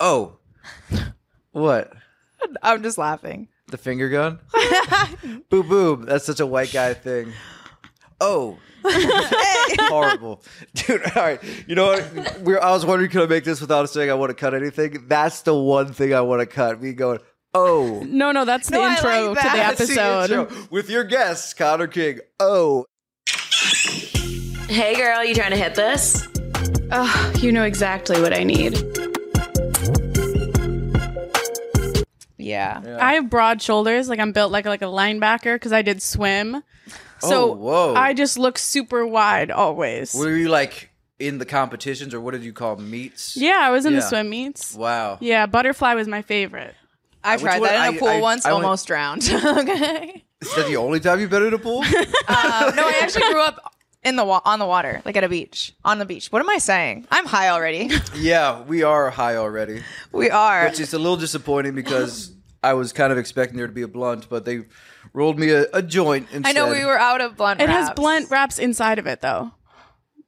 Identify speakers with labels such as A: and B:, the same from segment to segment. A: Oh, what?
B: I'm just laughing.
A: The finger gun? boom, boom. That's such a white guy thing. Oh, horrible, dude. All right, you know what? We're, I was wondering, could I make this without saying I want to cut anything? That's the one thing I want to cut. We going, oh,
C: No, no, that's the
B: No, I like
C: intro to the
B: that.
A: That's the
C: episode.
A: intro. with your guest Connor King. Oh,
D: Hey girl, you trying to hit this?
C: Ugh, you know exactly what I need.
B: Yeah.
C: I have broad shoulders, like I'm built like like a linebacker because I did swim. So
A: Oh, whoa.
C: I just look super wide always.
A: were you like in the competitions or what did you call meets?
C: yeah, I was in the
A: Yeah.
C: swim meets.
A: Wow.
C: Yeah, butterfly was my favorite.
B: I
A: Which
B: tried
A: one-
B: that in
A: I-
B: a pool
A: I-
B: once,
A: I went-
B: almost drowned. okay.
A: Is that the only time you've been in a pool?
B: Um, no, I actually grew up in the wa- on the water, like at a beach, on the beach. What am I saying? I'm high already.
A: yeah, we are high already.
B: We are.
A: Which is a little disappointing because I was kind of expecting there to be a blunt, but they rolled me a, a joint instead.
B: I know we were out of blunt.
C: It has
B: wraps.
C: blunt wraps inside of it though.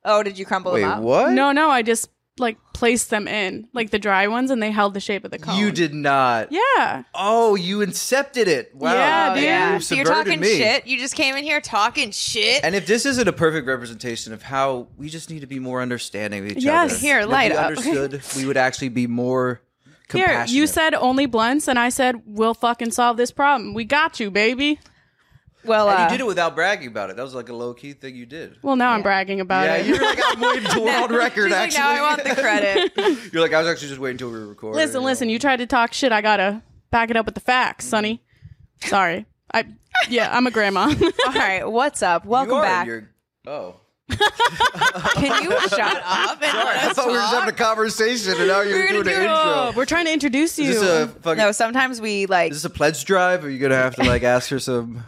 B: Oh, did you crumble
A: Wait,
B: them up?
A: what?
C: No, no, I just like placed them in like the dry ones, and they held the shape of the cone.
A: you did not.
C: Yeah.
A: Oh, you incepted it. Wow.
C: Yeah,
B: Oh,
C: dude.
B: yeah.
A: You
B: So you're
A: subverted
B: talking
A: me.
B: shit. You just came in here talking shit.
A: And if this isn't a perfect representation of how we just need to be more understanding of each
C: Yes,
A: other.
B: here,
A: If
B: light
A: we
B: up.
A: understood, we would actually be more
C: Here,
A: compassionate.
C: you said only blunts, and I said we'll fucking solve this problem. We got you, baby.
B: well,
A: And
B: uh,
A: you did it without bragging about it. That was like a low key thing you did.
C: Well, now I'm bragging about
A: yeah,
C: it.
A: you're like, I'm waiting to world record,
B: she's like,
A: actually.
B: now I want the credit.
A: you're like, I was actually just waiting until we were recording.
C: Listen, listen. You tried to talk shit. I gotta back it up with the facts, Sonny. Sorry. I yeah, I'm a grandma.
B: All right, what's up?
A: You
B: Welcome
A: are,
B: back.
A: You're, oh.
B: Can you shut up? And let
A: I
B: us
A: thought we were just
B: talk?
A: having a conversation and now you're
B: We're gonna
A: doing an
B: do-
A: intro.
C: Oh, we're trying to introduce you.
A: Is this a fucking,
B: No, sometimes we like.
A: is this a pledge drive? Are you gonna have to like ask for some?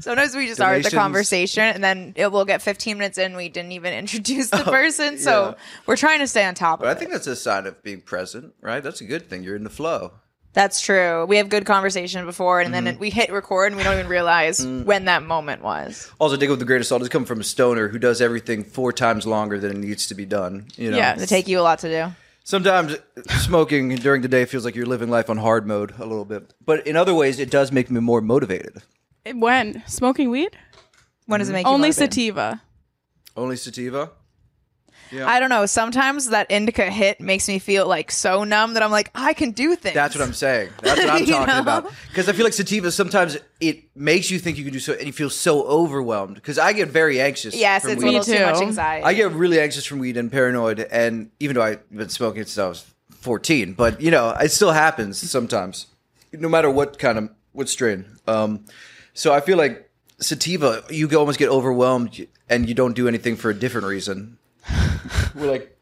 B: Sometimes we just start the
A: Donations.
B: conversation, and then it will get 15 minutes in. We didn't even introduce the person, so
A: Oh, yeah.
B: we're trying to stay on top of
A: But I
B: it.
A: think that's a sign of being present, right? That's a good thing. You're in the flow.
B: That's true. We have good conversation before, and
A: Mm-hmm.
B: then we hit record, and we don't even realize
A: Mm.
B: when that moment was.
A: Also, dig with the greatest salt is coming from a stoner who does everything four times longer than it needs to be done. You know,
C: Yes.
B: Does it take you a lot to do?
A: sometimes smoking during the day feels like you're living life on hard mode a little bit, but in other ways, it does make me more motivated.
C: when smoking weed?
B: When
A: Mm-hmm.
B: does it make you
C: Only
B: motivated?
C: sativa.
A: Only sativa.
B: I don't know. Sometimes that indica hit makes me feel like so numb that I'm like, I can do things.
A: That's what I'm saying. That's what I'm
B: You
A: talking
B: know?
A: about. Because I feel like sativa sometimes it makes you think you can do so, and you feel so overwhelmed. Because I get very anxious.
B: Yes,
A: from
B: it's a
A: weed.
B: little too
C: too.
B: much anxiety.
A: I get really anxious from weed and paranoid, and even though I've been smoking since I was 14, but you know, it still happens sometimes, no matter what kind of what strain. Um, so I feel like sativa, you go- almost get overwhelmed, and you don't do anything for a different reason. We're like,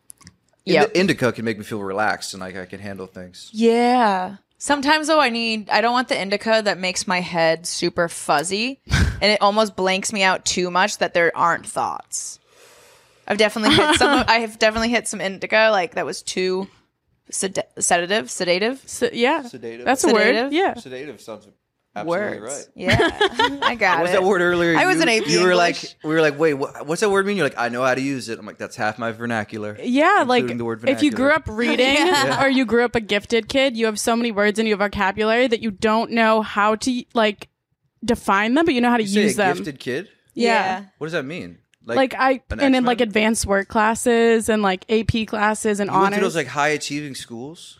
B: Yep.
A: indi- indica can make me feel relaxed, and like I can handle things.
B: Yeah. Sometimes though I need I don't want the indica that makes my head super fuzzy and it almost blanks me out too much that there aren't thoughts. I've definitely hit some I have definitely hit some indica like that was too sed- sedative, sedative
C: S- yeah.
A: Sedative.
C: That's a word.
B: Sedative?
C: Yeah.
A: Sedative sounds
B: words. Yeah. I got
A: What was
B: it.
A: that word earlier?
B: I was
A: you,
B: an AP
A: You were
B: English.
A: like, we were like, wait, wha- what's that word mean? You're like, I know how to use it. I'm like, that's half my vernacular.
C: Yeah, like
A: Including the word
C: if you grew
A: vernacular.
C: up reading or you grew up a gifted kid, you have so many words in your vocabulary that you don't know how to like define them, but you know how to
A: You say
C: use
A: a
C: them.
A: gifted kid.
C: yeah.
A: What does that mean?
C: Like, I
A: an
C: and in like
A: X-Men?
C: advanced work classes and like AP classes and
A: you went
C: honors.
A: to those like high achieving schools.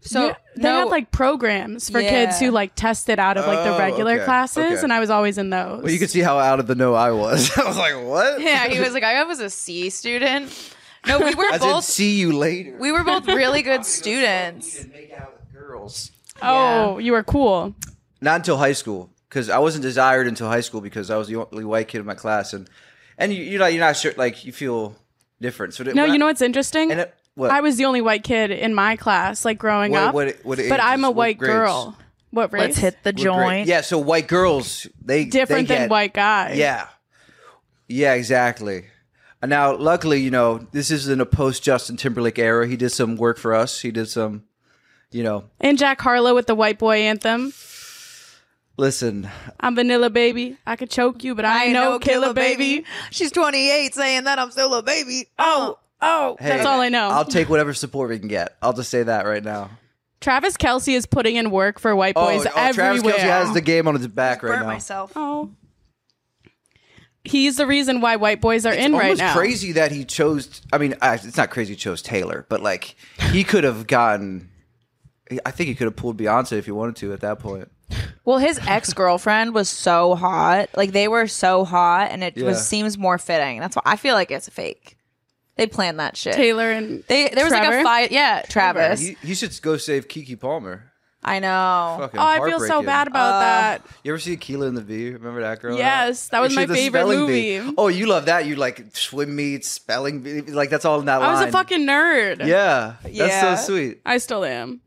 B: So
C: Yeah, they
B: no,
C: had like programs for kids
B: Yeah.
C: who like tested out of like the
A: Oh,
C: regular
A: okay,
C: classes,
A: okay.
C: and I was always in those.
A: Well, you could see how out of the know I was. I was like, what?
B: yeah, he was like I was a C student. No, we were
A: I said,
B: both
A: see you later.
B: we were both really good students.
A: make out with girls.
C: oh, you were cool.
A: Not until high school, because I wasn't desired until high school because I was the only white kid in my class, and and you, you're not you're not sure like you feel different. So
C: No, you know what's interesting?
A: And it, what?
C: I was the only white kid in my class, like growing
A: What-
C: up.
A: what- what ages?
C: but I'm a
A: What
C: white
A: grades?
C: girl. What race?
B: Let's hit the
A: We're great.
B: joint.
A: Yeah, so white girls they
C: Different
A: they
C: than
A: get-
C: white guys.
A: Yeah, yeah, exactly. And now, luckily, you know, this is in a post Justin Timberlake era. He did some work for us. He did some, you know,
C: And Jack Harlow with the white boy anthem.
A: listen.
C: I'm vanilla baby. I could choke you, but I, ain't no killer baby.
B: She's 28 saying that I'm still a baby.
C: Oh, oh,
A: Hey,
C: that's all I know.
A: I'll take whatever support we can get. I'll just say that right now.
C: Travis Kelsey is putting in work for white boys everywhere.
A: Oh, Travis Kelsey has the game on his back right
B: Burnt
A: now.
B: myself.
C: oh. He's the reason why white boys are in right
A: Almost
C: now.
A: crazy that he chose. I mean, I, it's not crazy he chose Taylor, but like he could have gotten. I think he could have pulled Beyonce if he wanted to at that point.
B: Well, his ex girlfriend was so hot. Like they were so hot, and it
A: Yeah.
B: was seems more fitting. That's why I feel like it's a fake. They planned that shit.
C: Taylor and
B: They there was like
C: Trevor?
B: a fight. Yeah, Travis.
A: He, he should go save Kiki Palmer.
B: I know.
A: Fucking
C: Oh, I feel so
A: heartbreaking.
C: bad about that.
A: You ever see Aquila and the Bee? Remember that girl?
C: Yes, that was
A: She
C: my
A: had the
C: favorite
A: spelling bee.
C: movie.
A: Oh, you love that? You like swim meets, spelling bee, like that's all in that
C: I
A: line.
C: was a fucking nerd.
A: yeah. That's
B: Yeah.
A: so sweet.
C: I still am.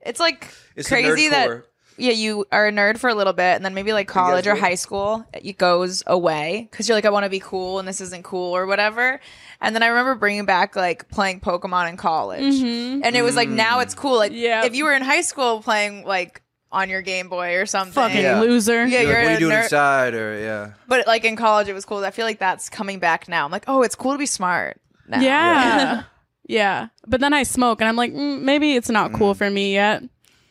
B: It's like
A: It's the
B: crazy that
A: nerdcore.
B: yeah, you are a nerd for a little bit, and then maybe like college or
A: leave.
B: high school, it goes away because you're like, I want to be cool, and this isn't cool or whatever. And then I remember bringing back like playing Pokemon in college,
C: Mm-hmm.
B: and it was like now it's cool. Like
C: Yeah.
B: if you were in high school playing like on your Game Boy or something,
C: Fucking
A: Yeah.
C: loser.
B: Yeah,
A: You're like,
B: you're
A: what are
B: a
A: you doing
B: nerd-
A: inside? Or yeah,
B: But like in college, it was cool. I feel like that's coming back now. I'm like, oh, it's cool to be smart. Now.
C: Yeah. yeah. But then I smoke and I'm like, mm, maybe it's not cool for me yet.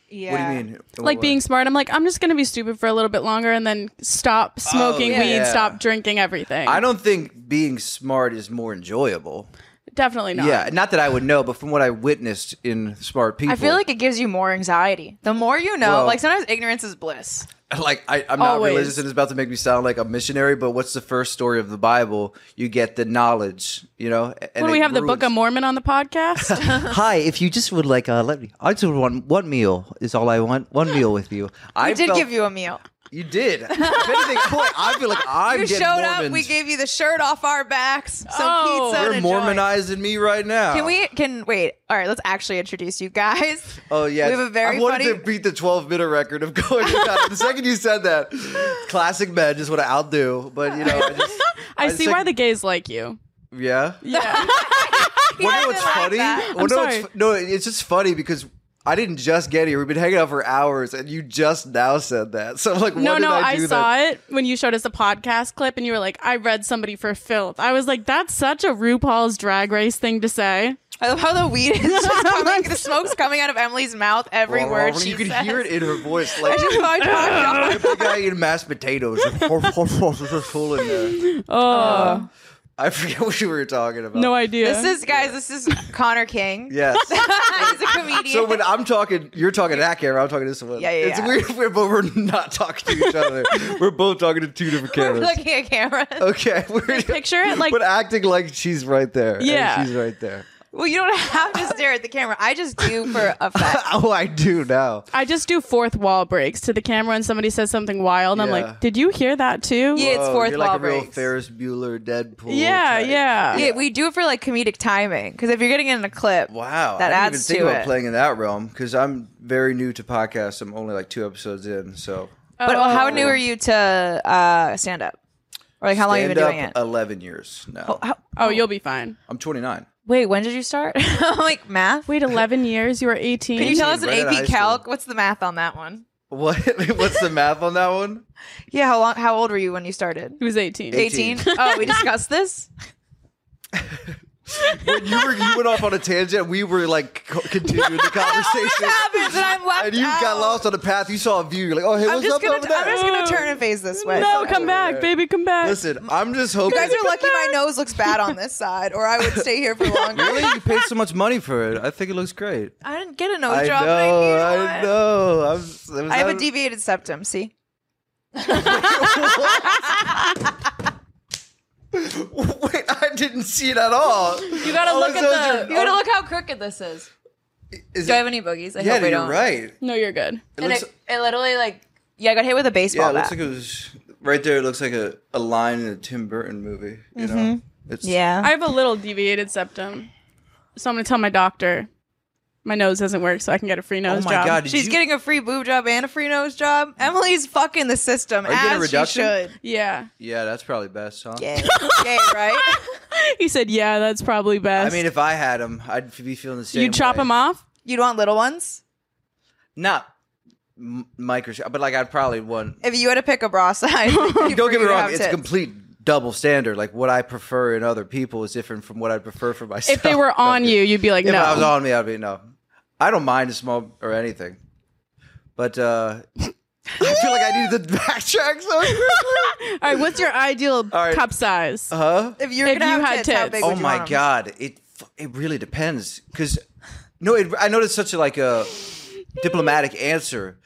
B: yeah.
A: What do you mean? In
C: Like
A: Oh, what way?
C: being smart, I'm like, I'm just going to be stupid for a little bit longer and then stop smoking
A: Oh, yeah.
C: weed,
A: Yeah.
C: stop drinking everything.
A: I don't think being smart is more enjoyable.
C: Definitely not.
A: Yeah, not that I would know, but from what I witnessed in smart people,
B: I feel like it gives you more anxiety. The more you know,
A: Well-
B: like sometimes ignorance is bliss.
A: like I, I'm not
C: Always.
A: religious and it's about to make me sound like a missionary. But what's the first story of the Bible? You get the knowledge, you know. a- And
C: When we
A: it
C: have the Book
A: ruins-
C: of Mormon on the podcast,
A: Hi, if you just would like, uh, let me. I just want one meal is all I want. One meal with you. I
B: I did
A: felt-
B: give you a meal.
A: You did. if anything, boy, I feel like I'm
B: You
A: getting
B: showed up.
A: Mormons.
B: We gave you the shirt off our backs. Some
C: Oh.
B: pizza.
A: You're
B: and a joint.
A: Mormonizing me right now.
B: Can we? Can wait? All right. Let's actually introduce you guys.
A: Oh yeah,
B: We have a very
A: I wanted
B: funny.
A: to beat the 12 minute record of going. to town. the second you said that, classic men just want to outdo. But you know, I just,
C: I
A: just
C: see
A: like-
C: why the gays like you.
A: yeah.
C: Yeah.
A: Well, no, it's
B: like
A: funny.
B: that.
A: Well,
C: I'm
A: no, it's,
C: sorry.
A: no, it's just funny because I didn't just get here. We've been hanging out for hours, and you just now said that. So I'm like,
C: no,
A: why
C: no,
A: did I,
C: I,
A: do
C: saw
A: that?
C: it when you showed us the podcast clip and you were like, I read somebody for filth. I was like, that's such a RuPaul's drag race thing to say.
B: I love how the weed is just coming. the smoke's coming out of Emily's mouth. Every word she
A: Oh, you could
B: says.
A: hear it in her voice, like
B: She's probably talking.
A: the guy eating mashed potatoes. Full in there.
C: Oh,
A: I forget what you were talking about.
C: no idea.
B: Uh, This is guys. This is Connor King.
A: Yes.
B: He's a comedian.
A: So when I'm talking, you're talking to that camera. I'm talking to this one.
B: Yeah, yeah,
A: It's
B: yeah.
A: weird, we're, but we're not talking to each other. we're both talking to two different
B: we're
A: cameras.
B: looking at cameras.
A: okay, we're
C: Picture it like
A: but acting like she's right there. and
C: Yeah.
A: she's right there.
B: Well, you don't have to stare at the camera. I just do for effect.
A: Oh, I do now.
C: I just do fourth wall breaks to the camera and somebody says something wild. I'm
A: Yeah.
C: like, did you hear that too?
B: Yeah. It's
A: Whoa,
B: fourth
A: Oh, you're like
B: wall
A: a real
B: breaks.
A: Ferris Bueller Deadpool.
C: Yeah,
A: type.
C: yeah.
B: Yeah, we do it for like comedic timing because if you're getting it in a clip,
A: Wow,
B: that
A: I didn't
B: adds
A: even think
B: to
A: about
B: it.
A: playing in that realm because I'm very new to podcasts. I'm only like two episodes in, so
B: But
C: Oh.
B: how new are you to uh, stand up, or like how long
A: Stand
B: you been doing
A: up uh,
B: it?
A: eleven years now.
B: How-
C: Oh, you'll be fine.
A: I'm 29.
B: wait, when did you start? I'm like math.
C: Wait, 11 years? You were 18?
B: Can you tell us an
A: right out of high
B: AP
A: school.
B: Calc? What's the math on that one?
A: What? What's the math on that one?
B: Yeah, how long? How old were you when you started?
C: he was 18.
A: 18.
B: 18. oh, we discussed this.
A: When you were you went off on a tangent. We were like co- continuing the conversation,
B: Happens and I'm left
A: and you got
B: out.
A: lost on the path. You saw a view. You're like, oh, hey,
B: I'm
A: what's
B: just
A: up
B: gonna.
A: over
B: I'm
A: there?
B: just gonna turn and face this way.
C: No,
B: It's
C: come
B: okay.
C: back, baby, come back.
A: Listen, I'm just hoping.
B: You guys are lucky my nose looks bad on this side, or I would stay here for longer.
A: really, you paid so much money for it. I think it looks great.
B: I didn't get a nose
A: I
B: job.
A: know,
B: I, need
A: I
B: one.
A: know. I'm, s- it was
B: I have
A: out
B: a
A: of-
B: deviated septum. See,
A: Wait, I didn't see it at all.
C: You gotta
A: Oh,
C: look
A: so it's
C: at
A: your-
C: the.
B: you gotta look how crooked this is.
A: Is
B: Do I
A: it-
B: have any boogies? I
A: Yeah,
B: hope I
A: you're
B: don't.
A: right.
C: No, you're good.
A: It
B: And
A: looks,
B: it, it literally like yeah, I got hit with a baseball
A: yeah, it looks
B: bat.
A: like it was right there. It looks like a, a line in a Tim Burton movie. You know, it's
B: Mm-hmm. yeah.
C: I have a little deviated septum. So I'm gonna tell my doctor my nose doesn't work so I can get a free nose
A: Oh my
C: job.
A: god, did
B: She's
A: you-
B: getting a free boob job and a free nose job. Emily's fucking the system
A: you getting a
B: as she
A: reduction?
B: should.
C: Yeah.
A: Yeah, that's probably best, huh?
B: Yay. Yay, right?
C: He said, yeah, that's probably
A: I
C: best.
A: mean, if I had them, I'd be feeling the same.
C: you chop
A: way.
C: him off?
B: You'd want little ones?
A: Not m- microscope, but like I'd probably want.
B: If you had to pick a bra size, don't
A: Don't get me wrong; it's
B: tits.
A: a complete double standard. Like what I prefer in other people is different from what I'd prefer for myself.
C: If they were
A: Don't
C: on
A: do-
C: you, you'd be like,
A: if
C: no.
A: I was on me, I'd be no. I don't mind a small or anything, but uh, I feel like I need to backtrack. So,
C: All right, what's your ideal
A: right. Uh,
C: cup size?
A: huh?
B: If you're
C: If
B: gonna
C: you
B: have
C: had
B: tits, how
C: tits.
B: big
C: Like,
A: Oh
B: would you
A: my
B: want 'em?
A: god, it f- it really depends because no, it, I know it's such a like a diplomatic answer,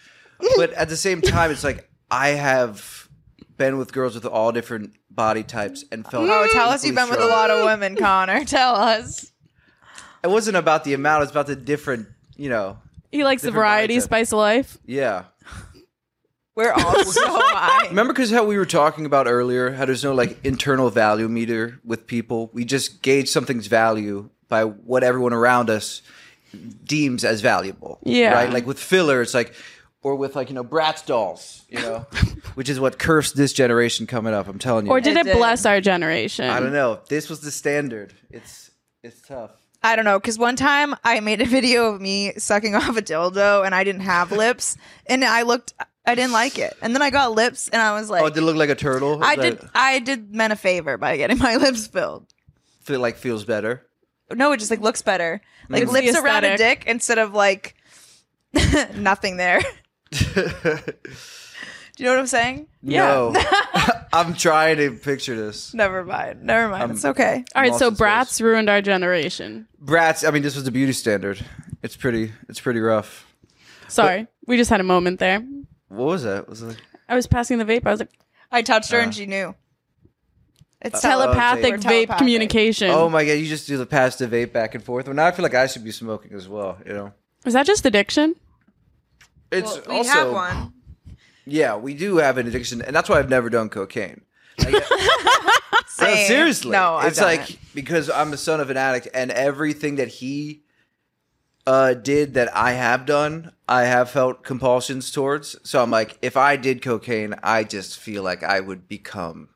A: but at the same time, it's like I have been with girls with all different body types and felt.
B: Oh, tell us you've
A: equally
B: been with a
A: strong.
B: lot of women, Connor. Tell us.
A: It wasn't about the amount; it's about the different. You know,
C: he likes the
A: different body
C: variety,
A: type.
C: spice of life.
A: yeah.
B: We're all so high.
A: Remember, because how we were talking about earlier, how there's no like internal value meter with people. We just gauge something's value by what everyone around us deems as valuable.
C: Yeah.
A: Right. Like with filler, it's like, or with like you know Bratz dolls, you know, which is what cursed this generation coming up. I'm telling you.
C: Or did
B: It
C: it,
B: did.
C: bless our generation?
A: I don't know. This was the standard. It's it's tough.
B: I don't know, because one time I made a video of me sucking off a dildo and I didn't have lips, and I looked, I didn't like it, and then I got lips, and I was like,
A: Oh, did it look like a turtle?
B: I
A: That
B: did, I did men a favor by getting my lips filled.
A: Feel like feels better.
B: No, it just like looks better, like
C: It's the
B: lips around a
C: aesthetic.
B: dick instead of like nothing there. Do you know what I'm saying?
A: No. I'm trying to picture this.
B: Never mind. Never mind. it's okay.
C: All right,
A: Lost
C: so
A: in space.
C: brats ruined our generation.
A: Bratz. I mean, this was the beauty standard. It's pretty. It's pretty rough.
C: Sorry, we just had a moment there.
A: What was that? Was it?
C: I was passing the vape. I was like,
B: I touched
C: Uh.
B: her and she knew. It's
C: telepathic
A: We're
C: vape
B: telepathic.
C: communication.
A: Oh my god! You just do the pass the vape back and forth. Well, now I feel like I should be smoking as well. You know,
C: Is that just addiction?
A: it's
C: uh,
B: Well, we
A: also
B: have one.
A: yeah. We do have an addiction, and that's why I've never done cocaine. No,
B: Same.
A: seriously,
B: No, I've
A: it's
B: done
A: like
B: it.
A: because I'm the son of an addict, and everything that he uh, did that I have done, I have felt compulsions towards. So I'm like, if I did cocaine, I just feel like I would become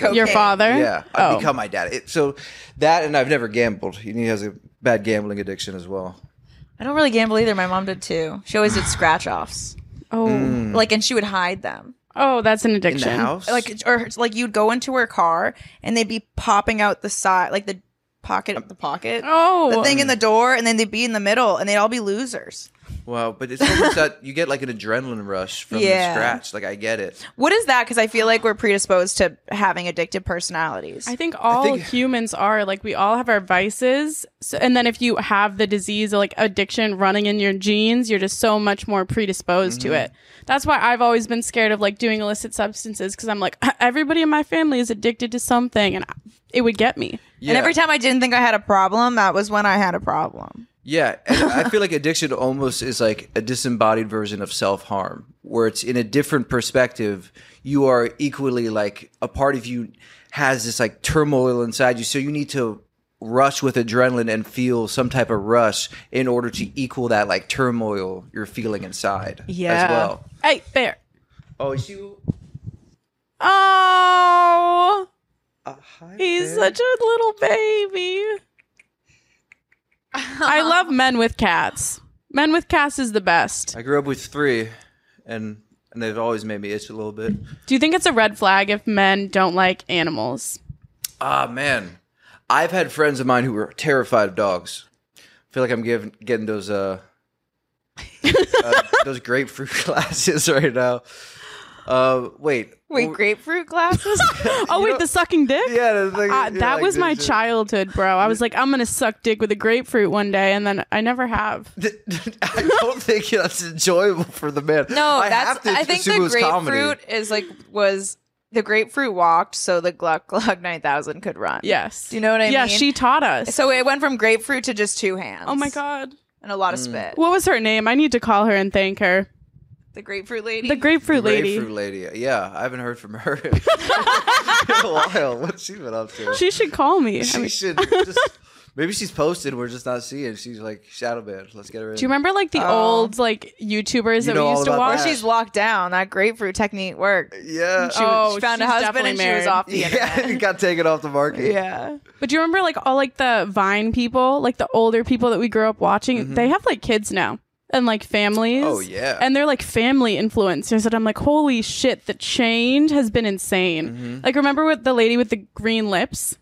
C: Your
B: Cocaine.
C: father?
A: Yeah, I'd
C: Oh.
A: become my dad. It, so that, and I've never gambled. He has a bad gambling addiction as well.
B: I don't really gamble either. My mom did too. She always did scratch offs,
C: oh,
A: Mm.
B: like, and she would hide them.
C: oh, that's an
A: In
C: addiction.
A: the house,
B: Like, or like you'd go into her car and they'd be popping out the side, like the pocket, the pocket,
C: Oh,
B: the thing in the door, and then they'd be in the middle, and they'd all be losers.
A: wow. But it's almost that you get like an adrenaline rush from
B: Yeah.
A: the scratch. Like I get it.
B: What is that? Because I feel like we're predisposed to having addictive personalities.
C: I think all
A: think-
C: humans are like we all have our vices, so, and then if you have the disease like addiction running in your genes, you're just so much more predisposed
A: Mm-hmm.
C: to it. That's why I've always been scared of like doing illicit substances because I'm like everybody in my family is addicted to something, and I- it would get me.
A: Yeah.
B: And every time I didn't think I had a problem, that was when I had a problem.
A: Yeah, and I feel like addiction almost is like a disembodied version of self harm, where it's in a different perspective. You are equally like a part of you has this like turmoil inside you, so you need to rush with adrenaline and feel some type of rush in order to equal that like turmoil you're feeling inside. as
B: Yeah.
A: well.
C: Hey, bear.
A: Oh, is you?
C: Oh,
A: Uh, hi,
C: he's
A: bear.
C: such a little baby. I love men with cats. Men with cats is the best.
A: I grew up with three, and and they've always made me itch a little bit.
C: Do you think it's a red flag if men don't like animals?
A: Ah, man. I've had friends of mine who were terrified of dogs. I feel like I'm giving, getting those uh, uh those grapefruit glasses right now. Uh, wait.
B: Wait,
A: Oh,
B: grapefruit glasses?
C: Oh wait, the sucking dick.
A: Yeah, the thing-
C: Uh,
A: yeah,
C: that
A: like
C: was my
A: this-
C: childhood, bro. I was like, I'm gonna suck dick with a grapefruit one day, and then I never have.
A: I don't think that's enjoyable for the man.
B: No,
A: I
B: that's.
A: have to
B: I think
A: assume
B: the
A: it was
B: grapefruit
A: comedy.
B: is like was the grapefruit walked, so the Gluck Gluck nine thousand could run.
C: Yes.
B: Do you know what I
C: yeah,
B: mean?
C: she taught us.
B: So it went from grapefruit to just two hands.
C: oh my god.
B: and a lot
A: Mm.
B: of spit.
C: What was her name? I need to call her and thank her.
B: The grapefruit lady.
C: The grapefruit,
A: Grapefruit
C: lady.
A: lady. Yeah, I haven't heard from her in a while. What's she been up to?
C: She should call me. I
A: She
C: mean,
A: should just. Maybe she's posted. We're just not seeing. She's like shadow banned. Let's get her in.
C: do you remember like the old like YouTubers
A: Um,
C: that
A: know
C: we
A: all
C: used to
A: about
B: or
A: that.
C: watch?
B: she's locked down. That grapefruit technique worked.
A: Yeah.
B: She,
C: Oh,
B: she found a
C: she's
B: husband
C: definitely
B: and she was
C: married.
B: off the
A: yeah,
B: internet.
A: it got taken off the market.
B: Yeah.
C: But do you remember like all like the Vine people, like the older people that we grew up watching? They have like kids now and like families.
A: Mm-hmm. Oh, yeah.
C: And they're like family influencers that I'm like, holy shit, the change has been
A: Mm-hmm.
C: insane. Like remember what the lady with the green lips?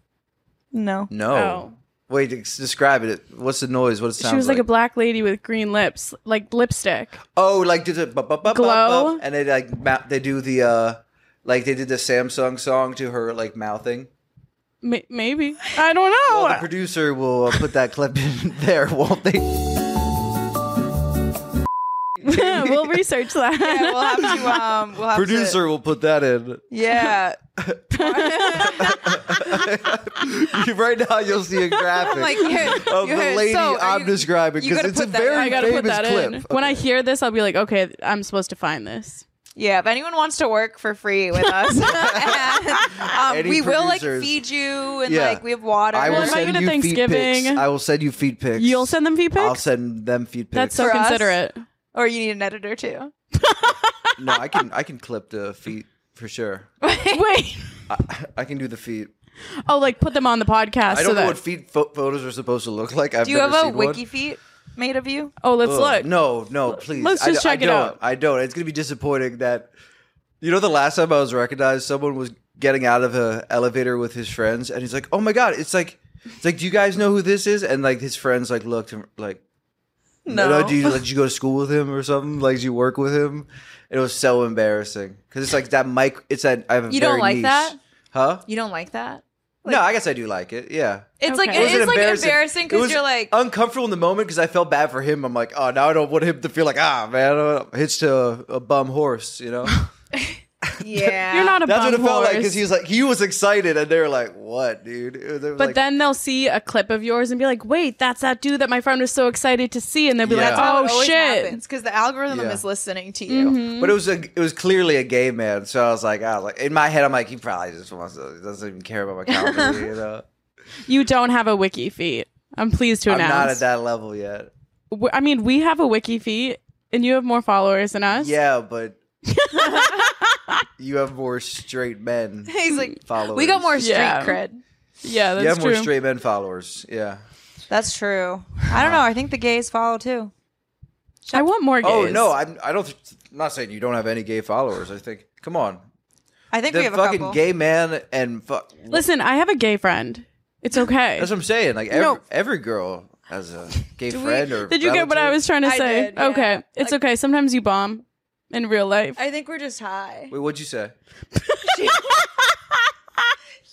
B: No.
A: No. Wait, ex- describe it. What's the noise? What it sounds
C: Oh. she was like,
A: like?
C: a black lady with green lips, like lipstick.
A: oh, like did it bu- bu- bu- bu-
C: Glow?
A: bu- and they like ma- they do the uh like they did the Samsung song to her like mouthing.
C: M- maybe I don't know.
A: Well, the producer will uh, put that clip in there, won't they?
C: we'll research that.
B: Yeah, we'll have to. Um, we'll have
A: Producer will put that in.
B: To, yeah.
A: right now, you'll see a graphic
B: Like you heard,
A: of the
B: you heard,
A: lady
B: so, are
A: I'm
B: you-
A: describing
B: you
A: because
B: gotta
A: it's a
B: put that-
A: very
C: I gotta put
A: famous
C: that
A: clip.
C: in. When I hear this, I'll be like, okay, I'm supposed to find this.
B: Yeah, if anyone wants to work for free with us, and,
A: Any
B: um, we will like
A: producers.
B: feed you and
A: Yeah.
B: like we have water.
A: I will
C: Well, am I
A: send
C: gonna
A: you feed
C: Thanksgiving?
A: pics. I will send you feed pics.
C: You'll send them feed pics.
A: I'll send them feed pics.
C: That's so
B: For us?
C: considerate.
B: or you need an editor too.
A: no, I can I can clip the feet for sure.
C: Wait.
A: I, I can do the feet.
C: Oh, like put them on the
A: I
C: podcast. so
A: don't know
C: that,
A: what feet pho- photos are supposed to look like. I've
B: Do you
A: never
B: have a
A: seen
B: wiki
A: One.
B: feet made of you?
C: Oh, let's
A: Ugh,
C: look.
A: No, no, please.
C: let's
A: I
C: just
A: d- I
C: check it
A: don't.
C: out.
A: I don't. It's gonna be disappointing that you know the last time I was recognized, someone was getting out of a elevator with his friends, and he's like, "Oh my god!" It's like, it's like, do you guys know who this is? And like his friends like looked and like.
B: No.
A: do you, like, did you go to school with him or something? Like, did you work with him? It was so embarrassing because it's like that mic. It's that I have a
B: You don't
A: very
B: like
A: niche-
B: that?
A: huh?
B: You don't like that?
A: no, I guess I do like it. Yeah.
B: It's like
C: Okay.
B: it
A: Was
B: is like embarrassing
A: It
B: because
A: was Oh.
B: you're like
A: uncomfortable in the moment because I felt bad for him. I'm like, oh, now I don't want him to feel like, ah, man, I'm hitched to a, a bum horse, you know?
B: yeah.
C: You're not a
A: That's
C: bum
A: what it felt like
C: horse.
A: because he was like, he was excited, and they were like, what, dude? It was- it was
C: But
A: like-
C: then they'll see a clip of yours and be like, "Wait, that's that dude that my friend was so excited to see," and they'll be
A: Yeah. That's
C: like, "Oh shit!" Mm-hmm.
B: because the algorithm
A: Yeah.
B: is listening to you.
A: but it was a, it was clearly a gay man, so I was like, I was like, in my head, I'm like, he probably just wants to, doesn't even care about my comedy, you know?
C: You don't have a wiki feed. I'm pleased to
A: I'm
C: announce.
A: not at that level yet.
C: W- I mean, we have a wiki feed, and you have more followers than us.
A: Yeah, but you have more straight men
B: He's like,
A: followers.
B: we got more street
C: Yeah.
B: cred.
C: yeah, that's
A: You have
C: true.
A: more straight men followers. Yeah.
B: That's true. I don't know. I think the gays follow too.
C: I want more gays.
A: Oh no, I'm. I don't. Th- I'm not saying you don't have any gay followers. I think. Come on,
B: I think we
A: the
B: have a
A: fucking
B: couple.
A: gay man and fuck.
C: Listen, I have a gay friend. It's okay.
A: That's what I'm saying. Like every,
B: No.
A: every girl has a gay
B: we-
A: friend or.
C: did you get what I
A: relative.
C: was trying to
B: I
C: say?
B: did, yeah.
C: Okay, it's
B: Like-
C: okay. Sometimes you bomb in real life. I,
B: I think we're just high.
A: Wait, what'd you say?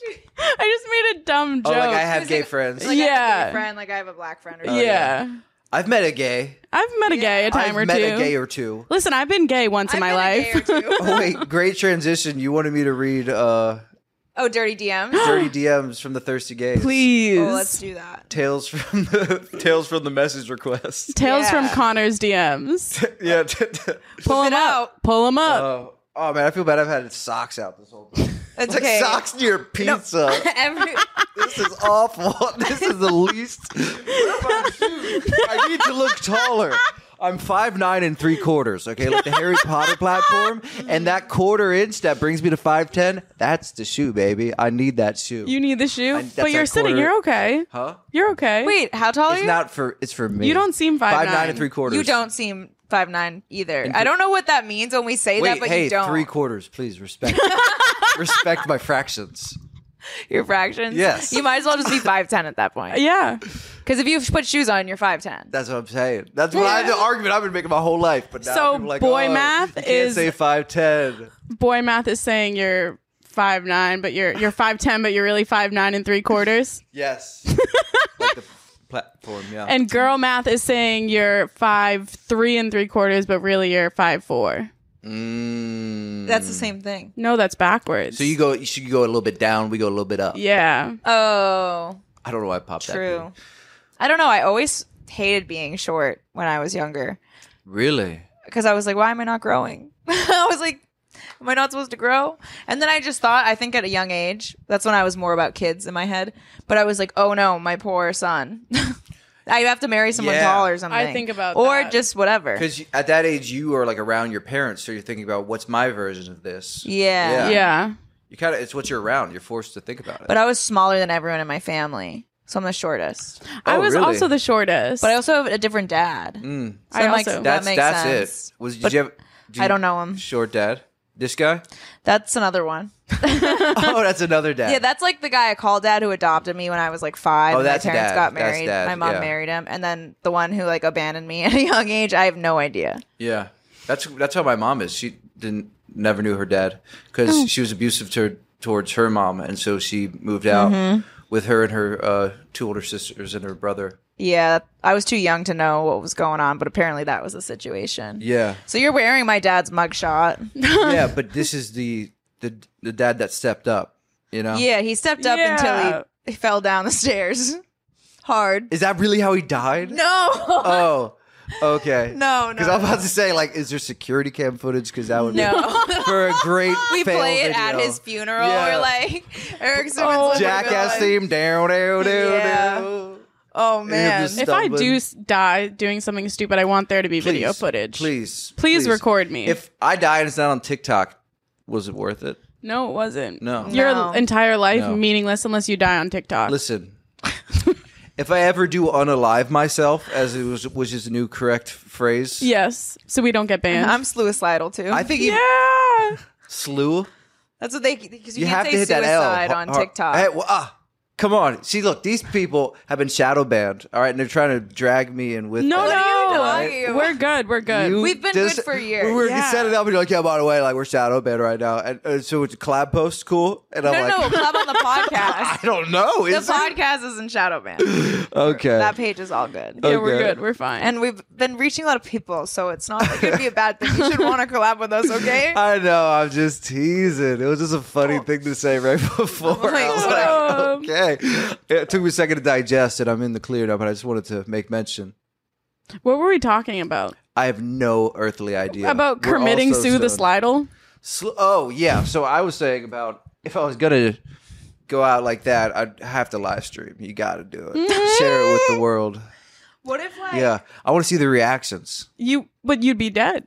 C: just made a dumb
A: Oh,
C: joke.
A: like I oh, have
B: She's
A: gay
B: like-
A: friends.
B: Like I have a
C: Yeah.
B: gay friend, like I have a black friend. Or
C: yeah.
B: something.
A: I've met a gay.
C: I've met a gay a time
A: I've
C: or
A: met
C: two.
A: a gay or two.
C: Listen, I've been gay once in
B: I've
C: my
B: been a
C: life.
B: gay or two.
A: Oh wait, great transition. You wanted me to read uh,
B: oh, dirty DMs.
A: dirty DMs from the thirsty gays.
C: Please.
B: Oh, let's do that.
A: Tales from the tales from the message request.
C: Tales
B: Yeah.
C: from Connor's DMs.
A: yeah.
C: Pull
B: it
C: them up.
B: out.
C: Pull them up.
A: oh, oh man, I feel bad. I've had socks out this whole time.
B: It's
A: Like
B: okay.
A: socks to your pizza.
B: Every,
A: This is awful. This is the least. What about shoes? I need to look taller. I'm five nine and three quarters. Okay, like the Harry Potter platform, and that quarter inch that brings me to five ten. That's the shoe, baby. I need that shoe.
C: You need the shoe,
A: I- that's
C: but you're
A: like
C: sitting.
A: quarter-
C: You're okay.
A: huh?
C: You're okay.
B: wait, how tall are
A: It's
B: you?
A: not for. It's for me.
C: You don't seem 5'9".
A: five nine and three quarters.
B: you don't seem five nine either.
A: And
B: I
A: th-
B: don't know what that means when we say
A: Wait,
B: that, but
A: hey,
B: you don't.
A: three quarters, please respect. respect my fractions.
B: Your fractions.
A: Yes.
B: You might as well just be five ten at that point.
C: Yeah.
B: Because if you put shoes on, you're five ten.
A: That's what I'm saying. That's what I the argument I've been making my whole life. But now
C: So
A: people are like,
C: boy
A: oh,
C: math
A: you can't
C: is-
A: say five ten.
C: Boy math is saying you're five nine, but you're you're five ten, but you're really five nine and three quarters.
A: Yes. like the platform, yeah.
C: And girl math is saying you're five three and three quarters, but really you're five four.
A: mm.
B: That's the same thing.
C: No, that's backwards.
A: so you go, you should go a little bit down. We go a little bit up.
C: Yeah.
B: Oh,
A: I don't know why I popped that.
B: true.
A: dude.
B: I don't know. I always hated being short when I was younger
A: Really?
B: because I was like, why am I not growing? I was like, am I not supposed to grow? And then I just thought, I think at a young age, that's when I was more about kids in my head. But I was like, oh no, my poor son. I have to marry someone
A: Yeah.
B: tall or something.
C: I think about
B: or
C: that.
B: just whatever.
A: Because at that age, you are like around your parents, so you're thinking about what's my version of this.
B: Yeah.
A: Yeah.
C: Yeah.
A: You kind of, it's what you're around. You're forced to think about it.
B: But I was smaller than everyone in my family, so I'm the shortest.
C: I
A: Oh,
C: was
A: really?
C: also the shortest.
B: But I also have a different dad.
A: Mm.
B: So
C: I
B: I'm like, that
C: also-
A: that's
B: makes
A: that's
B: sense.
A: it. Was did
B: But
A: you have? do
B: I
A: you-
B: don't know him.
A: Short dad. This guy?
B: That's another one.
A: Oh, that's another dad.
B: Yeah, that's like the guy I called dad who adopted me when I was like five.
A: Oh,
B: and
A: that's
B: my parents
A: dad.
B: got
A: That's
B: married.
A: dad,
B: My mom
A: yeah.
B: married him, and then the one who like abandoned me at a young age. I have no idea.
A: yeah. That's that's how my mom is. She didn't never knew her dad because
B: Oh.
A: she was abusive to, towards her mom, and so she moved out
B: Mm-hmm.
A: with her and her uh, two older sisters and her brother.
B: Yeah, I was too young to know what was going on, but apparently that was the situation.
A: Yeah,
B: So you're wearing my dad's mugshot.
A: yeah. But this is the the the dad that stepped up. You know.
B: Yeah, he stepped up
C: Yeah.
B: until he, he fell down the stairs hard.
A: Is that really how he died?
B: No.
A: Oh. Okay.
B: No,
A: Because
B: no.
A: I'm about to say, like, is there security cam footage? Because that would
B: No.
A: be for a great.
B: we
A: fail
B: play it at
A: video.
B: his funeral.
A: Yeah.
B: We're like, Eric Simmons.
C: Oh,
B: would be
A: Jackass
B: like,
A: theme. Down, down, down,
B: Yeah.
A: down.
B: Oh man.
A: this-
C: If I
A: Stubborn.
C: do s- die doing something stupid, I want there to be video
A: Please,
C: footage.
A: Please,
C: Please record me.
A: If I die and it's not on TikTok, was it worth it?
C: No, it wasn't.
A: No.
C: Your
B: No.
C: entire life
A: No.
C: meaningless unless you die on TikTok.
A: Listen, if I ever do unalive myself, as it was, which is a new correct phrase.
C: Yes. So we don't get banned.
B: I'm suicidal too.
A: I think even
C: yeah.
A: slew.
B: That's what they because you,
A: You have
B: can't say
A: to hit that L
B: suicide
A: har-
B: on
A: har-
B: TikTok.
A: Hey, well, ah, come on. See, look, these people have been shadow banned. All right, and they're trying to drag me in with.
C: No,
A: them.
B: What are you
C: no.
B: doing?
C: We're good. We're good.
A: You
B: We've been
A: dis-
B: good for years.
A: We were
C: Yeah.
A: set it up, and you're like, "Yeah, by the way, like we're shadow banned right now." And, and so it's a collab post, cool. And I'm
B: no,
A: like,
B: no, club on the
A: I
B: podcast.
A: don't know.
B: the
A: Is it?
B: podcast is in shadow ban.
A: okay.
B: That page is all good.
C: yeah, we're
A: Okay.
C: good. We're fine.
B: And we've been reaching a lot of people, so it's not like it'd be a bad thing. You should want to collab with us, okay?
A: I know. I'm just teasing. It was just a
B: Oh.
A: funny thing to say right before. I was
C: Um.
A: like, okay. It took me a second to digest it. I'm in the clear now, but I just wanted to make mention.
C: what were we talking about?
A: I have no earthly idea
C: About
A: We're all
C: committing
A: so
C: Sue the
A: stoned.
C: Slidle?
A: Sl- oh yeah. So I was saying about if I was gonna go out like that, I'd have to live stream. You got to do
B: Mm-hmm.
A: it. Share it with the world.
B: What if like
A: Yeah, I want to see the reactions
C: You, but you'd be dead.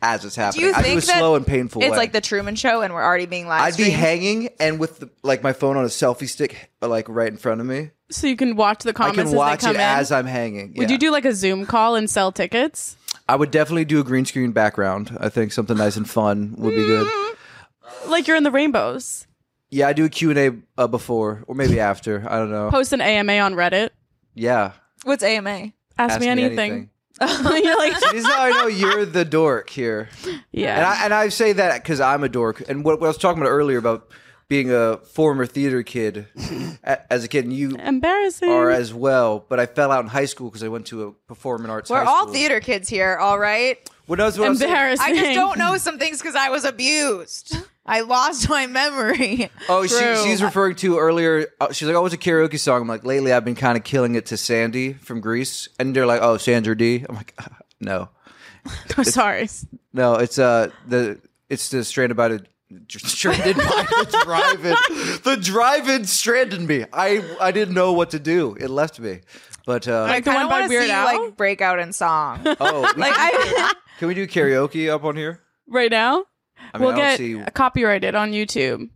A: as it's happening.
B: you
A: I do
B: think
A: it
B: that
A: slow and painful.
B: it's
A: way.
B: like the Truman Show and we're already being live
A: I'd be
B: streamed?
A: hanging and with the, like my phone on a selfie stick, like right in front of me.
C: So you can watch the
A: I
C: comments
A: can watch
C: as they come
A: it
C: in.
A: as I'm hanging.
C: Would
A: yeah.
C: you do like a Zoom call and sell tickets?
A: I would definitely do a green screen background. I think something nice and fun would be good.
C: Mm-hmm. Like you're in the rainbows.
A: Yeah, I do a Q and A uh, before or maybe after. I don't know.
C: Post an AMA on Reddit.
A: Yeah,
B: What's AMA?
C: Ask, me, anything. you're like,
A: This is how I know you're the dork here. And
C: yeah.
A: I, and I say that because I'm a dork. And what, what I was talking about earlier about being a former theater kid a- as a kid, and you
C: Embarrassing.
A: are as well. But I fell out in high school because I went to a performing arts.
B: We're
A: high
B: all
A: school.
B: theater kids here, all right?
A: Well, no, that's what I was saying.
C: Embarrassing.
B: I just don't know some things because I was abused. I lost my memory.
A: Oh,
C: True.
A: she, she's referring to earlier. Uh, she's like, "Oh, it's a karaoke song." I'm like, "Lately, I've been kind of killing it to Sandy from Greece," and they're like, "Oh, Sandra D." I'm like, "Ah, "No,
C: I'm sorry.
A: no, it's uh the it's the stranded by the stranded by the drive-in. The drive-in stranded me. I I didn't know what to do. It left me. But uh,
C: Like- the
B: I
C: one
B: don't
C: by
B: wanna
C: Weird
B: see
C: Al?
B: you like break out in song. like
A: oh, we-
B: I,
A: can we do karaoke up on here?
C: Right now,
A: I mean,
C: we'll
A: I don't
C: get
A: see.
C: copyrighted on YouTube.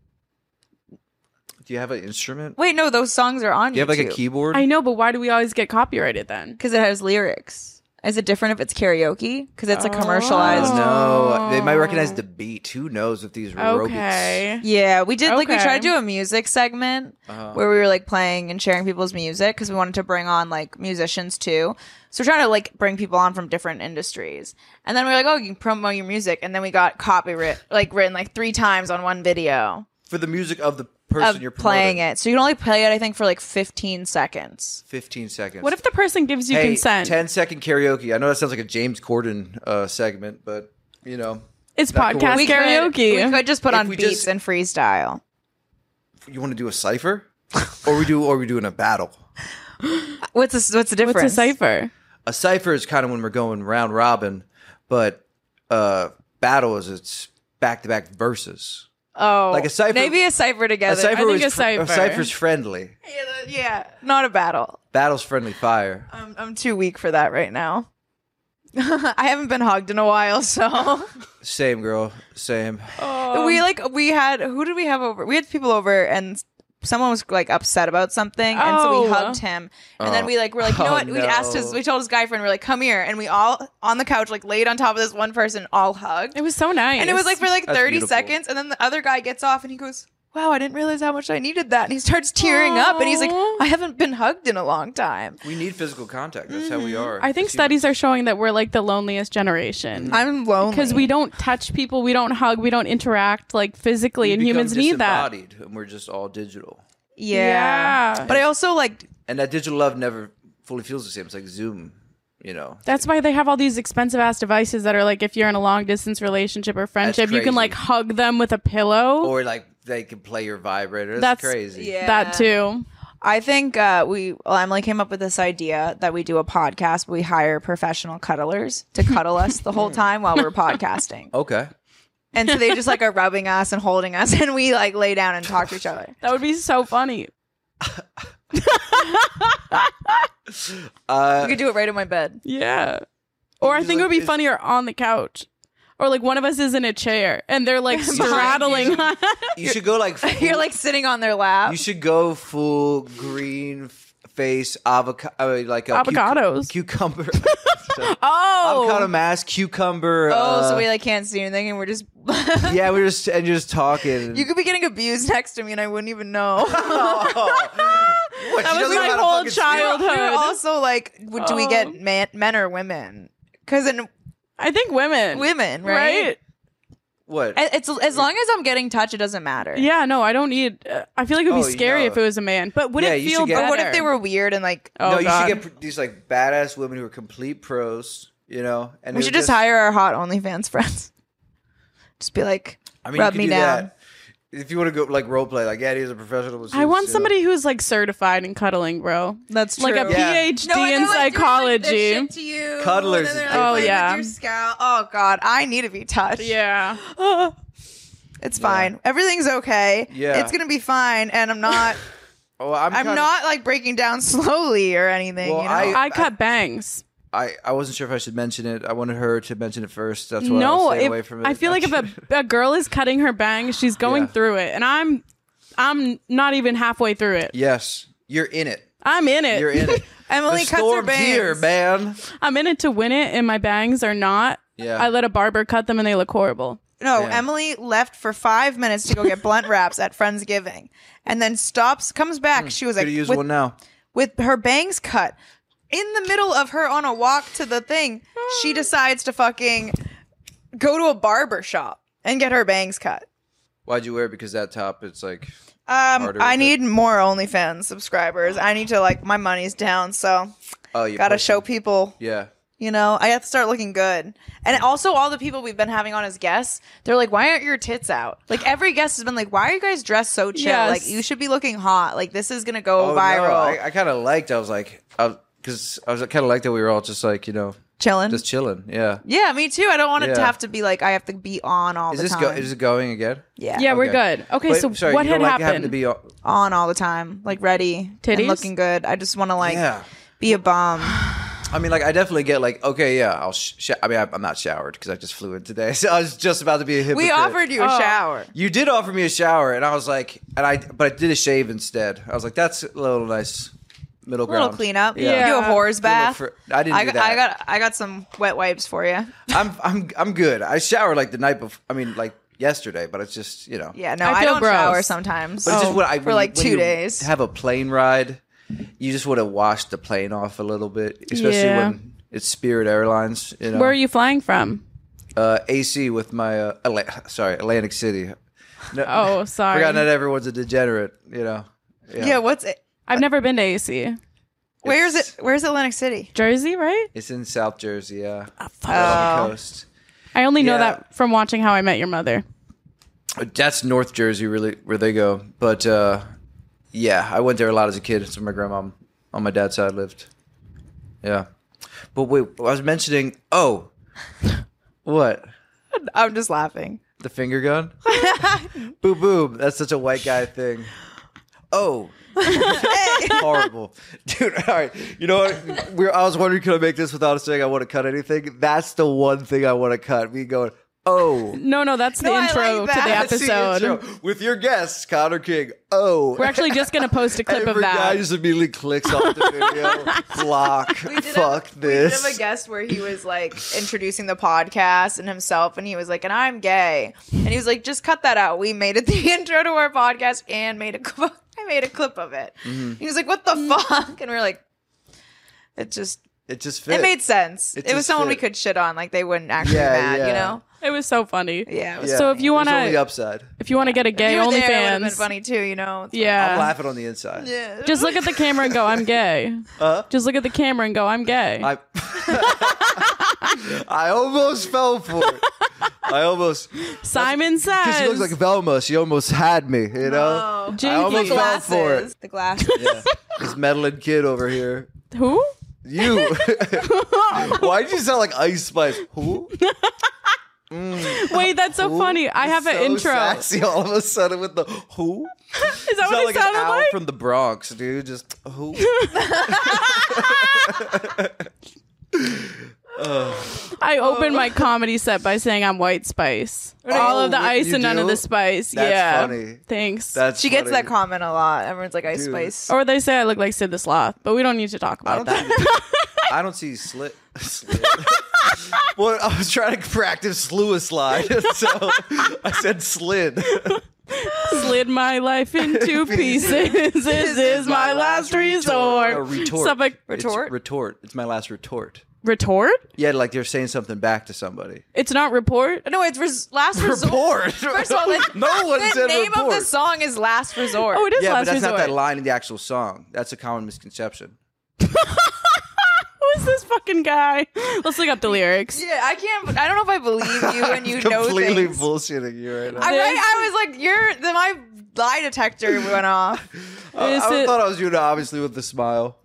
A: Do you have an instrument?
B: wait, no, those songs are on.
A: Do you have like a keyboard?
C: I know, but why do we always get copyrighted then?
B: because it has lyrics. Is it different if it's karaoke? Because it's a commercialized.
C: Oh.
A: no, they might recognize the beat. Who knows with these robots?
C: Okay.
B: Yeah, we did like we
C: Okay.
B: tried to do a music segment
A: Uh-huh.
B: where we were like playing and sharing people's music because we wanted to bring on like musicians too. So we're trying to like bring people on from different industries, and then we are like, oh, you can promote your music, and then we got copyright like written like three times on one video
A: For the music of the person
B: of
A: you're
B: playing
A: promoting.
B: it. So you can only play it, I think, for like fifteen seconds.
A: 15 seconds.
C: What if the person gives you
A: hey,
C: consent?
A: 10 second karaoke. I know that sounds like a James Corden uh, segment, but you know,
C: it's
A: that cool?
C: podcast
A: We
C: karaoke.
B: Could, we could just put
A: If
B: on
A: we
B: beats
A: just-
B: and freestyle.
A: you want to do a cipher? or we do or we doing a battle.
B: What's the, what's the difference?
C: What's a cipher?
A: A cipher is kind of when we're going round robin, but uh battle is it's back to back verses.
B: Oh,
A: Like a cipher-
B: Maybe a cipher together.
A: A cipher is
C: think a
A: fr- a
C: cipher.
A: cipher's friendly.
B: yeah, that- yeah, not a battle.
A: Battle's friendly fire.
B: I'm I'm too weak for that right now. I haven't been hugged in a while, so
A: Same girl, same.
C: Oh.
B: we like we had who did we have over? We had people over and someone was like upset about something, and so we
C: Oh.
B: hugged him, and then we like were like, you know
A: Oh,
B: what? We asked his,
A: no.
B: we told his guy friend, we're like, come here, and we all on the couch like laid on top of this one person, all hugged,
C: It was so nice.
B: and it was like for like
A: That's
B: thirty
A: beautiful.
B: seconds, and then the other guy gets off, and he goes. Wow, I didn't realize how much I needed that. And he starts tearing up and he's like,
C: Aw.
B: I haven't been hugged in a long time.
A: We need physical contact. That's how we are.
C: Mm-hmm. I think
A: as humans.
C: studies are showing that we're like the loneliest generation.
B: I'm lonely.
C: because we don't touch people, we don't hug, we don't interact like physically, and humans need that.
A: Embodied, and we're just all digital.
B: Yeah.
C: Yeah.
B: But I also like
A: And that digital love never fully feels the same. It's like Zoom, you know.
C: That's why they have all these expensive ass devices that are like if you're in a long distance relationship or friendship, you
A: crazy.
C: can like hug them with a pillow.
A: Or like they can play your vibrator. That's,
C: That's-
A: crazy.
B: yeah.
C: That too.
B: I think uh, we well, Emily came up with this idea that we do a podcast. We hire professional cuddlers to cuddle us the whole time while we're podcasting,
A: Okay.
B: and so they just like are rubbing us and holding us, and we like lay down and talk to each other.
C: That would be so funny.
B: We
A: Uh,
B: could do it right in my bed.
C: Yeah. Or I
A: He's
C: think it would
A: like-
C: be funnier on the couch. Or like one of us is in a chair and they're like straddling us.
A: you should go like full,
B: You're like sitting on their lap.
A: you should go full green f- face avocado uh, like a cuc-
C: Avocados.
A: cucumber
C: Oh.
A: avocado mask cucumber.
B: oh, so
A: uh,
B: we like can't see anything, and we're just.
A: yeah, we're just and just talking.
B: You could be getting abused next to me, and I wouldn't even know.
A: What, she
C: was
A: doesn't know
C: my
A: how to
C: whole
A: fucking steer?
C: childhood.
B: We We're also like, w- do we
C: Oh.
B: get man- men or women? Because in
C: I think women.
B: women,
C: right?
B: right?
A: What?
B: I- It's as long as I'm getting touch, it doesn't matter.
C: Yeah, no, I don't need. Uh, I feel like it would
A: Oh,
C: be scary
A: no.
C: if it was a man, but would
A: Yeah,
C: it
A: you
C: feel
A: should get-
C: better?
B: Or what if they were weird and like?
C: Oh,
A: no, you
C: God.
A: should get pr- these like badass women who are complete pros. You know, and
B: we
A: who
B: should just hire our hot OnlyFans friends. Just be like,
A: I mean,
B: rub
A: you could
B: me
A: do
B: down.
A: That. If you want to go like role play, like Eddie is a professional. masseuse,
C: I want
A: you know.
C: somebody who's like certified in cuddling, bro.
B: That's
C: Like a
B: true.
A: Yeah.
C: PhD in psychology.
B: to you.
A: Cuddlers
B: and
A: is
B: then they're, like,
A: Oh,
B: playing with
C: yeah.
B: your scalp. Oh God, I need to be touched.
C: yeah.
B: it's fine. Everything's okay.
A: Yeah.
B: it's gonna be fine. And I'm not.
A: Oh, I'm,
B: I'm
A: kinda-
B: not like breaking down slowly or anything.
A: Well,
B: you know?
A: I-
C: I cut bangs.
A: I, I wasn't sure if I should mention it. I wanted her to mention it first. That's why
C: No,
A: I stayed
C: if-
A: away from it.
C: I feel like if a, a girl is cutting her bangs, she's going
A: Yeah.
C: through it, and I'm, I'm not even halfway through it.
A: yes, you're in it.
C: I'm in it.
A: You're in it.
B: Emily
A: the
B: cuts her
A: storm's
B: bangs.
A: here, man.
C: I'm in it to win it, and my bangs are not.
A: Yeah.
C: I let a barber cut them, and they look horrible.
B: No,
A: Yeah.
B: Emily left for five minutes to go get blunt wraps at Friendsgiving, and then stops, comes back. She was like,
A: Could use
B: with,
A: one now.
B: with her bangs cut, in the middle of her on a walk to the thing, she decides to fucking go to a barber shop and get her bangs cut.
A: Why'd you wear it? Because that top, it's like
B: Um,
A: Harder to-
B: I need more OnlyFans subscribers. I need to like my money's down, so
A: oh, you
B: gotta
A: pussy.
B: show people.
A: Yeah,
B: You know, I have to start looking good. And also, all the people we've been having on as guests, they're like, why aren't your tits out? Like, every guest has been like, why are you guys dressed so chill?
C: Yes.
B: Like, you should be looking hot. Like, this is going to go
A: Oh, no,
B: viral.
A: I, I kind of liked. I was like, because I, was kind of like that. We were all just like, you know,
B: Chilling.
A: just chilling. Yeah.
B: yeah, me too. I don't want it to
A: Yeah.
B: have to be like, I have to be on all
A: Is
B: the
A: this
B: time.
A: go, is it going again?
B: yeah.
C: Yeah, we're
A: Okay.
C: good. Okay,
A: But-
C: so
A: sorry,
C: what
A: you don't
C: had
A: like having
C: happened?
A: to be? all-
B: On all the time. Like, ready. and
C: Titties?
B: looking good. I just want to, like,
A: Yeah.
B: be a bum.
A: I mean, like, I definitely get like, okay, yeah, I'll. Sh- sh- I mean, I, I'm not showered because I just flew in today, so I was just about to be a hypocrite.
B: we offered you a
C: Oh.
B: shower.
A: You did offer me a shower, and I was like, and I, but I did a shave instead. I was like, that's a little nice middle
B: A
A: ground.
B: little cleanup.
C: Yeah.
B: Do a whores
A: Do a little
B: bath.
A: fr- I didn't
B: I,
A: do
B: got- I
A: that.
B: got I got some wet wipes for you.
A: I'm, I'm, I'm good. I showered like the night before. I mean, like yesterday, but it's just, you know.
B: Yeah, no,
C: I
B: I,
C: feel
B: don't shower
C: gross. Oh.
B: sometimes.
A: But it's just what I
B: Oh, for
A: when-
B: like
A: when
B: two
A: you
B: days.
A: Have a plane ride. You just want to wash the plane off a little bit, especially
C: Yeah.
A: when it's Spirit Airlines. You know,
C: Where are you flying from?
A: Uh, AC with my uh, Atla- sorry Atlantic City. No,
C: Oh, sorry.
A: forgot not everyone's a degenerate. You know.
B: yeah. what's it?
C: I've never been to AC.
B: Where's
A: It's-
B: it? Where's Atlantic City?
C: Jersey, right?
A: It's in South Jersey. Yeah.
B: Oh.
A: Atlantic coast.
C: I only know
A: Yeah.
C: that from watching How I Met Your Mother.
A: That's North Jersey, really, where they go. But uh, yeah, I went there a lot as a kid. It's where my grandma on my dad's side lived. Yeah. But wait, I was mentioning. Oh, what?
B: I'm just laughing.
A: The finger gun? boom, boom. That's such a white guy thing. Oh. Horrible. Dude, all right. You know what? We're, I was wondering, could I make this without saying I want to cut anything? That's the one thing I want to cut. We going, Oh.
C: No, no, that's the
B: No, I like
C: intro to the
B: that.
A: That's the
C: episode.
A: intro. with your guests, Connor King. Oh.
C: We're actually just gonna post a clip
A: Every
C: of
A: guy
C: that.
A: just immediately clicks off the video. Block. Fuck
B: We did have
A: this.
B: a guest where he was like introducing the podcast and himself, and he was like, "And I'm gay," and he was like, "Just cut that out. We made it the intro to our podcast and made a clip. I made a clip of it."
A: Mm-hmm.
B: He was like, "What
C: Mm-hmm.
B: the fuck?" And we are like, "It just."
A: it just fit.
B: It made sense.
A: It
B: It, was
A: just
B: someone we
A: fit.
B: could shit on. Like they wouldn't actually
A: Yeah,
B: be mad,
A: yeah.
B: you know?
C: It was so funny.
B: Yeah. It was
A: Yeah.
C: So if you wanna-
A: There's only upside.
C: If you want to get a gay
B: you were there, it would have been
C: OnlyFans,
B: funny too, you know? It's
A: I'm
C: uh, yeah,
A: laughing on the inside.
B: like-
C: just look at the camera and go, "I'm gay."
A: Huh?
C: Just look at the camera and go, "I'm gay."
A: Uh? I I almost fell for it. I almost because
C: Simon says,
A: she looks like Velma. She almost had me. You know,
B: Oh.
A: I almost
C: Jinky.
A: fell for it.
B: Glasses. The glasses.
A: Yeah. This meddling kid over here.
C: "Who?"
A: You. Why do you sound like Ice Spice? Who?
C: Wait, that's so
A: Who?
C: funny. I have an
A: So
C: intro.
A: Sexy all of a sudden with the who?
C: Is that
A: Sound
C: what
A: like
C: it
A: an
C: sounded
A: owl
C: like?
A: from the Bronx, dude. Just who?
C: I
A: Oh.
C: opened my comedy set by saying I'm white spice. All of the
A: you-
C: ice
A: Oh, you
C: and none
A: do?
C: of the spice.
A: That's
C: yeah.
A: funny.
C: Thanks.
A: That's
B: She gets
A: funny.
B: that comment a lot. Everyone's like, Ice
A: Dude.
B: Spice.
C: or they say I look like Sid the Sloth, but we don't need to talk
A: I
C: about
A: don't,
C: that.
A: think, I don't see slit. slit. well, I was trying to practice slew a slide, so I said slid.
C: Slid my life into pieces. this is my last resort.
A: Or retort.
C: Suffolk-
A: It's
B: uh, Retort?
A: retort. It's my last retort.
C: retort?
A: Yeah, like they're saying something back to somebody.
C: It's not report.
B: No, it's res- Last Resort.
A: Report.
B: First of all, the,
A: no one
B: the
A: said
B: name
A: report.
B: of the song is Last Resort.
C: Oh, it is
A: yeah, but
C: last
A: that's
C: resort.
A: not that line in the actual song. That's a common misconception.
C: Who is this fucking guy? Let's look up the lyrics.
B: yeah, I can't. I don't know if I believe you when you know
A: Completely
B: things.
A: bullshitting you right now.
B: I, right, I was like, you're the, my lie detector went off.
A: I,
C: Is
A: I
C: it-
A: thought I was doing it obviously with the smile.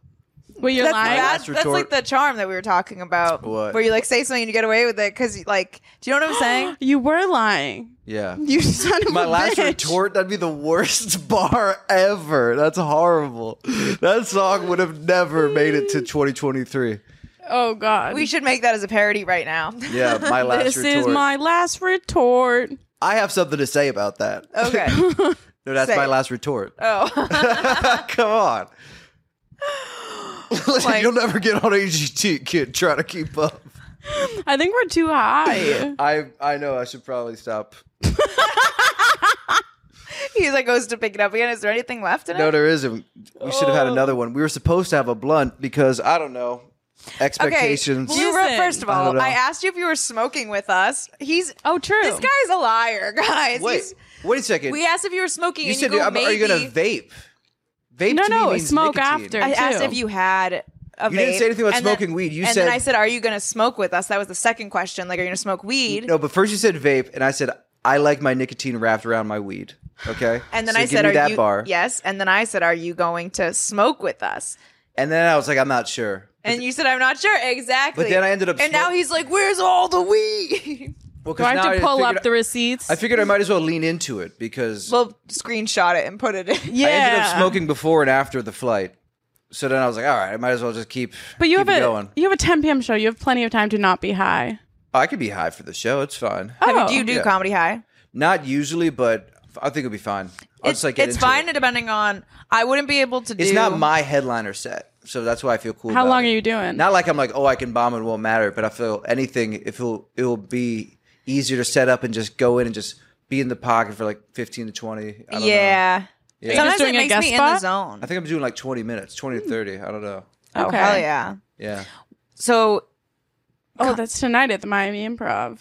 C: Wait, you're
B: That's,
C: lying?
B: that's,
A: Last
B: that's like
A: retort.
B: the charm that we were talking about.
A: What?
B: Where you like say something and you get away with it because like, do you know what I'm saying?
C: You were lying.
A: Yeah.
C: You son of
A: My
C: a
A: last
C: bitch.
A: retort, that'd be the worst bar ever. That's horrible. That song would have never made it to 2023.
C: Oh, God.
B: we should make that as a parody right now.
A: Yeah, my last
C: this
A: retort.
C: is my last retort.
A: I have something to say about that.
B: Okay.
A: No, that's
B: say
A: my
B: it.
A: last retort.
B: Oh,
A: Come on.
B: Like-
A: You'll never get on AGT, kid, trying to keep up.
C: I think we're too high.
A: I I know I should probably stop.
B: he like goes to pick it up again. Is there anything left in it?
A: No, there isn't. We should have had another one. We were supposed to have a blunt because I don't know.
B: Okay.
A: Expectations.
B: You were,
C: Listen.
B: first of
A: I don't
B: all,
A: know.
B: I asked you if you were smoking with us. He's
C: oh, true.
B: this guy's a liar, guys.
A: Wait,
B: He's-
A: wait a second.
B: we asked if you were smoking.
A: You
B: and
A: said,
B: you go,
A: "Are- "Are you
B: maybe."
A: gonna vape?" Vape
C: No,
A: to me
C: no,
A: means
C: smoke
A: nicotine.
C: after.
B: I asked
C: too.
B: if you had. A
A: You didn't
B: vape,
A: say anything about
B: and then-
A: smoking weed. You
B: and
A: said-
B: then I said, "Are you going to smoke with us?" That was the second question. Like, are you going to smoke weed?
A: No, but first you said vape, and I said I like my nicotine wrapped around my weed. Okay,
B: And then
A: So
B: I
A: give
B: said,
A: me
B: "Are
A: that
B: you?"
A: bar?"
B: Yes. And then I said, "Are you going to smoke with us?"
A: And then I was like, "I'm not sure."
B: And you said, "I'm not sure exactly."
A: But then I ended up
B: And now
A: smoke-
B: he's like, "Where's all the weed?"
A: Well, 'cause
C: Do I
A: now
C: have to pull
A: figured,
C: up the receipts?
A: I figured I might as well lean into it because
B: we'll screenshot it and put it in.
C: yeah.
A: I ended up smoking before and after the flight. So then I was like, "All right, I might as well just keep."
C: But you
A: keep
C: have a
A: it going. Oh,
C: you have a 10 p.m. show. You have plenty of time to not be high.
A: I could be high for the show. It's fine.
B: Have you-
C: Oh.
B: do you do
A: Yeah.
B: comedy high?
A: Not usually, but I think it'll be fine. I'll just like get
B: it's
A: into
B: fine
A: It.
B: depending on. I wouldn't be able to do.
A: It's not my headliner set, so that's why I feel cool.
C: How
A: about
C: long
A: it.
C: are you doing?
A: Not like I'm like, oh, I can bomb and it won't matter, but I feel anything if it'll it'll be easier to set up and just go in and just be in the pocket for like 15 to 20. I don't Know.
B: Yeah.
A: Are you
B: Sometimes
C: just doing
B: it
C: a
B: makes
C: guest
B: me in the
C: spot?
B: zone.
A: I think I'm doing like 20 minutes, 20 to 30. I don't know.
B: Oh
C: Okay.
B: hell yeah!
A: Yeah.
B: So
C: oh, that's tonight at the Miami Improv.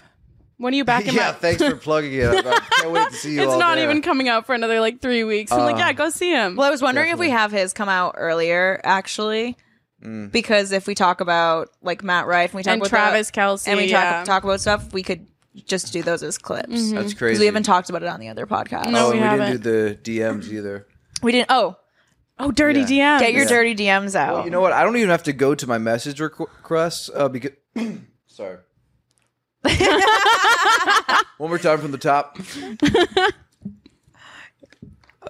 C: When are you back in
A: yeah,
C: my?
A: thanks for plugging it. up. I can't wait to see you
C: it's
A: all
C: not
A: there.
C: even coming out for another like three weeks. I'm like, yeah, go see him.
B: Uh, well, I was wondering if we have his come out earlier, actually,
A: Mm.
B: because if we talk about like Matt Rife and we talk
C: And
B: about
C: Travis
B: that-
C: Kelce,
B: and we
C: yeah. Mm-hmm.
B: talk talk about stuff, we could just do those as clips.
A: That's
B: 'Cause
A: crazy.
B: We haven't talked about it on the other podcast.
C: No,
A: Oh,
C: we
A: and we
C: haven't.
A: didn't do the DMs either.
B: we didn't. Oh,
C: oh, dirty
A: Yeah.
C: DM.
B: get your
A: Yeah.
B: dirty DMs out.
A: You know what? I don't even have to go to my message requ- requests uh, because. Sorry. One more time from the top.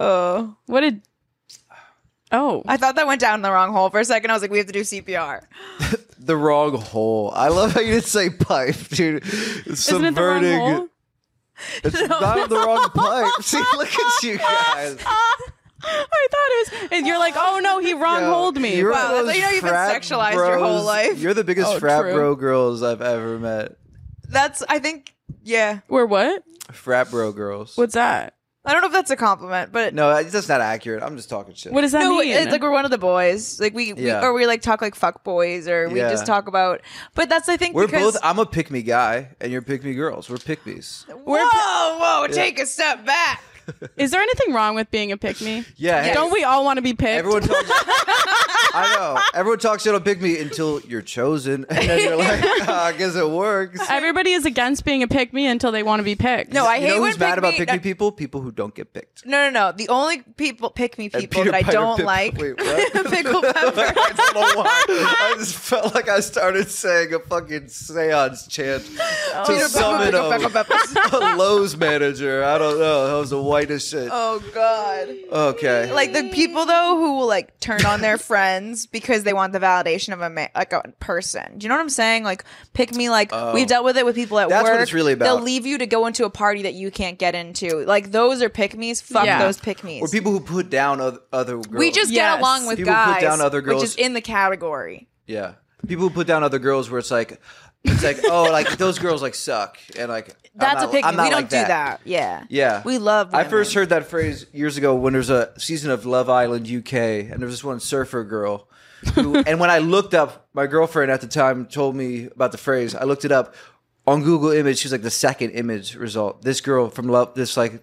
B: oh,
C: What Oh. did? Oh,
B: I thought that went down the wrong hole for a second. I was like, we have to do CPR.
A: the wrong hole. I love how you didn't say pipe, dude.
C: Isn't it the wrong
A: Subverting.
C: hole?
A: It's not the wrong pipe. See, look at you guys.
C: I thought it was. And you're like, oh no, he wrong holed me.
A: You're
C: Wow.
B: Wow, I
A: those
B: thought you know you've been
A: frat
B: sexualized your whole
A: bros-
B: life.
A: You're the biggest
C: Oh,
A: frat
C: true.
A: bro girls I've ever met.
B: That's I think yeah.
C: We're what?
A: Frat bro girls.
C: What's that?
B: I don't know if that's a compliment, but
A: No, I- that's not accurate. I'm just talking shit.
C: What does that
B: no,
C: mean?
B: it's like we're one of the boys. Like we,
A: Yeah.
B: we or we like talk like fuck boys or we
A: Yeah.
B: just talk about but that's I think
A: We're
B: because
A: both. uh, I'm a pick me guy, and you're pick me girls. We're pick me's.
B: Whoa, whoa, take a step back.
C: Is there anything wrong with being a pick me?
A: Yeah. hey,
C: Don't we all want to be picked?
A: Everyone talks. I know. Everyone talks shit on pick me until you're chosen, and then you're like, "Ah, I guess it works.
C: Everybody is against being a pick me until they want to be picked.
B: No, I
A: you
B: hate
A: know
B: when
A: who's mad about pick
B: no-
A: me people? People who don't get picked.
B: No, no, no. The only people pick me
A: And
B: people
A: Peter
B: that I
A: Piper
B: don't
A: Pip-
B: like
A: Wait, what?
B: pickle pepper.
A: I don't know why. I just felt like I started saying a fucking seance chant to
B: Oh. Peter Piper,
A: summon
B: pickle
A: a, a Lowe's manager. I don't know. That was the whitest shit.
B: Oh God.
A: Okay.
B: Oh. Like the people though who will like turn on their friends because they want the validation of a ma- like a person. Do you know what I'm saying? Like pick me. Like we've dealt with it with people at
A: Oh. That's
B: work.
A: what it's really about.
B: They'll leave you to go into a party that you can't get into. Like those are pick me's. Fuck
C: Yeah.
B: those pick me's.
A: or people who put down oth- other girls.
B: we just
C: Yes.
B: get along with
A: People put
B: guys,
A: down other girls.
B: which is in the category.
A: Yeah. People who put down other girls where it's like it's like, oh, like those girls like suck. And like I'm
B: That's
A: not-
B: a pick me.
A: I'm
B: We
A: not
B: don't
A: like
B: do that. Yeah.
A: Yeah.
B: We love.
A: I first heard that phrase years ago when there was a season of Love Island UK and there was this one surfer girl. Who, and when I looked up, my girlfriend at the time told me about the phrase. I looked it up on Google Image. She was like the second image result. This girl from Love, this like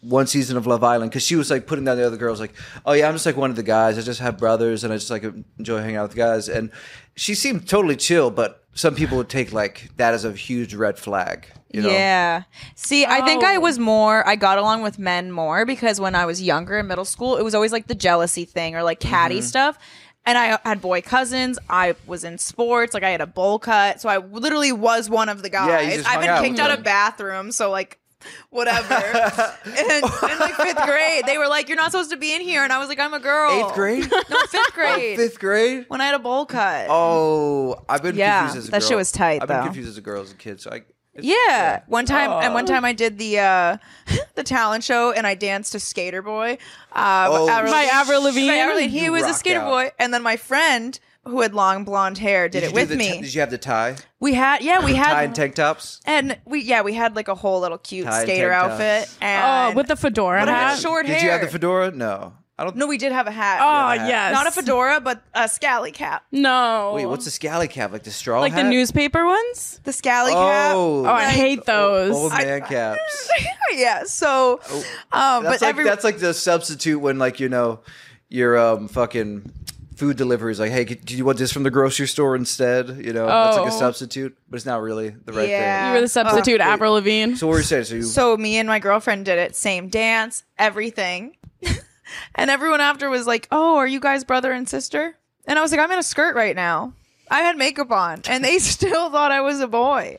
A: one season of Love Island, because she was like putting down the other girls, like, oh yeah, I'm just like one of the guys. I just have brothers and I just like enjoy hanging out with guys. And she seemed totally chill, but some people would take like that as a huge red flag. You know?
B: Yeah. See, I think I
C: Oh.
B: was more, I got along with men more because when I was younger in middle school, it was always like the jealousy thing or like catty
A: Mm-hmm.
B: stuff. And I had boy cousins. I was in sports. Like I had a bowl cut. So I literally was one of the guys.
A: Yeah, you just
B: I've
A: hung
B: been
A: out
B: kicked
A: with
B: out
A: them.
B: of bathrooms. So like, whatever. and in like fifth grade, they were like, you're not supposed to be in here. And I was like, I'm a girl.
A: Eighth grade? Oh,
B: No, fifth grade.
A: Fifth grade?
B: When I had a bowl cut.
A: Oh, I've been
B: Yeah,
A: confused as a
B: that
A: girl.
B: shit was tight,
A: I've
B: though.
A: been confused as a girl as a kid. So I it's-
B: Yeah. One time and
A: Oh.
B: one time I did the uh the talent show and I danced to Skater Boy. Uh
A: Oh,
C: By Avril Lavigne?
B: By Avril Lavigne. He
A: You
B: was a
A: rock
B: skater
A: out.
B: boy and then my friend who had long blonde hair did
A: Did you
B: it
A: do
B: with
A: the
B: me.
A: T- did you have the tie?
B: we had yeah, we
A: Tie and
B: had
A: tank tops.
B: and we yeah, we had like a whole little cute
A: Tie and
B: skater
A: tank tops.
B: outfit and
C: Oh, with the fedora
B: but I had
C: hat.
B: short
A: Did
B: hair.
A: you have the fedora? No, I don't.
B: No, we did have a hat.
C: oh
A: Yeah.
C: yes.
B: Not a fedora, but a scally cap.
C: No.
A: Wait, what's a scally cap? Like the straw?
C: like the
A: hat?
C: newspaper ones?
B: The scally
A: Oh.
C: Oh, I
B: Like-
C: hate those.
A: Old man caps.
B: cap. yeah, so um
A: Oh, That's
B: but
A: like
B: every
A: that's like the substitute when like you know your um fucking food delivery is like, hey, could- do you want this from the grocery store instead? You know, that's like a
C: Oh.
A: substitute, but it's not really the right
B: Yeah.
A: thing.
C: you were the substitute Avril Lavigne.
A: Oh. So what were you saying? So you
B: So me and my girlfriend did it, same dance, everything. and everyone after was like, "Oh, are you guys brother and sister?" And I was like, "I'm in a skirt right now. I had makeup on." And they still thought I was a boy.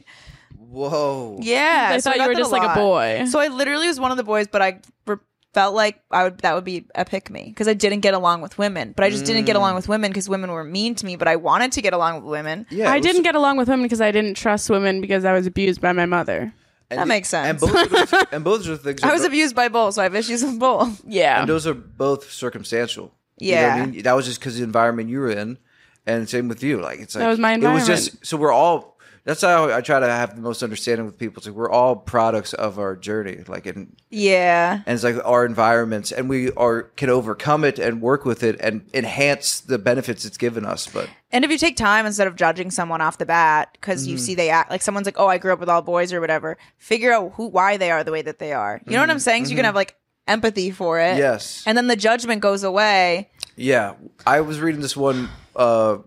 A: whoa.
B: Yeah.
C: They
B: so I
C: thought you
B: got
C: were
B: that
C: just like a
B: lot.
C: boy.
B: So I literally was one of the boys, but I re- felt like I would that would be a pick me because I didn't get along with women. But I just didn't get along with women because women were mean to me, but I wanted to get along with women.
A: Yeah, it
C: I
A: was-
C: didn't get along with women because I didn't trust women because I was abused by my mother.
A: And
B: That
A: the-
B: makes sense.
A: And both of those, and both of those things.
B: I
A: are
B: was
A: bo-
B: abused by both, so I have issues with both.
C: Yeah.
A: And those are both circumstantial. You know what
B: Yeah.
A: I mean? That was just because the environment you were in, and same with you. Like it's like
C: was my
A: It was just so we're all. That's how I try to have the most understanding with people. It's like we're all products of our journey, like and
B: Yeah.
A: and it's like our environments, and we are can overcome it and work with it and enhance the benefits it's given us. But
B: And if you take time instead of judging someone off the bat because
A: Mm-hmm.
B: you see they act like someone's like, oh, I grew up with all boys or whatever, figure out who why they are the way that they are. You know what I'm saying? So you can have like empathy for it.
A: Mm-hmm. Yes.
B: And then the judgment goes away.
A: Yeah, I was reading this one uh,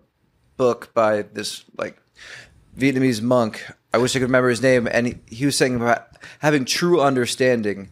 A: book by this like Vietnamese monk. I wish I could remember his name, and he, he was saying about having true understanding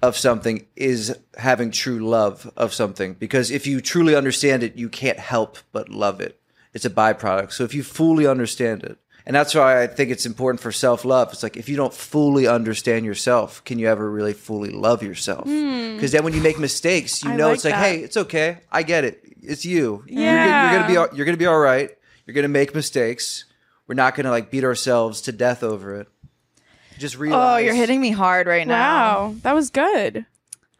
A: of something is having true love of something because if you truly understand it, you can't help but love it. It's a byproduct. So if you fully understand it, and that's why I think it's important for self love. It's like if you don't fully understand yourself, can you ever really fully love yourself? Because then when you make mistakes, you
C: Hmm. I
A: know
C: like
A: it's like,
C: that.
A: hey, it's okay. I get it. It's you. You're
C: Yeah.
A: gonna- You're, gonna be all- you're gonna be all right. You're gonna make mistakes. We're not gonna like beat ourselves to death over it. Just
B: Oh,
A: realize.
B: you're hitting me hard right now.
C: Wow, that was good.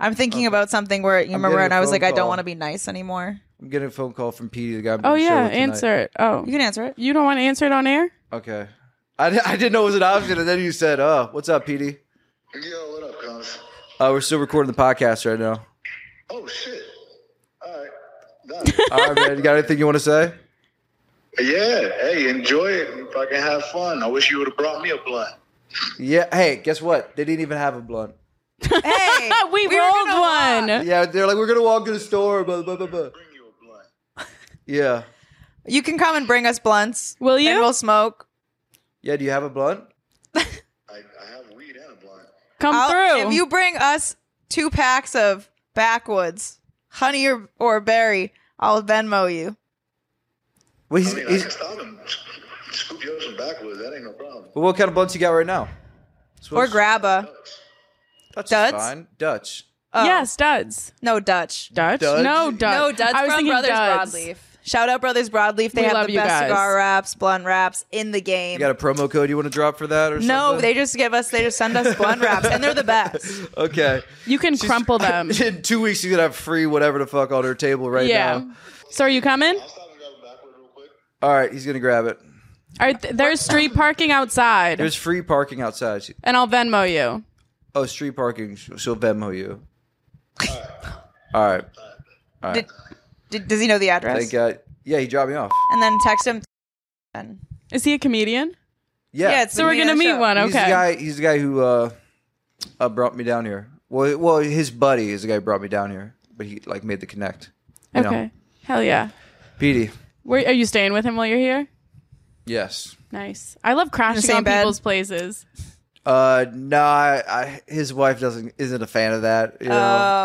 B: I'm thinking about something where you remember
A: getting
B: and
A: a
B: I was
A: phone
B: like, I
A: call.
B: don't want to be nice anymore.
A: I'm getting a phone call from Petey, the guy. I'm
C: Oh
A: doing the show
C: yeah,
A: with tonight.
C: answer it. Oh,
B: You can answer it.
C: you don't want to answer it on air?
A: Okay. I, di- I didn't know it was an option, and then you said, "Oh, what's up, Petey?
D: Yo, what up, cuz?
A: Uh, we're still recording the podcast right now.
D: Oh shit! All right, done.
A: All right, man. You got anything you want to say?
D: yeah, hey, enjoy it and fucking have fun. I wish you would have brought me a blunt.
A: Yeah. Hey, guess what? They didn't even have a blunt.
B: Hey,
C: we,
B: were
C: rolled
B: gonna
C: one.
B: walk.
A: Yeah, they're like, we're gonna walk to the store, blah blah blah blah.
D: Bring you a blunt.
A: Yeah.
B: You can come and bring us blunts.
C: Will you?
B: And we'll smoke.
A: Yeah. Do you have a blunt?
D: I, I have weed and a blunt.
C: Come
B: I'll-
C: through.
B: If you bring us two packs of backwoods, honey or, or berry, I'll Venmo you.
A: Well,
D: I
A: he's,
D: mean, I
A: he's,
D: can stop and sc- scoop you up some backwoods. That ain't no problem.
A: well, what kind of blunts you got right now?
B: Or grabba.
A: Dutch. is
B: Duds?
A: fine. Dutch.
B: Oh,
C: yes, Duds.
B: No Dutch.
C: Dutch?
A: Duds? No,
C: No, Dutch.
B: No Dutch
C: Uh, I was
B: from
C: thinking
B: Brothers
C: Duds.
B: Broadleaf. Shout out Brothers Broadleaf. They
C: We
B: have
C: love
B: the
C: you
B: best
C: guys.
B: cigar wraps, blunt wraps in the game.
A: You got a promo code you want to drop for that or
B: no,
A: something?
B: they just give us, they just send us blunt wraps, and they're the best.
A: No, they. Okay.
C: You can crumple them.
A: In two weeks, you're gonna have free whatever the fuck on her table right
C: yeah.
A: now.
C: So are you coming?
D: I'll stop and grab a backwood real quick.
A: All right, he's gonna grab it.
C: Are th- there's street parking outside,
A: There's free parking outside. She-
C: and I'll Venmo you.
A: Oh, street parking. She'll she'll Venmo you. All right.
B: Did, did, does he know the address?
A: Thank God. Yeah, he dropped me off.
B: And then text him. And-
C: Is he a comedian?
A: Yeah.
B: Yeah, it's
C: So we're
B: Comedian
C: gonna meet
B: show.
C: one. Okay.
A: He's the guy. He's the guy who uh, uh, brought me down here. Well, well, his buddy is the guy who brought me down here, but he like made the connect. You know?
C: okay. Hell yeah.
A: Petey.
C: Where are you staying with him while you're here?
A: Yes.
C: Nice. I love crashing
B: same
C: on
B: bed?
C: people's places.
A: Uh, no, I, I, his wife doesn't isn't a fan of that. you know?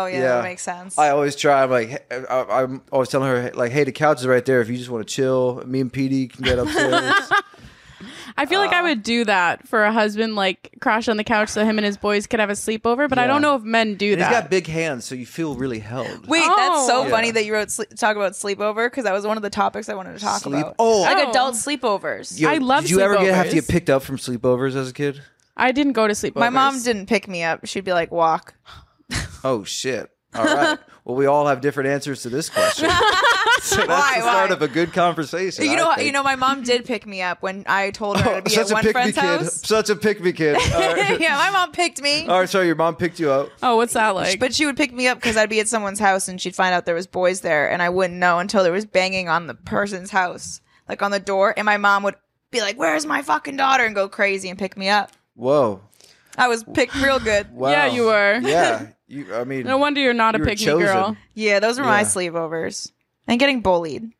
B: Oh, yeah, that makes sense.
A: I always try. I'm like, hey, I, I'm always telling her like, hey, the couch is right there. If you just want to chill, me and Petey can get upstairs.
C: I feel
B: Oh.
C: like I would do that for a husband, like crash on the couch so him and his boys could have a sleepover. But I
A: Yeah.
C: don't know if men do
A: And he's got
C: that.
A: big hands, so you feel really held.
B: Wait, that's so
C: Oh.
B: funny
A: Yeah.
B: that you wrote sleep, talk about sleepover because that was one of the topics I wanted to talk
A: Sleep-
B: about.
A: Oh.
B: like
C: Oh.
B: adult sleepovers.
A: Yo,
C: I love
A: Did you ever get, have to
C: sleepovers.
A: get picked up from sleepovers as a kid?
C: I didn't go to sleepovers.
B: My mom didn't pick me up. She'd be like, "Walk."
A: Oh shit! All right. well, we all have different answers to this question. so that's
B: Why,
A: the start
B: why?
A: of a good conversation.
B: you
A: I
B: know,
A: think.
B: you know, my mom did pick me up when I told her to be
A: such
B: at
A: a
B: one
A: pick me
B: friend's
A: kid.
B: house.
A: Such a pick me kid. All right.
B: yeah, my mom picked me,
A: All right, so your mom picked you up.
C: Oh, what's that like?
B: but she would pick me up because I'd be at someone's house and she'd find out there was boys there, and I wouldn't know until there was banging on the person's house, like on the door, and my mom would be like, "Where's my fucking daughter?" and go crazy and pick me up.
A: Whoa!
B: I was picked real good.
A: Wow.
C: Yeah, you were.
A: Yeah, you. I mean,
C: no wonder you're not
A: you
C: a
A: were
C: pick me
A: chosen.
C: girl.
B: Yeah, Mm. those were my
A: Yeah.
B: sleepovers. And getting bullied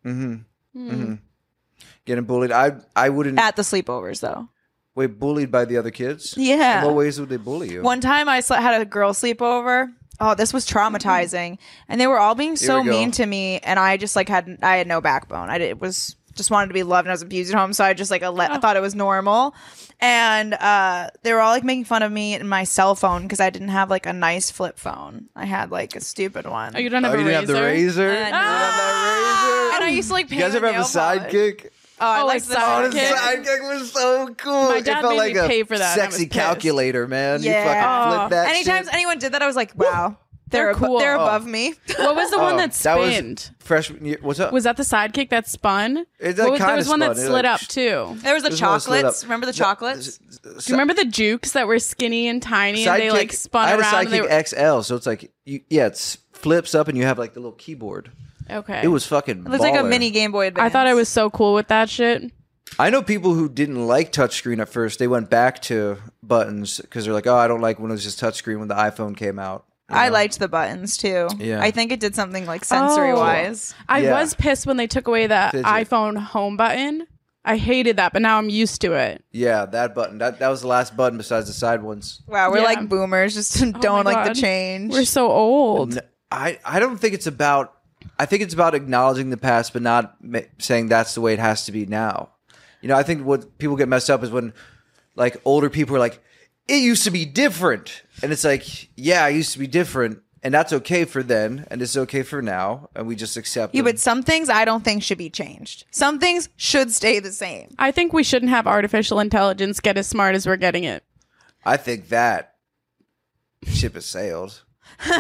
A: getting bullied. I I wouldn't.
B: at the sleepovers, though.
A: wait, bullied by the other kids?
B: Yeah.
A: In what ways would they bully you?
B: One time I sl- had a girl sleepover. Oh, this was traumatizing. And they were all being so
A: we go.
B: mean to me. And I just like had, I had no backbone. I did, was just wanted to be loved and I was abused at home. So I just like ale-
C: Oh.
B: I thought it was normal. And uh, they were all like making fun of me and my cell phone because I didn't have like a nice flip phone. I had like a stupid one.
C: Oh, you don't
A: Oh,
C: have
A: you
C: a
A: didn't have the razor.
B: Uh,
A: You
B: no.
A: didn't have that razor?
B: and I used to like pay
A: You guys
B: with
A: ever have a
B: nail polish.
A: sidekick?
B: Oh, I
C: Oh,
B: liked
C: a
B: the
A: Oh,
C: sidekick.
A: the
B: sidekick.
A: sidekick was so cool.
C: My dad
A: it felt
C: made
A: like
C: me
A: a
C: pay for that, and I was
A: sexy
C: pissed.
A: calculator, man.
B: Yeah.
A: You fucking
C: Oh.
A: flip that
B: Anytime
A: shit.
B: anyone did that, I was like, wow, they're,
C: They're
B: abo-
C: cool.
B: they're
C: Oh.
B: above me.
C: What was the one
A: Oh,
C: that
A: was
C: spinned?
A: freshman year. What's up?
C: was that the sidekick that spun?
A: It, like,
C: What was-
A: kinda
C: there was
A: spun.
C: one that
A: It,
C: slid
A: like,
C: up too.
B: There was the
A: There's one that slid up.
B: chocolates. Remember the
A: No,
B: chocolates?
C: Do you remember the jukes that were skinny and tiny and they like
A: I
C: spun
A: had
C: around?
A: a
C: and they
A: sidekick
C: were,
A: XL, so it's like you, yeah, it's flips up and you have like the little keyboard.
C: okay.
A: It was fucking.
B: It was like a
A: baller.
B: mini Game Boy Advance.
C: I thought I was so cool with that shit.
A: I know people who didn't like touchscreen at first. They went back to buttons because they're like, oh, I don't like when it was just touchscreen when the iPhone came out. you
B: I
A: know?
B: liked the buttons too.
A: Yeah.
B: I think it did something like sensory wise.
C: I
A: Yeah.
C: was pissed when they took away the
A: Fidget.
C: iPhone home button. I hated that, but now I'm used to it.
A: Yeah, that button. That that was the last button besides the side ones.
B: Wow, we're
C: Yeah. Oh
B: like boomers, just don't
C: my
B: like
C: God.
B: the change.
C: We're so old.
A: N- I I don't think it's about. I think it's about acknowledging the past, but not ma- saying that's the way it has to be now. You know, I think what people get messed up is when like older people are like, "It used to be different," and it's like, "Yeah, it used to be different," and that's okay for then, and it's okay for now, and we just accept.
B: Yeah,
A: them.
B: but some things I don't think should be changed. Some things should stay the same.
C: I think we shouldn't have artificial intelligence get as smart as we're getting it.
A: I think that ship has sailed.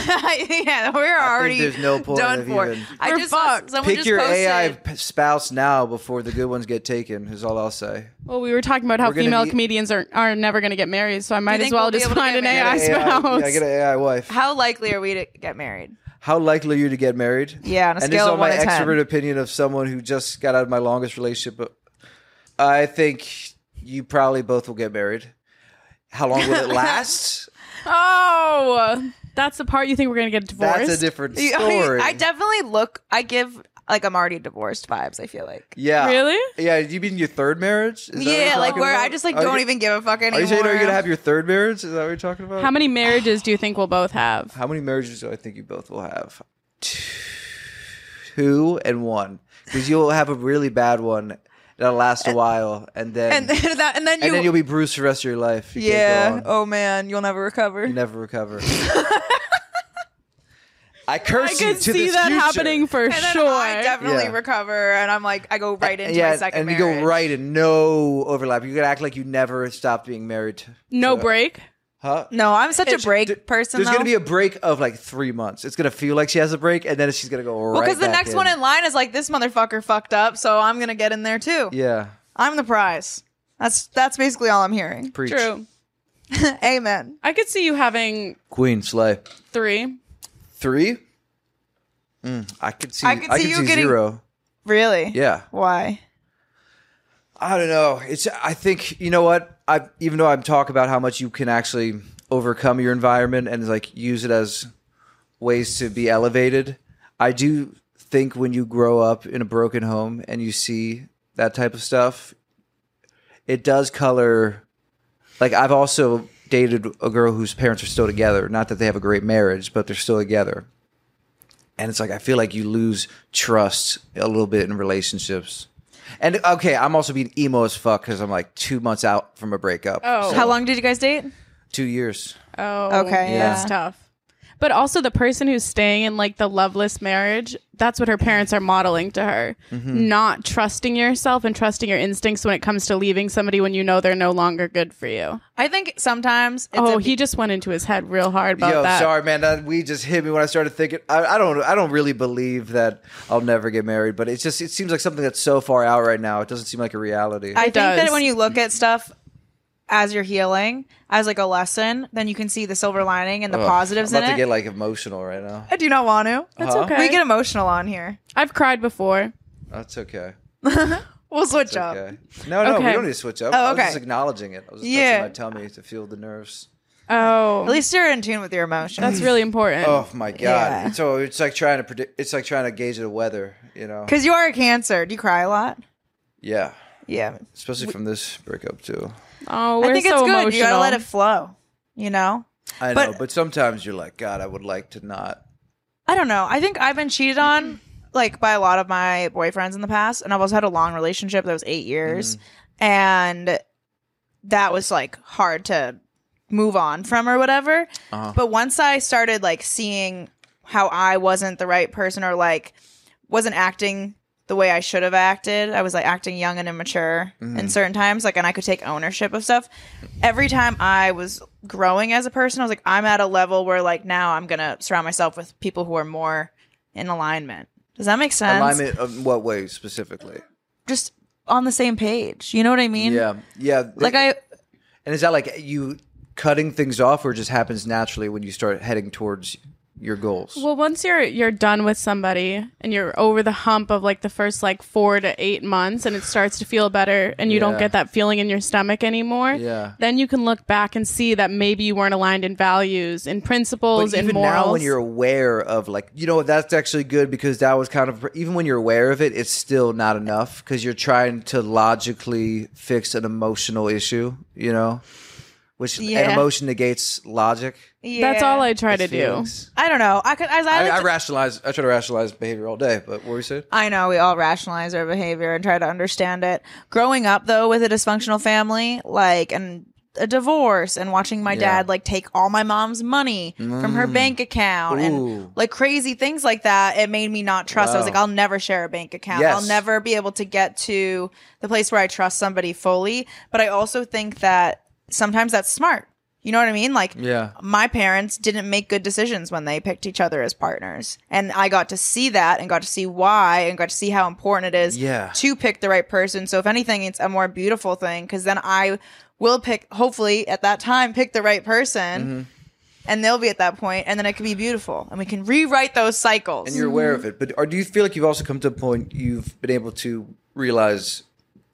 B: yeah, we're already
A: there's no point
B: done
A: of
B: for.
A: even-
B: I
C: We're
B: just
C: fucked.
B: someone
A: Pick
B: just
A: your
B: posted,
A: AI p- spouse now before the good ones get taken. Is all I'll say.
C: Well, we were talking about how
A: We're gonna
C: female
A: be-
C: comedians are, are never going to get married, so I might as
B: think
C: well
B: we'll be
C: just
B: able to
C: find
B: get
C: an
A: Get
C: AI
A: an
C: spouse.
A: yeah, get an AI wife.
B: How likely are we to get married?
A: How likely are you to get married?
B: Yeah, on a
A: and
B: scale
A: this is
B: of
A: on my
B: one to 10.
A: expert opinion of someone who just got out of my longest relationship. But I think you probably both will get married. How long will it last?
C: Oh, that's the part you think we're going to get divorced?
A: That's a different
B: You-
A: story.
B: I definitely look. I give like I'm already divorced vibes. I feel like.
A: yeah,
C: Really?
A: Yeah, you mean your third marriage? Is that what
B: Yeah,
A: you're
B: like
A: talking
B: where I
A: about?
B: just like
A: Are you
B: don't
A: gonna-
B: even give a fuck anymore.
A: Are you saying are you gonna have your third marriage? Is that what you're talking about?
C: How many marriages do you think we'll both have?
A: How many marriages do I think you both will have? Two and one, because you'll have a really bad one that'll last a while, and then
B: and then that, and then you.
A: and then you'll be bruised for the rest of your life. You can't
B: yeah.
A: go on.
B: Oh man, you'll never recover.
A: you never recover. I curse
C: I
A: you
C: could
A: to
C: see
A: this
C: that
A: future.
C: happening for
B: And then
C: sure.
B: I definitely
A: Yeah.
B: recover, and I'm like, I go right into
A: yeah,
B: my second
A: and
B: marriage.
A: you go right in no overlap. You gotta act like you never stopped being married.
C: no
A: So-
C: break.
A: huh?
B: No, I'm such a break
A: There-
B: person.
A: There's
B: though.
A: gonna be a break of like three months. It's gonna feel like she has a break, and then she's gonna go right.
B: well, because the
A: back
B: next one
A: in.
B: in line is like this motherfucker fucked up, so I'm gonna get in there too.
A: Yeah,
B: I'm the prize. That's that's basically all I'm hearing.
A: preach.
C: True.
B: Amen.
C: I could see you having
A: Queen Slay
C: three.
A: three. Mm, I could see. I could see,
B: you getting-
A: zero.
B: Really?
A: Yeah,
B: Why?
A: I don't know. It's. I think you know what. I even though I'm talking about how much you can actually overcome your environment and like use it as ways to be elevated. I do think when you grow up in a broken home and you see that type of stuff, it does color. Like I've also dated a girl whose parents are still together. Not that they have a great marriage, but they're still together. And it's like I feel like you lose trust a little bit in relationships. And okay, I'm also being emo as fuck because I'm like two months out from a breakup.
C: Oh.
B: How long did you guys date?
A: Two years.
C: Oh,
B: Okay, Yeah.
C: That's
B: yeah.
C: tough. But also, the person who's staying in like the loveless marriage, that's what her parents are modeling to her.
A: Mm-hmm.
C: Not trusting yourself and trusting your instincts when it comes to leaving somebody when you know they're no longer good for you.
B: I think sometimes. It's
C: oh,
B: a-
C: he just went into his head real hard about
A: Yo,
C: that.
A: sorry, man. That we just hit me when I started thinking. I, I don't. I don't really believe that I'll never get married, but it's just. It seems like something that's so far out right now. It doesn't seem like a reality.
B: I think that
C: does.
B: when you look at stuff as you're healing, as like a lesson, then you can see the silver lining and the
A: Ugh,
B: positives
A: I'm about
B: in
A: to
B: it.
A: get like emotional right now.
B: I do not want to.
C: That's
A: Huh?
C: okay.
B: We get emotional on here.
C: I've cried before.
A: That's okay.
B: We'll switch up.
A: Okay. No, no, we
C: Okay.
A: don't need to switch up.
B: Oh,
A: I was
B: okay.
A: just acknowledging it. I was just
B: Yeah.
A: touching my tummy to feel the nerves.
C: Oh,
B: At least you're in tune with your emotions.
C: that's really important.
A: Oh my god!
B: Yeah.
A: It's, so it's like trying to predict. It's like trying to gauge the weather. You know.
B: Because you are a cancer. Do you cry a lot?
A: Yeah.
B: Yeah.
A: Especially from this breakup too.
C: Oh, we're
B: I think
C: so
B: it's good.
C: emotional.
B: You gotta let it flow. You know?
A: I
B: But-
A: know, but sometimes you're like, God, I would like to not.
B: I don't know. I think I've been cheated on like by a lot of my boyfriends in the past, and I've also had a long relationship that was eight years,
C: Mm.
B: and that was like hard to move on from or whatever.
A: Uh-huh.
B: But once I started like seeing how I wasn't the right person or like wasn't acting the way I should have acted, I was like acting young and immature
A: Mm-hmm.
B: in certain times, like, and I could take ownership of stuff. Every time I was growing as a person, I was like, I'm at a level where like now I'm gonna surround myself with people who are more in alignment. Does that make sense?
A: Alignment of um, what way specifically?
B: Just on the same page. You know what I mean?
A: Yeah, yeah.
B: Like I
A: and is that like you cutting things off, or it just happens naturally when you start heading towards your goals?
C: Well, once you're you're done with somebody and you're over the hump of like the first like 4 to 8 months and it starts to feel better and you
A: Yeah.
C: don't get that feeling in your stomach anymore,
A: Yeah.
C: then you can look back and see that maybe you weren't aligned in values and principles
A: but
C: and
A: even
C: morals.
A: now, when you're aware of like, you know, what, that's actually good because that was kind of even when you're aware of it, it's still not enough because you're trying to logically fix an emotional issue, you know, which an
B: Yeah.
A: emotion negates logic.
B: yeah.
C: That's all I try to
A: It's
C: do.
A: feelings.
B: I don't know. I could as I,
A: I,
B: like
A: I
B: to-
A: rationalize. I try to rationalize behavior all day, but what were you saying?
C: Uh,
B: I know we all rationalize our behavior and try to understand it. Growing up though with a dysfunctional family, like and a divorce and watching my
A: Yeah. Mm.
B: dad like take all my mom's money from her bank account
A: Ooh.
B: and like crazy things like that. It made me not trust. I was
A: Wow.
B: like, I'll never share a bank account.
A: Yes.
B: I'll never be able to get to the place where I trust somebody fully. But I also think that sometimes that's smart. You know what I mean? Like,
A: Yeah.
B: my parents didn't make good decisions when they picked each other as partners. And I got to see that and got to see why and got to see how important it is
A: Yeah.
B: to pick the right person. So if anything, it's a more beautiful thing because then I will pick, hopefully at that time, pick the right person. And they'll be at that point, and then it can be beautiful, and we can rewrite those cycles.
A: and you're aware of it. But are, do you feel like you've also come to a point you've been able to realize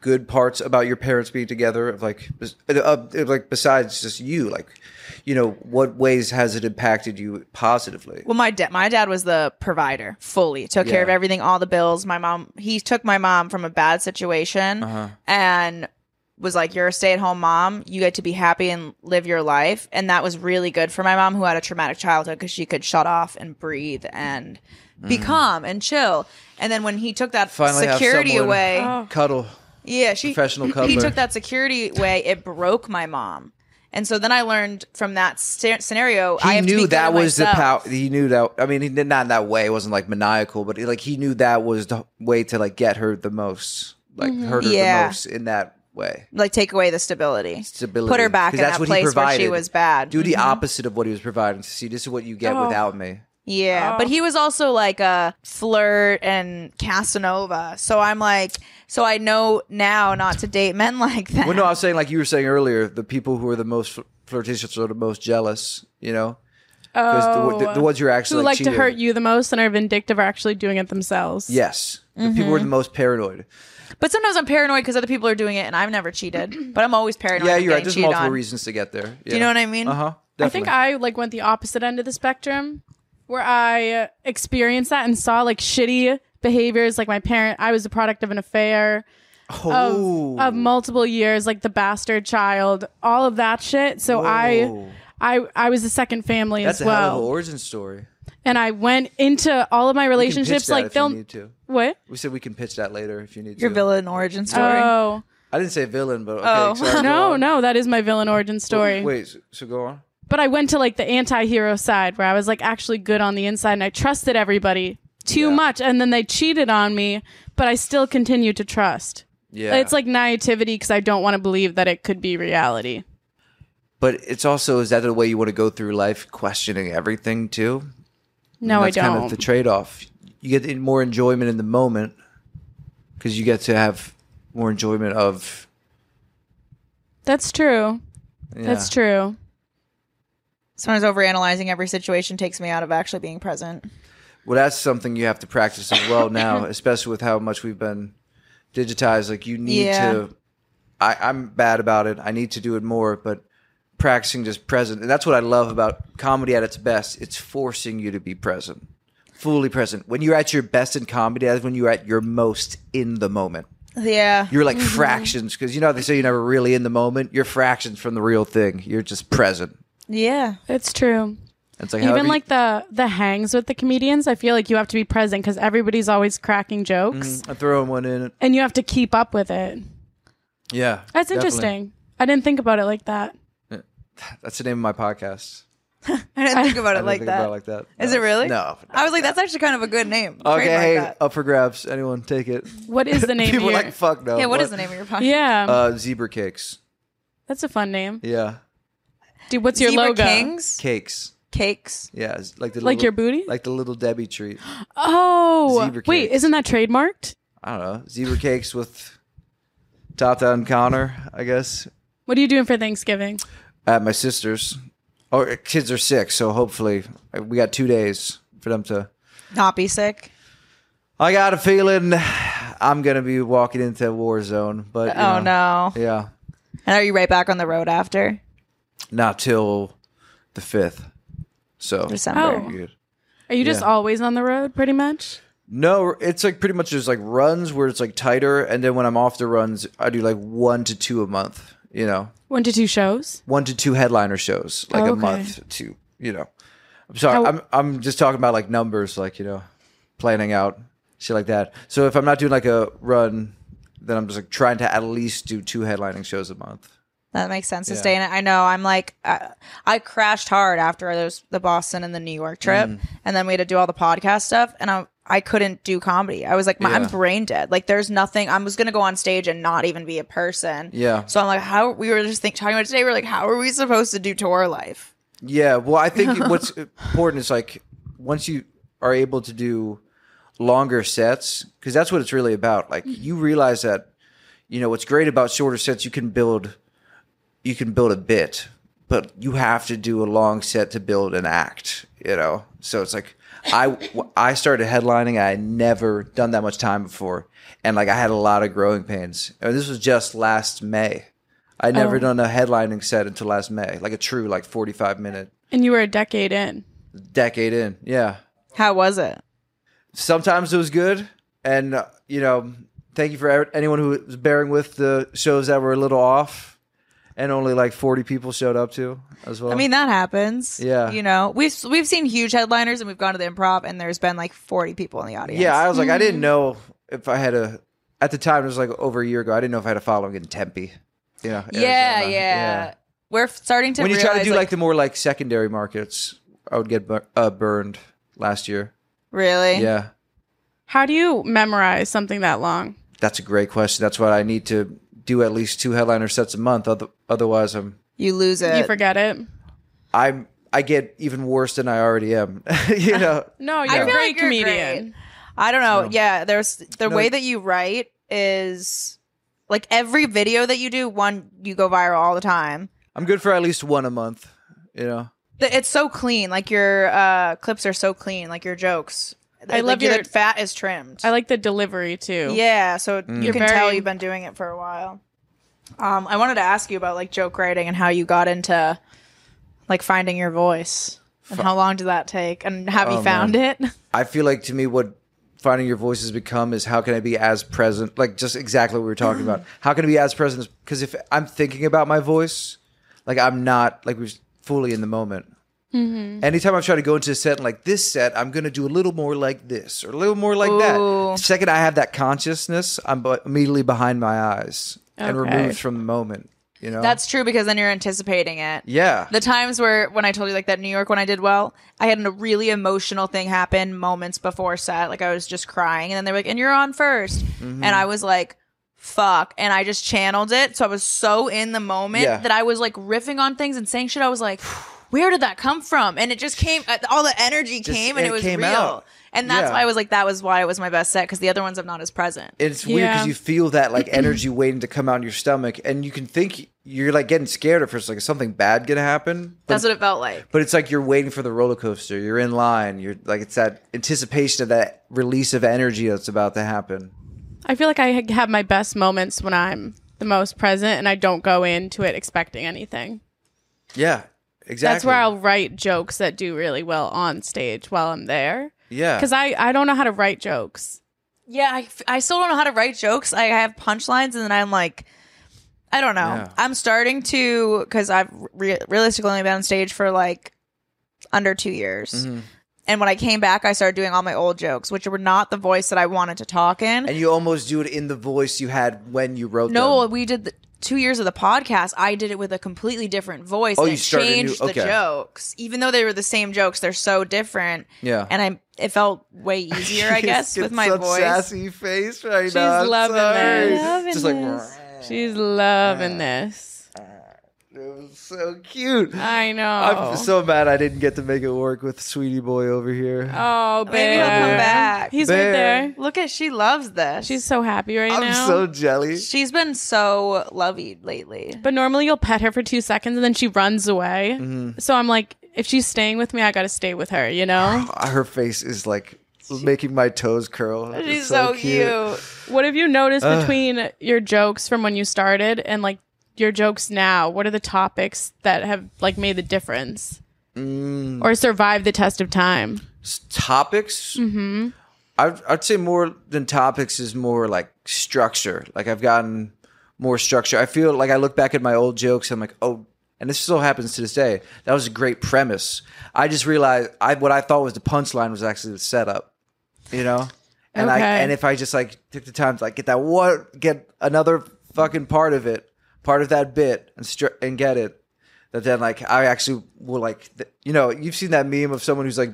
A: good parts about your parents being together? Of like, bes- uh, uh, like besides just you, like, you know, what ways has it impacted you positively?
B: Well, my dad, my dad was the provider fully, took care of
A: Yeah.
B: everything, all the bills. My mom, he took my mom from a bad situation
A: Uh-huh.
B: and was like, "You're a stay at home mom. You get to be happy and live your life." And that was really good for my mom, who had a traumatic childhood, because she could shut off and breathe and be calm and chill. And then when he took that
A: Mm. Finally have
B: security
A: someone-
B: away,
A: Cuddle.
B: yeah, she
A: Professional
B: He
A: cuddler.
B: took that security way. It broke my mom, and so then I learned from that sce- scenario. I
A: He
B: have to
A: knew
B: be
A: that
B: good to
A: was the power.
B: myself.
A: He knew that. I mean, he did not in that way. It wasn't like maniacal, but he, like he knew that was the way to like get her the most, like hurt her
B: Yeah.
A: the most in that way.
B: like take away the stability,
A: Stability.
B: put her back
A: 'Cause
B: in
A: that's
B: that
A: what he
B: place where she
A: provided.
B: was bad.
A: Do the opposite of what he was providing. See, this is what you get
C: Oh.
A: without me.
B: yeah,
C: Oh.
B: but he was also like a flirt and Casanova. So I'm like, so I know now not to date men like that.
A: Well, no, I was saying like you were saying earlier, the people who are the most fl- flirtatious are the most jealous. You know,
C: Oh,
A: the, the, the ones you're actually
C: who like to
A: cheating.
C: hurt you the most and are vindictive are actually doing it themselves.
A: Yes, the people who are the most paranoid.
B: but sometimes I'm paranoid because other people are doing it, and I've never cheated, but I'm always paranoid.
A: yeah,
B: of
A: you're right.
B: getting
A: There's
B: cheated
A: multiple
B: on.
A: reasons to get there.
B: you know what I mean?
A: Uh huh.
C: I think I like went the opposite end of the spectrum where I experienced that and saw like shitty behaviors like my parent I was the product of an affair of,
A: oh,
C: of multiple years like the bastard child all of that shit so I
A: Whoa.
C: I I was the second family
A: Oh. that's
C: as
A: a hell of
C: well
A: an origin story.
C: and I went into all of my
A: We can pitch
C: relationships
A: that
C: like
A: if
C: they'll
A: you need to.
C: what
A: We said we can pitch that later if you need
B: Your
A: to.
B: villain origin story.
C: oh
A: I didn't say villain, but okay.
B: Oh.
A: sorry, go
C: no
A: on.
C: no that is my villain origin story
A: Wait, so, so go on.
C: but I went to like the anti-hero side where I was like actually good on the inside and I trusted everybody too
A: Yeah.
C: much and then they cheated on me, but I still continued to trust.
A: Yeah,
C: It's like naivety because I don't want to believe that it could be reality.
A: but it's also is that the way you want to go through life, questioning everything too?
C: No, I
A: Mm, that's
C: don't.
A: kind of the trade-off. You get more enjoyment in the moment because you get to have more enjoyment of.
C: That's true.
A: Yeah.
C: That's true.
B: Sometimes overanalyzing every situation takes me out of actually being present.
A: Well, that's something you have to practice as well now, especially with how much we've been digitized. Like you need
B: Yeah.
A: to. I, I'm bad about it. I need to do it more, but practicing just present, and that's what I love about comedy at its best. It's forcing you to be present, fully present. When you're at your best in comedy, that's when you're at your most in the moment.
B: Yeah.
A: You're like
C: Mm-hmm.
A: fractions because you know how they say you're never really in the moment. You're fractions from the real thing. You're just present.
B: yeah.
C: It's true.
A: It's like however
C: Even
A: you-
C: like the the hangs with the comedians, I feel like you have to be present because everybody's always cracking jokes
A: I'm throwing one in.
C: and you have to keep up with it.
A: Yeah,
C: That's
A: definitely.
C: interesting. I didn't think about it like that.
A: That's the name of my podcast.
B: I didn't think about
A: I
B: it
A: didn't
B: like
A: think
B: that.
A: About it like that.
B: Is
A: No.
B: it really?
A: No.
B: I was like, that's actually kind of a good name.
A: Okay,
B: Trademark
A: hey, oh,
B: that.
A: up for grabs. Anyone take it?
C: What is the name?
A: People
C: of
A: are
C: your-
A: like, fuck no.
B: yeah, what is the name of your podcast?
C: yeah,
A: Uh, zebra cakes.
C: that's a fun name.
A: Yeah,
C: Dude, what's your
B: Zebra
C: logo?
B: Kings?
A: cakes.
B: Cakes.
A: Yeah, it's like the
C: Like
A: little-
C: your booty?
A: like the little Debbie treat.
C: Oh,
A: Zebra
C: wait,
A: cakes.
C: isn't that trademarked?
A: I don't know. Zebra cakes with Tata and Connor, I guess,
C: What are you doing for Thanksgiving?
A: at my sister's. Or kids are sick, so hopefully uh, we got two days for them to.
B: Not be sick.
A: I got a feeling I'm gonna be walking into a war zone, but you
B: Oh
A: know,
B: no.
A: yeah,
B: And are you right back on the road after
A: not till the fifth. So
B: December?
C: Oh.
A: good.
C: Are you just
A: Yeah.
C: always on the road, pretty much?
A: No, it's like pretty much just like runs where it's like tighter, and then when I'm off the runs, I do like one to two a month. You know,
C: One to two shows.
A: one to two headliner shows like a
C: Okay.
A: month to you know. I'm sorry,
C: How-
A: I'm I'm just talking about like numbers, like you know, planning out shit like that. So if I'm not doing like a run, then I'm just like trying to at least do two headlining shows a month.
B: That makes sense to
A: Yeah.
B: stay in it. I know. I'm like, I, I crashed hard after those the Boston and the New York trip,
A: Mm.
B: and then we had to do all the podcast stuff, and I I couldn't do comedy. I was like, my, I'm
A: Yeah.
B: brain dead. Like, there's nothing. I was gonna go on stage and not even be a person.
A: Yeah.
B: So I'm like, how we were just think, talking about it today. We're like, how are we supposed to do tour life?
A: Yeah, well, I think what's important is like once you are able to do longer sets, because that's what it's really about. Like you realize that, you know, what's great about shorter sets, you can build, you can build a bit, but you have to do a long set to build an act. You know, so it's like I I started headlining. I had never done that much time before, and like I had a lot of growing pains. And this was just last May. I would never done a headlining set until last May, like a true like forty five minute
C: And you were a decade in.
A: decade in. Yeah.
B: How was it?
A: Sometimes it was good. And, uh, you know, thank you for ev- anyone who was bearing with the shows that were a little off and only like 40 people showed up to as well.
B: I mean, that happens.
A: Yeah.
B: You know, we've we've seen huge headliners, and we've gone to the improv, and there's been like 40 people in the audience.
A: yeah, I was like, I
B: Mm-hmm.
A: didn't know if I had a, at the time, it was like over a year ago, I didn't know if I had a following in Tempe. You know,
B: yeah,
A: Arizona.
B: yeah, We're f- starting to
A: When you
B: realize,
A: try to do like, the more like secondary markets, I would get bur- uh, burned last year.
B: really
A: Yeah.
C: How do you memorize something that long?
A: That's a great question. That's what I need to do at least two headliner sets a month. Other- otherwise, I'm
B: you lose it.
C: you forget it.
A: I'm I get even worse than I already am. you know,
C: No, you're a
B: feel
C: great
B: like you're
C: comedian.
B: great. I don't know.
A: So-
B: yeah, there's the
A: No,
B: way
A: it-
B: that you write is like every video that you do, one you go viral all the time.
A: I'm good for at least one a month. You know,
B: Th- It's so clean. Like your uh, clips are so clean. Like your jokes.
C: I
B: Like,
C: love
B: the
C: your-
B: fat is trimmed.
C: I like the delivery too.
B: Yeah, so you
C: You're
B: can
C: very-
B: tell you've been doing it for a while. Um, I wanted to ask you about like joke writing and how you got into like finding your voice and how long did that take and have you
A: Oh,
B: found it?
A: I feel like to me what finding your voice has become is how can I be as present? Like just exactly what we were talking about. How can I be as present? Because if I'm thinking about my voice, like I'm not like we're fully in the moment. Anytime I've tried to go into a set and like this set, I'm gonna do a little more like this or a little more like that. The second I have that consciousness, I'm bu- immediately behind my eyes and
C: Okay.
A: removed from the moment. You know,
B: That's true because then you're anticipating it.
A: yeah.
B: The times where when I told you like that New York when I did well, I had a really emotional thing happen moments before set. Like I was just crying, and then they were like, "And you're on 1st
A: Mm-hmm.
B: and I was like, "Fuck!" And I just channeled it. So I was so in the moment
A: Yeah.
B: that I was like riffing on things and saying shit. I was like, "Where did that come from?" And it just came. uh, All the energy
A: Just-
B: came, and
A: it
B: it was
A: came
B: real.
A: out.
B: And that's
A: Yeah.
B: why I was like, "That was why it was my best set," because the other ones I'm not as present.
A: it's weird
C: Yeah.
A: because you feel that like energy waiting to come out in your stomach, and you can think you're like getting scared at first, like is something bad gonna happen. But,
B: that's what it felt like.
A: but it's like you're waiting for the roller coaster. You're in line. You're like it's that anticipation of that release of energy that's about to happen.
C: I feel like I ha- have my best moments when I'm the most present and I don't go into it expecting anything.
A: Yeah, exactly.
C: That's where I'll write jokes that do really well on stage while I'm there.
A: yeah
C: Because I, I don't know how to write jokes.
B: Yeah, I, f- I still don't know how to write jokes. I have punchlines, and then I'm like, I don't know.
A: Yeah.
B: I'm starting to because I've re- realistically only been on stage for like under two years.
A: Mm-hmm.
B: And when I came back, I started doing all my old jokes, which were not the voice that I wanted to talk in.
A: and you almost do it in the voice you had when you wrote.
B: no,
A: them.
B: we did the two years of the podcast. I did it with a completely different voice.
A: Oh,
B: and
A: you
B: it
A: started new-
B: changed the
A: okay.
B: jokes, even though they were the same jokes. They're so different.
A: Yeah.
B: and I it felt way easier, I guess, with my
A: such
B: voice.
A: sassy face right
C: She's
A: now. I'm
C: loving
A: sorry.
C: this.
A: Just
C: this.
A: like
C: She's loving this.
A: it was so cute.
C: I know.
B: Oh.
A: I'm so mad I didn't get to make it work with Sweetie Boy over here.
C: oh,
B: Maybe he'll
C: Bear.
B: come back.
C: He's
A: Bear.
C: right there.
B: Look at she loves this.
C: She's so happy right
A: I'm
C: now.
A: so jelly.
B: she's been so lovey lately.
C: But normally you'll pet her for two seconds and then she runs away.
A: Mm-hmm.
C: So I'm like, if she's staying with me, I gotta stay with her, you know?
A: Her face is like making my toes curl. It's
B: She's so, cute.
C: what have you noticed between your jokes from when you started and like your jokes now? What are the topics that have like made the difference?
A: Mm.
C: Or survived the test of time?
A: S- Topics? Mm-hmm. I'd, I'd say more than topics is more like structure. Like I've gotten more structure. I feel like I look back at my old jokes. I'm like, oh, and this still happens to this day. That was a great premise. I just realized I what I thought was the punchline was actually the setup. You know, and I
C: Okay.
A: and if I just like took the time to like get that one, get another fucking part of it, part of that bit and str- and get it. That then like I actually will like th- you know you've seen that meme of someone who's like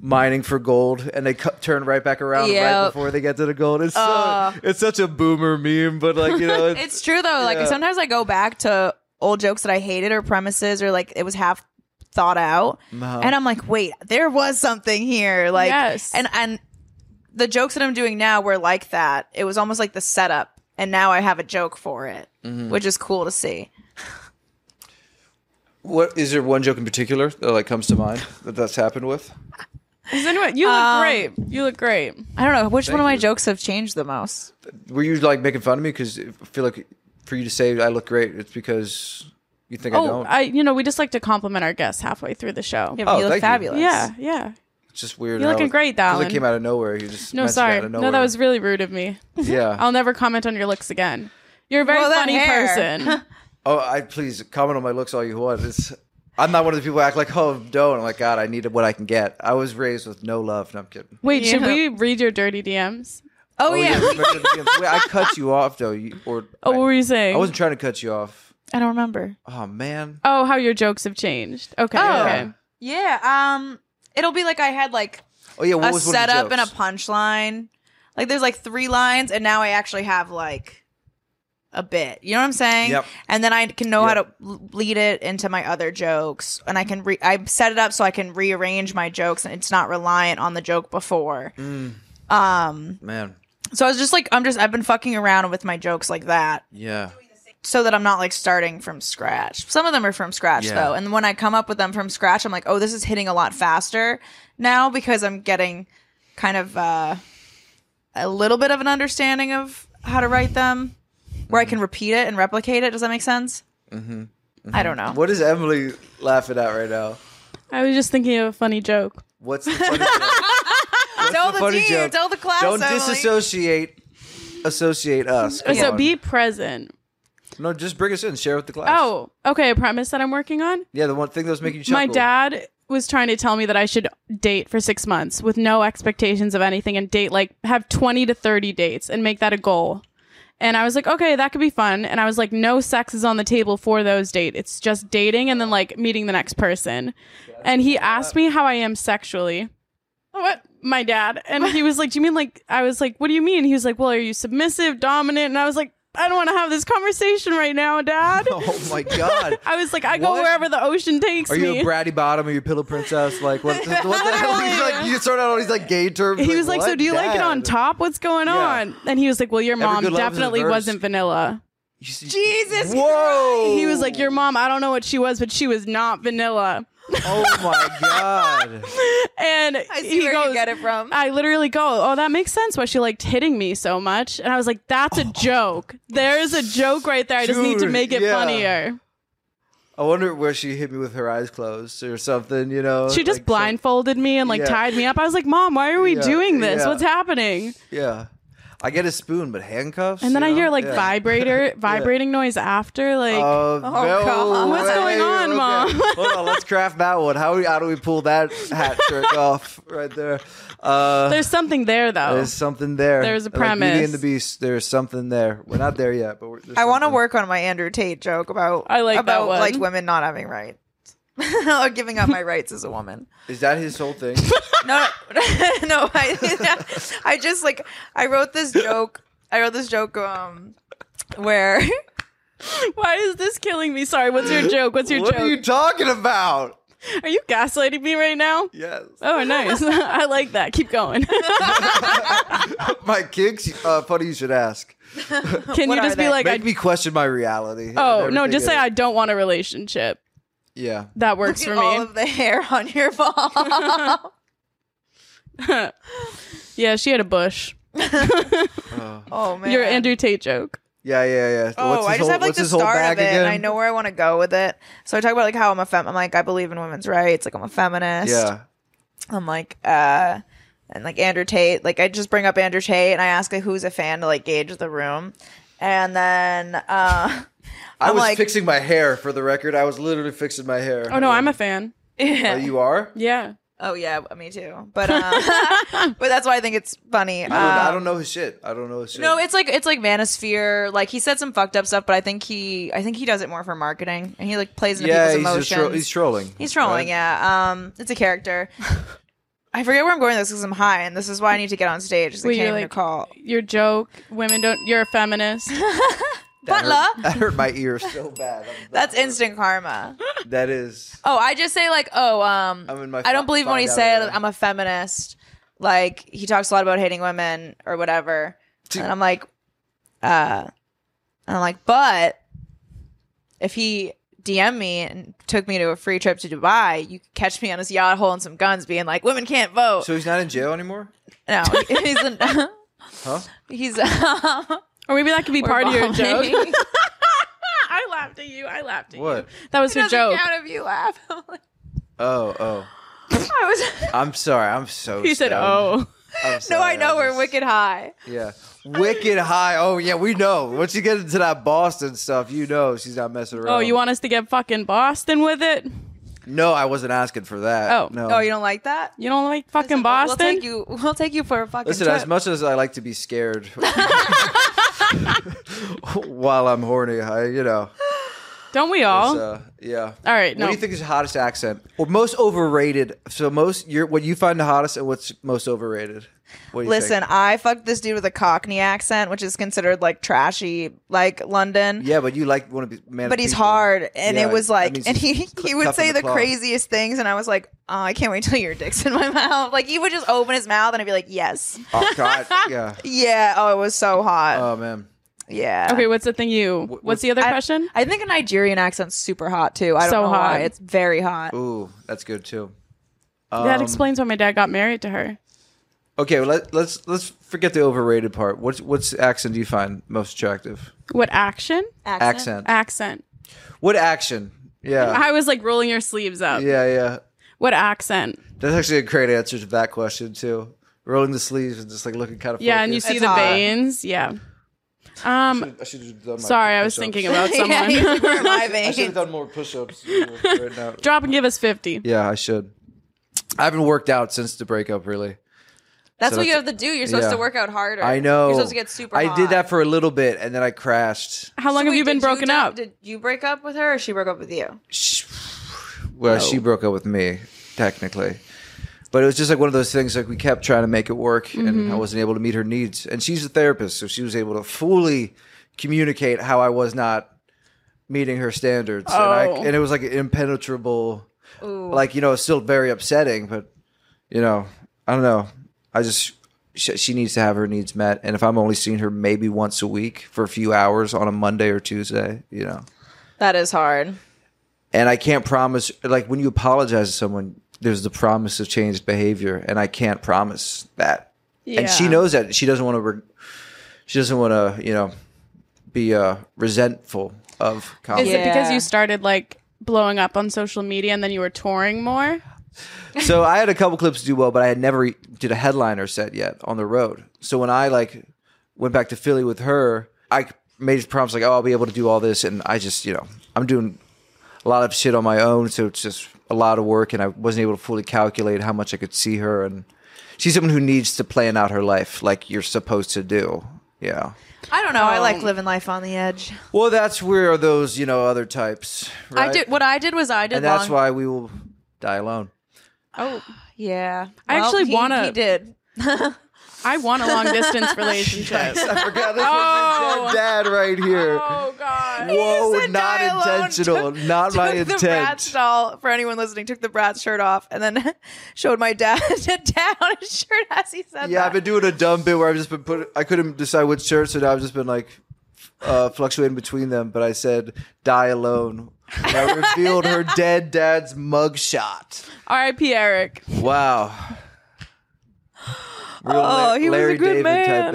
A: mining for gold and they cu- turn right back around right
B: Yep.
A: before they get to the gold. It's
B: Uh.
A: so, it's such a boomer meme, but like you know it's,
B: It's true though. Like
A: Yeah.
B: sometimes I go back to old jokes that I hated or premises or like it was half thought out, and I'm like, wait, there was something here. Like,
C: Yes.
B: and and the jokes that I'm doing now were like that. It was almost like the setup, and now I have a joke for it, which is cool to see.
A: what is there one joke in particular that like comes to mind that that's happened with?
C: Does anyone- you look
B: Um,
C: great. You look great.
B: I don't know which one of my
A: you.
B: jokes have changed the most.
A: Were you like making fun of me because I feel like for you to say I look great, it's because you think I
C: Oh,
A: don't.
C: I you know we just like to compliment our guests halfway through the show.
B: Yeah,
A: Oh,
B: you look
A: thank you.
B: fabulous.
C: Yeah, yeah.
A: It's just weird.
C: You're
A: how
C: looking
A: it-
C: great,
A: 'cause
C: Dallin.
A: It came out of nowhere. You just
C: No,
A: mentioned
C: sorry.
A: Out of
C: No,
A: nowhere.
C: that was really rude of me.
A: yeah.
C: I'll never comment on your looks again. You're a very
B: Well, that
C: funny
B: hair.
C: person.
A: oh, I please comment on my looks all you want. It's I'm not one of the people who act like oh don't. I'm like God, I need what I can get. I was raised with no love. No, I'm kidding.
C: Wait, should
B: Yeah.
C: we read your dirty DMs?
B: Oh, yeah.
A: remember the- Wait, I cut you off though. You, or
C: Oh, what were you saying?
A: I wasn't trying to cut you off.
B: I don't remember.
A: Oh man.
C: Oh, how your jokes have changed. Okay,
B: Oh.
C: okay.
B: Yeah. Um. It'll be like I had like
A: Oh yeah. What
B: a
A: was one of the
B: setup and a
A: jokes?
B: punchline. Like there's like three lines, and now I actually have like a bit. You know what I'm saying?
A: Yep.
B: And then I can know how
A: Yep.
B: to l- lead it into my other jokes, and I can re- I set it up so I can rearrange my jokes, and it's not reliant on the joke before.
A: Mm.
B: Um.
A: man.
B: So I was just like, I'm just I've been fucking around with my jokes like that,
A: Yeah.
B: so that I'm not like starting from scratch. Some of them are from scratch
A: Yeah.
B: though, and when I come up with them from scratch, I'm like, oh, this is hitting a lot faster now because I'm getting kind of uh, a little bit of an understanding of how to write them, where I can repeat it and replicate it. Does that make sense? Mm-hmm. I don't know.
A: What is Emily laughing at right now?
C: I was just thinking of a funny joke.
A: What's the funny joke?
B: tell
A: the
B: the,
A: funny
B: team,
A: joke?
B: tell the class.
A: Don't
B: Emily.
A: disassociate. Associate us. Come
C: So
A: on.
C: be present.
A: no, just bring us in. Share with the class.
C: Oh, okay. A premise that I'm working on.
A: yeah, the one thing that was making you chuckle.
C: My dad was trying to tell me that I should date for six months with no expectations of anything and date like have 20 to 30 dates and make that a goal. And I was like, okay, that could be fun. And I was like, no sex is on the table for those dates. It's just dating and then like meeting the next person. And he asked me how I am sexually. What? My dad. And he was like, do you mean like, I was like, what do you mean? He was like, well, are you submissive, dominant? And I was like, I don't want to have this conversation right now, dad.
A: Oh my god.
C: I was like, I
A: What?
C: go wherever the ocean takes
A: Are
C: me.
A: you a bratty bottom? Are you a pillow princess? Like what? what the hell? He's like, you start out all these like gay terms.
C: he was like, "So
A: what?
C: do you like it
A: Dad."
C: on top? What's going
A: Yeah.
C: on?" And he was like, "Well, your
A: Every
C: mom
A: good love is a
C: definitely
A: verse.
C: wasn't vanilla."
A: You see-
B: Jesus
A: Whoa!
C: He was like, "Your mom, I don't know what she was, but she was not vanilla."
A: Oh my god!
C: And
B: I see
C: he
B: where
C: goes,
B: you get it from.
C: I literally go, "Oh, that makes sense why she liked hitting me so much." And I was like, "That's a joke. There's a joke right there. I just need to
A: Oh. Dude,
C: make it
A: yeah.
C: funnier."
A: I wonder where she hit me with her eyes closed or something. You know,
C: She just
A: like, so-
C: blindfolded me and like
A: Yeah.
C: tied me up. I was like, "Mom, why are we
A: Yeah,
C: doing this?
A: yeah.
C: What's happening?"
A: yeah, I get a spoon, but handcuffs.
C: And then
A: you
C: I hear
A: know?
C: like
A: Yeah.
C: vibrator vibrating noise after like
A: Uh, no
B: God.
C: What's
A: way.
C: going on,
A: Okay.
C: Mom?
A: Hold on, let's craft that one. How, how do we pull that hat trick off right there? Uh,
C: There's something there though.
A: There's something there.
C: Oh. There's a
A: Like Beauty and
C: premise.
A: the Beast. There's something there. We're not there yet, but we're, there's
B: I want to
A: something.
B: work on my Andrew Tate joke about
C: I like that
B: about
C: one.
B: like women not having rights or giving up my rights as a woman.
A: Is that his whole thing?
B: No, no, no I, I just like I wrote this joke. I wrote this joke um where
C: Why is this killing me? Sorry, what's your joke? What's your
A: what
C: joke?
A: are you talking about?
C: are you gaslighting me right now?
A: Yes.
C: Oh, nice. I like that. Keep going.
A: My kinks. Uh, funny you should ask.
C: Can
B: What
C: you
B: are
C: just be
B: they?
C: like,
A: Make
C: I,
A: me question my reality. and
C: oh, no,
A: everything
C: just
A: in
C: say,
A: it.
C: I don't want a relationship.
A: Yeah.
C: That works
B: look
C: for
B: at all
C: me.
B: of the hair on your mom.
C: yeah, she had a bush.
B: oh man,
C: Your Andrew Tate joke.
A: Yeah, yeah, yeah. what's
B: Oh,
A: his
B: I just
A: whole,
B: have like
A: what's
B: the
A: his whole
B: start
A: bag
B: of it,
A: again?
B: and I know where I want to go with it. So I talk about like how I'm a fem. I'm like I believe in women's rights. Like I'm a feminist.
A: Yeah.
B: I'm like, uh, and like Andrew Tate, like I just bring up Andrew Tate and I ask like who's a fan to like gauge the room, and then uh,
A: I
B: I'm
A: was
B: like,
A: fixing my hair for the record. I was literally fixing my hair.
C: Oh, no, I'm a fan.
A: Oh, you are?
C: Yeah.
B: Oh yeah, me too. But um, but that's why I think it's funny.
A: I don't, I
B: Um,
A: don't know his shit. I don't know his shit.
B: No, it's like it's like Manosphere. Like he said some fucked up stuff, but I think he I think he does it more for marketing, and he like plays into
A: yeah,
B: people's
A: he's, just
B: emotions.
A: tro- he's trolling.
B: He's trolling,
A: right?
B: yeah. Um, it's a character. I forget where I'm going with this because I'm high, and this is why I need to get on stage. 'cause
C: Well,
B: I can't
C: you're
B: even
C: like-
B: call
C: Your joke, women don't. You're a feminist.
A: That
B: butler.
A: hurt, that hurt my ear so bad. I'm-
B: That's instant karma.
A: That is.
B: Oh, I just say like, oh, um,
A: I'm in my
B: I don't
A: fi-
B: believe when he
A: find out
B: said
A: era.
B: I'm a feminist. Like he talks a lot about hating women or whatever,
A: Dude.
B: and I'm like, uh, and I'm like, but if he DM me and took me to a free trip to Dubai, you could catch me on his yacht holding some guns, being like, women can't vote.
A: So he's not in jail anymore?
B: no, he's an,
A: Huh?
B: he's um,
C: or maybe that could be
B: we're
C: part of your
B: vomiting.
C: joke. I laughed at you. I laughed at
A: What?
C: you. That was her
B: Doesn't
C: joke.
B: count if you laugh. I'm like,
A: Oh, oh.
B: I was
A: I'm sorry. I'm so.
C: He said,
A: stoned.
C: "Oh,
A: I'm
B: no, I
A: sorry,
B: know we're
A: just-
B: wicked high.
A: Yeah, wicked high. Oh yeah, we know. Once you get into that Boston stuff, you know she's not messing around.
C: oh, you want us to get fucking Boston with it?
A: No, I wasn't asking for that.
C: Oh.
A: no.
B: Oh, you don't like that?
C: You don't like fucking
B: Listen, we'll-
C: Boston?
B: We'll take you. We'll take you for a fucking
A: Listen,
B: trip.
A: as much as I like to be scared while I'm horny, I you know.
C: don't we all?
A: So, yeah.
C: All right,
A: What
C: no.
A: do you think is the hottest accent or most overrated? So most your what you find the hottest and what's most overrated? What do you
B: Listen,
A: think?
B: I fucked this dude with a Cockney accent, which is considered like trashy, like London.
A: Yeah, but you like want to be man. of
B: But he's
A: people.
B: hard, and
A: Yeah,
B: it was
A: that
B: like,
A: means
B: and
A: he's
B: he
A: cl-
B: he
A: tough
B: would
A: in
B: say the
A: claw.
B: craziest things, and I was like, oh, I can't wait till your dick's in my mouth. Like he would just open his mouth, and I'd be like, yes,
A: Oh God, yeah.
B: yeah. Oh, it was so hot.
A: Oh man.
B: yeah.
C: okay, what's the thing you?
A: Wh-
C: what's the other
B: I-
C: question?
B: I think a Nigerian accent's super hot too. I don't
C: So
B: know why.
C: hot.
B: It's very hot.
A: Ooh, that's good too.
C: that
A: Um,
C: explains why my dad got married to her.
A: Okay, well, let, let's let's forget the overrated part. What's what's accent do you find most attractive?
C: What action?
A: Accent.
C: Accent.
A: What action? Yeah,
C: I was like rolling your sleeves up.
A: yeah, yeah.
C: What accent?
A: That's actually a great answer to that question too. Rolling the sleeves and just like looking kind of
C: Yeah, and you see
B: It's
C: the
B: hot.
C: veins. Yeah. Um.
A: I should have done. My
C: Sorry, I was
A: push-ups.
C: thinking about someone.
B: yeah, he's like, my
A: I should have
B: veins.
A: done more push-ups right now.
C: Drop and give us fifty.
A: Yeah, I should. I haven't worked out since the breakup, really.
B: That's
A: So
B: what you have
A: that's-
B: to do. You're supposed
A: yeah.
B: to work out harder.
A: I know.
B: You're supposed to get super.
A: I did
B: hot.
A: that for a little bit, and then I crashed.
C: How long
B: So
C: have you
B: wait,
C: been
B: did
C: broken
B: do-
C: up?
B: Did you break up with her, or she broke up with you?
A: she, well, she broke up with me technically, but it was just like one of those things. Like we kept trying to make it work, and I wasn't able to meet her needs. And she's a therapist, so she was able to fully communicate how I was not meeting her standards, and,
C: Oh.
A: I, and it was like an impenetrable, like you know, still very upsetting. But you know, I don't know. I just. She she needs to have her needs met, and if I'm only seeing her maybe once a week for a few hours on a Monday or Tuesday, you know,
B: That is hard.
A: and I can't promise like when you apologize to someone, there's the promise of changed behavior, and I can't promise that. And she
C: Yeah.
A: knows that she doesn't want to. Re- she doesn't want to, you know, be uh, resentful of
C: Is
A: comments.
C: it because
B: Yeah.
C: you started like blowing up on social media and then you were touring more?
A: so I had a couple clips do well, but I had never e, did a headliner set yet on the road. So when I like went back to Philly with her, I made a promise like, "Oh, I'll be able to do all this," and I just, you know, I'm doing a lot of shit on my own, so it's just a lot of work, and I wasn't able to fully calculate how much I could see her. And she's someone who needs to plan out her life like you're supposed to do. Yeah.
B: I don't know. I
A: Oh.
B: like living life on the edge.
A: Well, that's where those, you know, other types. Right?
B: I did what I did was I did.
A: and that's
B: long-
A: why we will die alone.
C: Oh,
B: Yeah,
C: I actually
B: he-
C: wanna-
B: He did.
C: I want a long distance relationship.
A: I forgot this
C: Oh.
A: was your dead dad right here.
C: oh God.
A: Whoa,
B: said
A: not
B: die alone.
A: intentional. not my
B: took the Bratz
A: intent.
B: doll for anyone listening. Took the Bratz shirt off and then showed my dad down his shirt as he said
A: Yeah, I've been
B: that.
A: doing a dumb bit where I've just been put. I couldn't decide which shirt, so now I've just been like uh, fluctuating between them. But I said "die alone." And I revealed her dead dad's mugshot.
C: R.I.P. Eric.
A: Wow. Real La-
C: Oh, he was a
A: Larry
C: good
A: David
C: man.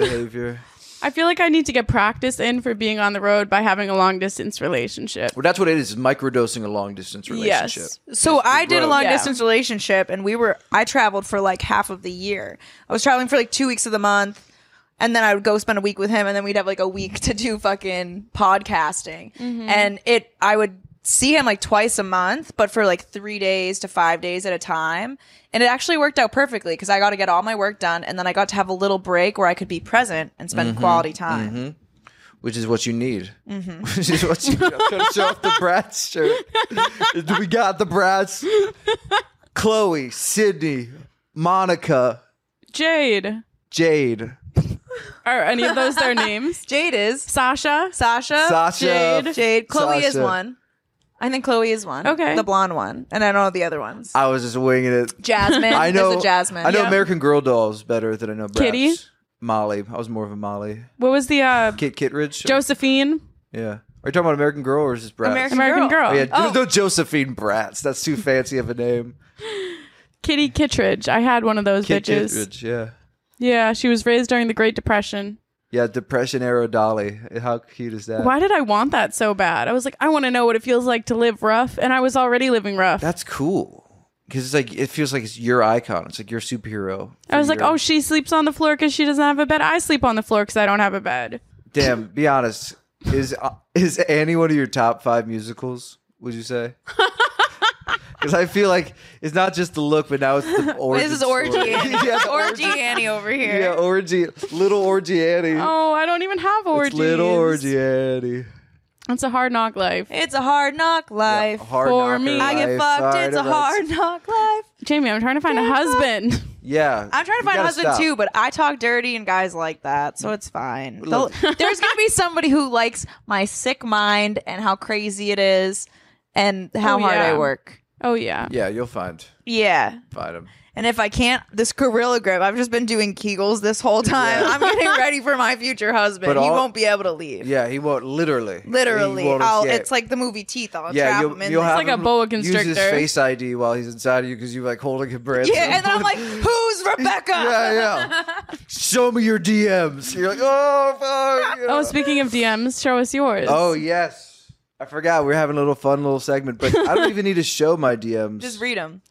A: type behavior.
C: I feel like I need to get practice in for being on the road by having a long distance relationship.
A: Well, that's what it is: is microdosing a long distance relationship.
C: Yes.
B: So I did a
A: grow.
B: long
C: Yeah.
B: distance relationship, and we were I traveled for like half of the year. I was traveling for like two weeks of the month, and then I would go spend a week with him, and then we'd have like a week to do fucking podcasting. And it, I would see him like twice a month, but for like three days to five days at a time. And it actually worked out perfectly because I got to get all my work done and then I got to have a little break where I could be present and spend quality time.
A: which is what you need.
C: Mm-hmm.
A: Which is what you need. I'm trying to show off the Bratz shirt. we got the Bratz. Chloe, Sydney, Monica,
C: Jade.
A: Jade,
C: Are any of those their names?
B: Jade is
C: Sasha.
B: Sasha.
A: Sasha.
C: Jade.
B: Jade. Chloe is
A: Sasha.
B: one. I think Chloe is one.
C: Okay.
B: The blonde one. And I don't know the other ones.
A: I was just winging it.
B: Jasmine
A: I know
B: is a Jasmine.
A: I know
C: Yeah.
A: American Girl dolls better than I know Bratz.
C: Kitty?
A: Molly. I was more of a Molly.
C: What was the uh,
A: Kit Kittredge.
C: Josephine?
A: Yeah. Are you talking about American Girl or is this Bratz?
B: American
C: American
B: Girl.
C: Girl.
A: Oh, yeah,
B: Oh.
A: there's no Josephine Bratz. That's too fancy of a name.
C: Kitty Kittredge. I had one of those
A: Kit
C: bitches.
A: Kittredge, yeah.
C: Yeah, she was raised during the Great Depression.
A: Yeah, Depression Arrow Dolly. How cute is that?
C: Why did I want that so bad? I was like, I want to know what it feels like to live rough, and I was already living rough.
A: That's cool. Because it's like it feels like it's your icon. It's like your superhero.
C: I was
A: for
C: like,
A: your-
C: oh, she sleeps on the floor because she doesn't have a bed. I sleep on the floor because I don't have a bed.
A: damn. Be honest. Is uh, is any one of your top five musicals? Would you say? Because I feel like it's not just the look, but now it's the origin.
B: This is
A: story.
B: Orgy Annie.
A: yeah, the
B: Orgy Annie over here.
A: Yeah, orgy. Little orgy Annie.
C: Oh, I don't even have orgies.
A: It's little orgy Annie.
C: It's a hard knock life.
B: It's a hard knock life.
A: Hard knocker
C: For me.
B: I get
A: life.
B: fucked.
A: Sorry
B: it's
A: to
B: a
A: let's-
B: hard knock life.
C: Jamie, I'm trying to find a husband.
A: Yeah,
B: I'm trying to
A: you
B: find a
A: gotta
B: husband
A: stop.
B: too, but I talk dirty and guys like that, so it's fine.
A: Look.
B: They'll- There's gonna be somebody who likes my sick mind and how crazy it is and how
C: Oh,
B: hard I
C: yeah.
B: work.
C: Oh yeah.
A: Yeah, you'll find
B: Yeah.
A: find him.
B: And if I can't, this gorilla grip, I've just been doing Kegels this whole time. I'm getting ready for my future husband.
A: But
B: he
A: all-
B: won't be able to leave.
A: Yeah, he won't literally.
B: Literally.
A: He won't
B: I'll,
A: escape.
B: It's like the movie Teeth. I'll
A: yeah,
B: trap
A: you'll,
B: him in
A: you'll
B: there.
A: have
C: like a
A: him
C: boa
A: Use his
C: constrictor.
A: face ID while he's inside of you because you're like holding a branch.
B: yeah, and then I'm like, who's Rebecca?
A: yeah, yeah. Show me your DMs. You're like, oh fuck. you know.
C: Oh, speaking of DMs, show us yours.
A: Oh, yes. I forgot we were having a little fun little segment, but I don't even need to show my DMs.
B: Just read them.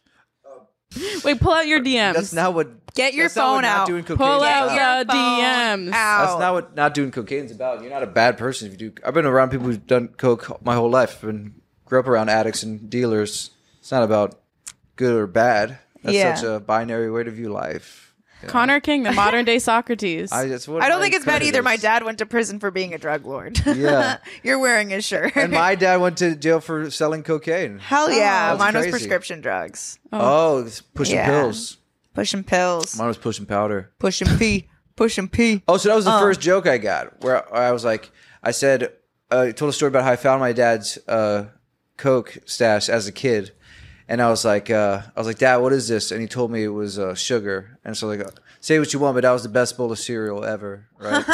C: wait, pull out your DMs.
A: That's not what.
B: Get your
A: that's not what
B: phone
A: not
B: out.
A: doing cocaine's
C: Pull out
A: about.
C: the DMs.
B: Oh.
A: That's not what not doing cocaine's about. You're not a bad person if you do. I've been around people who've done coke my whole life. I've been grew up around addicts and dealers. It's not about good or bad. That's
B: Yeah.
A: such a binary way to view life.
C: Connor King, the modern day Socrates.
A: I, that's what
B: I don't
A: my
B: think it's bad
A: credit
B: either. My
A: is.
B: dad went to prison for being a drug lord.
A: Yeah.
B: You're wearing his shirt.
A: and my dad went to jail for selling cocaine.
B: Hell yeah.
A: That's
B: Mine
A: crazy.
B: was prescription drugs.
A: Oh, it's pushing
B: Yeah.
A: pills.
B: Pushing pills.
A: Mine was pushing powder.
B: Pushing pee. Pushing pee.
A: Oh, so that was the first joke I got where I was like, I said, uh, I told a story about how I found my dad's uh, coke stash as a kid, and I was like, uh, I was like, Dad, what is this? And he told me it was uh, sugar. And so like, uh, say what you want, but that was the best bowl of cereal ever, right?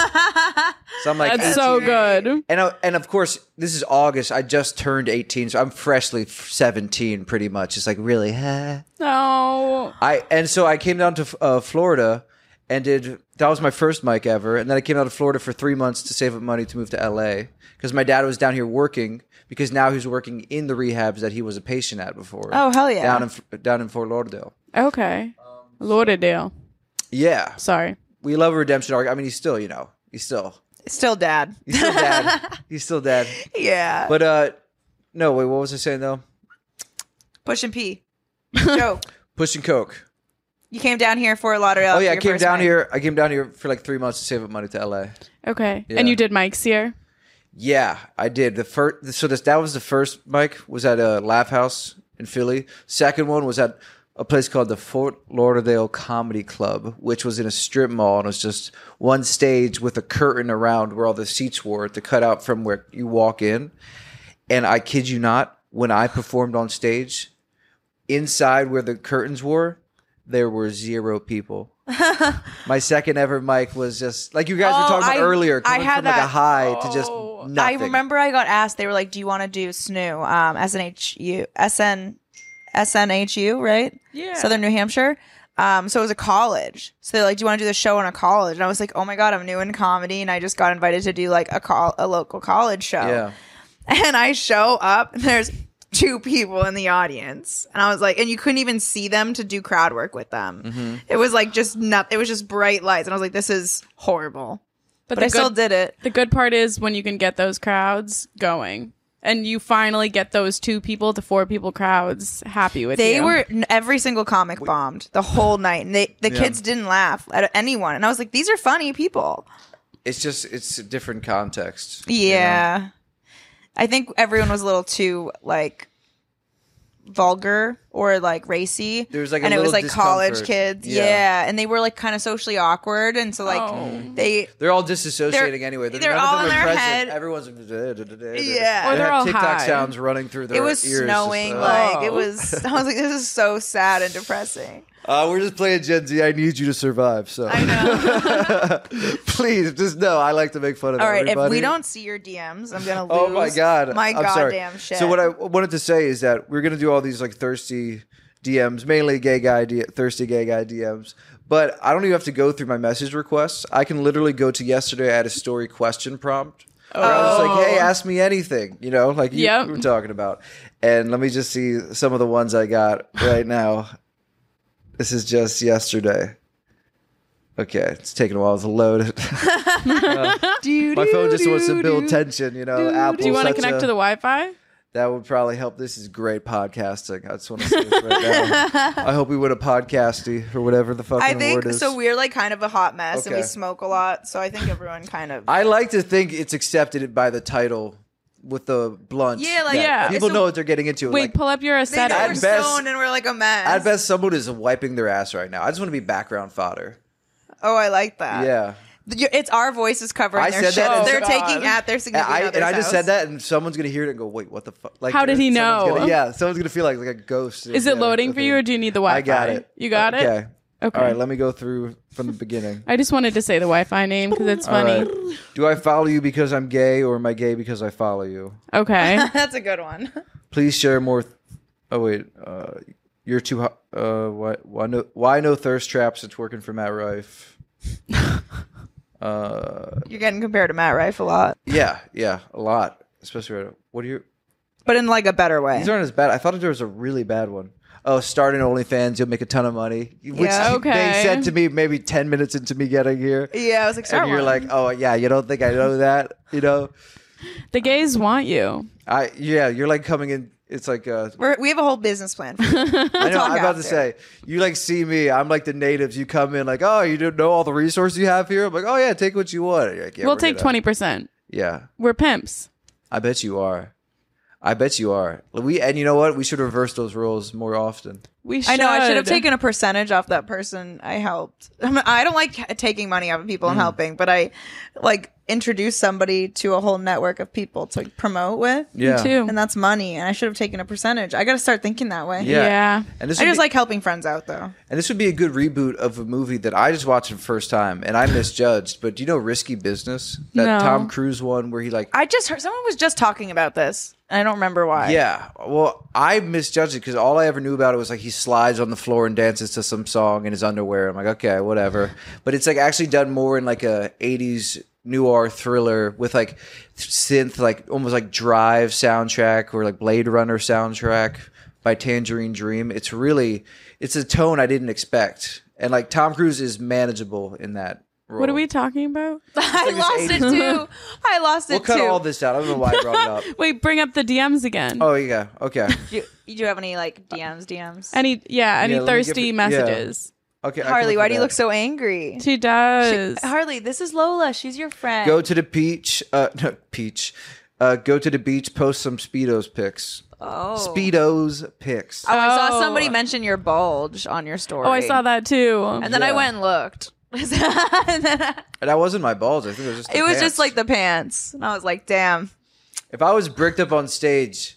A: so I'm like,
C: That's so good.
A: And I, and of course, this is August. I just turned 18, so I'm freshly 17, pretty much. It's like really. huh?
C: Oh,
A: I and so I came down to uh, Florida and did that was my first mic ever, and then I came down to Florida for three months to save up money to move to LA because my dad was down here working because now he's working in the rehabs that he was a patient at before.
B: Oh, hell yeah.
A: Down in down in Fort Lauderdale.
C: okay. Lauderdale.
A: Yeah,
C: Sorry.
A: we love a redemption arc. I mean, he's still you know he's still
B: Still dad.
A: he's still dad. he's still dad.
B: Yeah.
A: But uh, no wait, what was I saying though?
B: Pushing pee. Joke.
A: Pushing coke.
B: You came down here for Lauderdale.
A: Oh yeah,
B: for
A: I
B: your
A: came
B: first
A: down
B: night.
A: here. I came down here for like three months to save up money to LA.
C: Okay.
A: Yeah.
C: And you did Mike's here.
A: Yeah, I did. The first, so this that was the first mic was at a Laugh House in Philly. Second one was at a place called the Fort Lauderdale Comedy Club, which was in a strip mall and it was just one stage with a curtain around where all the seats were to cut out from where you walk in. And I kid you not, when I performed on stage, inside where the curtains were, there were zero people. My second ever mic was just like you guys were
B: Oh,
A: talking about
B: I-
A: earlier,
B: I
A: coming
B: had
A: from like a
B: that.
A: high to just
C: Oh.
A: nothing.
B: I remember I got asked, they were like, Do you want to do SNU? Um, SNHU, SN, SNHU, right?
C: Yeah.
B: Southern New Hampshire. Um, so it was a college. So they're like, Do you want to do the show in a college? And I was like, Oh my God, I'm new in comedy. And I just got invited to do like a, call a local college show.
A: Yeah.
B: And I show up, and there's two people in the audience. And I was like, and you couldn't even see them to do crowd work with them.
C: Mm-hmm.
B: It was like just not, it was just bright lights. And I was like, This is horrible.
C: But,
B: But,
C: the,
B: I
C: good,
B: still did it.
C: the good part is when you can get those crowds going. and you finally get those two people to four people crowds happy with
B: They
C: you.
B: were n- every single comic bombed the whole night, and they the kids didn't laugh at anyone. And I was like, these are funny people.
A: It's just it's a different context. you know?
B: Yeah, I think everyone was a little too like vulgar or like racy.
A: There was, like, a
B: and it was
A: little
B: like college
A: discomfort.
B: kids.
A: Yeah.
B: Yeah. and they were like kind of socially awkward, and so like
C: Oh.
B: they
A: They're all disassociating anyway. none
B: they're
A: of
B: all
A: them
B: in
A: are
B: their
A: present.
B: head.
A: Everyone's
B: Yeah.
C: Or
A: They
C: they're
A: had
C: all
A: TikTok
C: high.
A: sounds running through their
B: it was
A: ears.
B: snowing.
A: Just, uh,
B: Like it
C: Oh.
B: was. I was like, this is so sad and depressing.
A: Uh, we're just playing Gen Z. I need you to survive. So
B: I know.
A: please, just know I like to make fun of
B: All right,
A: everybody.
B: if we don't see your DMs, I'm gonna lose.
A: oh my god,
B: my
A: I'm sorry.
B: goddamn shit.
A: So what I wanted to say is that we're gonna do all these like thirsty DMs, mainly gay guy, D- thirsty gay guy DMs. But I don't even have to go through my message requests. I can literally go to yesterday. I had a story question prompt. Where I was like, "Hey, ask me anything," you know, like you
C: Oh. Yep.
A: were talking about. And let me just see some of the ones I got right now. This is just yesterday. Okay, it's taking a while to load. My phone just wants to build tension, you know. Apple.
C: Do you want to connect to the Wi-Fi?
A: That would probably help. This is great podcasting. I just want to say this right now. I hope we win a podcasty or whatever the fucking
B: I
A: word
B: think
A: is.
B: so. We're like kind of a hot mess, and we
A: Okay.
B: smoke a lot. So I think everyone kind of.
A: I like to think it's accepted by the title with the blunt.
B: Yeah, like-
A: that
C: Yeah.
A: people
B: so-
A: know what they're getting into.
C: Wait,
A: Like,
C: pull up your
B: they know we're
A: I'd
C: aesthetic.
A: best-
B: stoned and we're like a mess.
A: at best, someone is wiping their ass right now. I just want to be background fodder.
B: Oh, I like
C: Uh,
B: that.
A: yeah,
B: Y- it's our voices covering
A: I
B: their
A: said
B: shit.
A: that and-
B: They're
A: Oh,
B: taking at their
A: and
B: significant
A: I,
B: other's
A: and I just
B: house.
A: said that, and someone's gonna hear it and go, "Wait, what the fuck?" Like,
C: How did he
A: someone's
C: know?
A: gonna- yeah, someone's gonna feel like like a ghost.
C: Is it loading for you, or do you need the Wi-Fi?
A: I got it.
C: You got it.
A: Okay.
C: Okay.
A: All right. Let me go through from the beginning.
C: I just wanted to say the Wi-Fi name because it's funny.
A: All right. Do I follow you because I'm gay or am I gay because I follow you?
C: Okay.
B: That's a good one.
A: Please share more. Th- oh, wait. Uh, you're too hot. Uh, why, why, no, why no thirst traps? It's working for Matt Rife. uh,
B: You're getting compared to Matt Rife a lot,
A: yeah, yeah, a lot. Especially right What are you?
B: but in like a better way.
A: These aren't as bad. I thought there was a really bad one. Oh, start an OnlyFans, you'll make a ton of money. Which
B: Yeah.
A: they
C: Okay.
A: said to me maybe 10 minutes into me getting here.
B: yeah, I was like,
A: And
B: start
A: you're
B: one.
A: like, oh, yeah, you don't think I know that? You know?
C: the gays want you.
A: I yeah, you're like coming in. It's like uh,
B: We're, we have a whole business plan. For you.
A: I know.
B: talk
A: I'm about to
B: after.
A: say you like see me. I'm like the natives. You come in like, oh, you don't know all the resources you have here. I'm like, oh yeah, take what you want. You're like, yeah,
C: we'll
A: we're
C: take
A: gonna-
C: twenty percent.
A: Yeah,
C: We're pimps.
A: I bet you are. I bet you are. We and you know what? We should reverse those rules more often.
C: We. Should.
B: I know I should have taken a percentage off that person I helped. I'm not- I don't like ha- taking money off of people
A: Mm-hmm.
B: and helping, but I like introduce somebody to a whole network of people to promote with.
A: Yeah,
C: too.
B: And that's money, and I should have taken a percentage. I got to start thinking that way.
A: Yeah.
C: Yeah.
A: And this
B: I
A: would
B: just
A: be-
B: like helping friends out though.
A: and this would be a good reboot of a movie that I just watched for the first time and I misjudged. But do you know Risky Business? That
C: No.
A: Tom Cruise one where he like
B: I just heard someone was just talking about this. I don't remember why.
A: Yeah. Well, I misjudged it because all I ever knew about it was like he slides on the floor and dances to some song in his underwear. I'm like, okay, whatever. But it's like actually done more in like a 80s noir thriller with like synth, like almost like Drive soundtrack or like Blade Runner soundtrack by Tangerine Dream. It's really, it's a tone I didn't expect. And like Tom Cruise is manageable in that. Role.
C: What are we talking about?
B: I lost it too. I lost it
A: We'll cut
B: too.
A: all this out. I don't know why I brought it up.
C: Wait, bring up the DMs again.
A: Oh yeah, okay,
B: Do you, do you have any like DMs? DMs?
C: Any yeah, any
A: Yeah, let me
C: thirsty
A: give it- yeah.
C: messages.
A: okay. I can
B: Harley,
A: look
B: why
A: at
B: do you
A: that.
B: look so angry?
C: She does.
B: Harley, this is Lola. She's your friend.
A: go to the beach uh no peach uh go to the beach post some speedos pics
B: oh.
A: speedos pics
B: Oh, I saw
C: Oh.
B: somebody mention your bulge on your story.
C: oh, I saw that too.
B: And then I
A: Yeah.
B: went and looked. and then I-
A: and that wasn't my balls i think it was just the
B: it was
A: pants.
B: just like the pants. And I was like, damn.
A: if i was bricked up on stage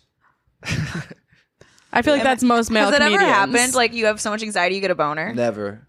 C: I feel like that's most male
B: Has that
C: comedians.
B: ever happened? Like you have so much anxiety you get a boner?
A: never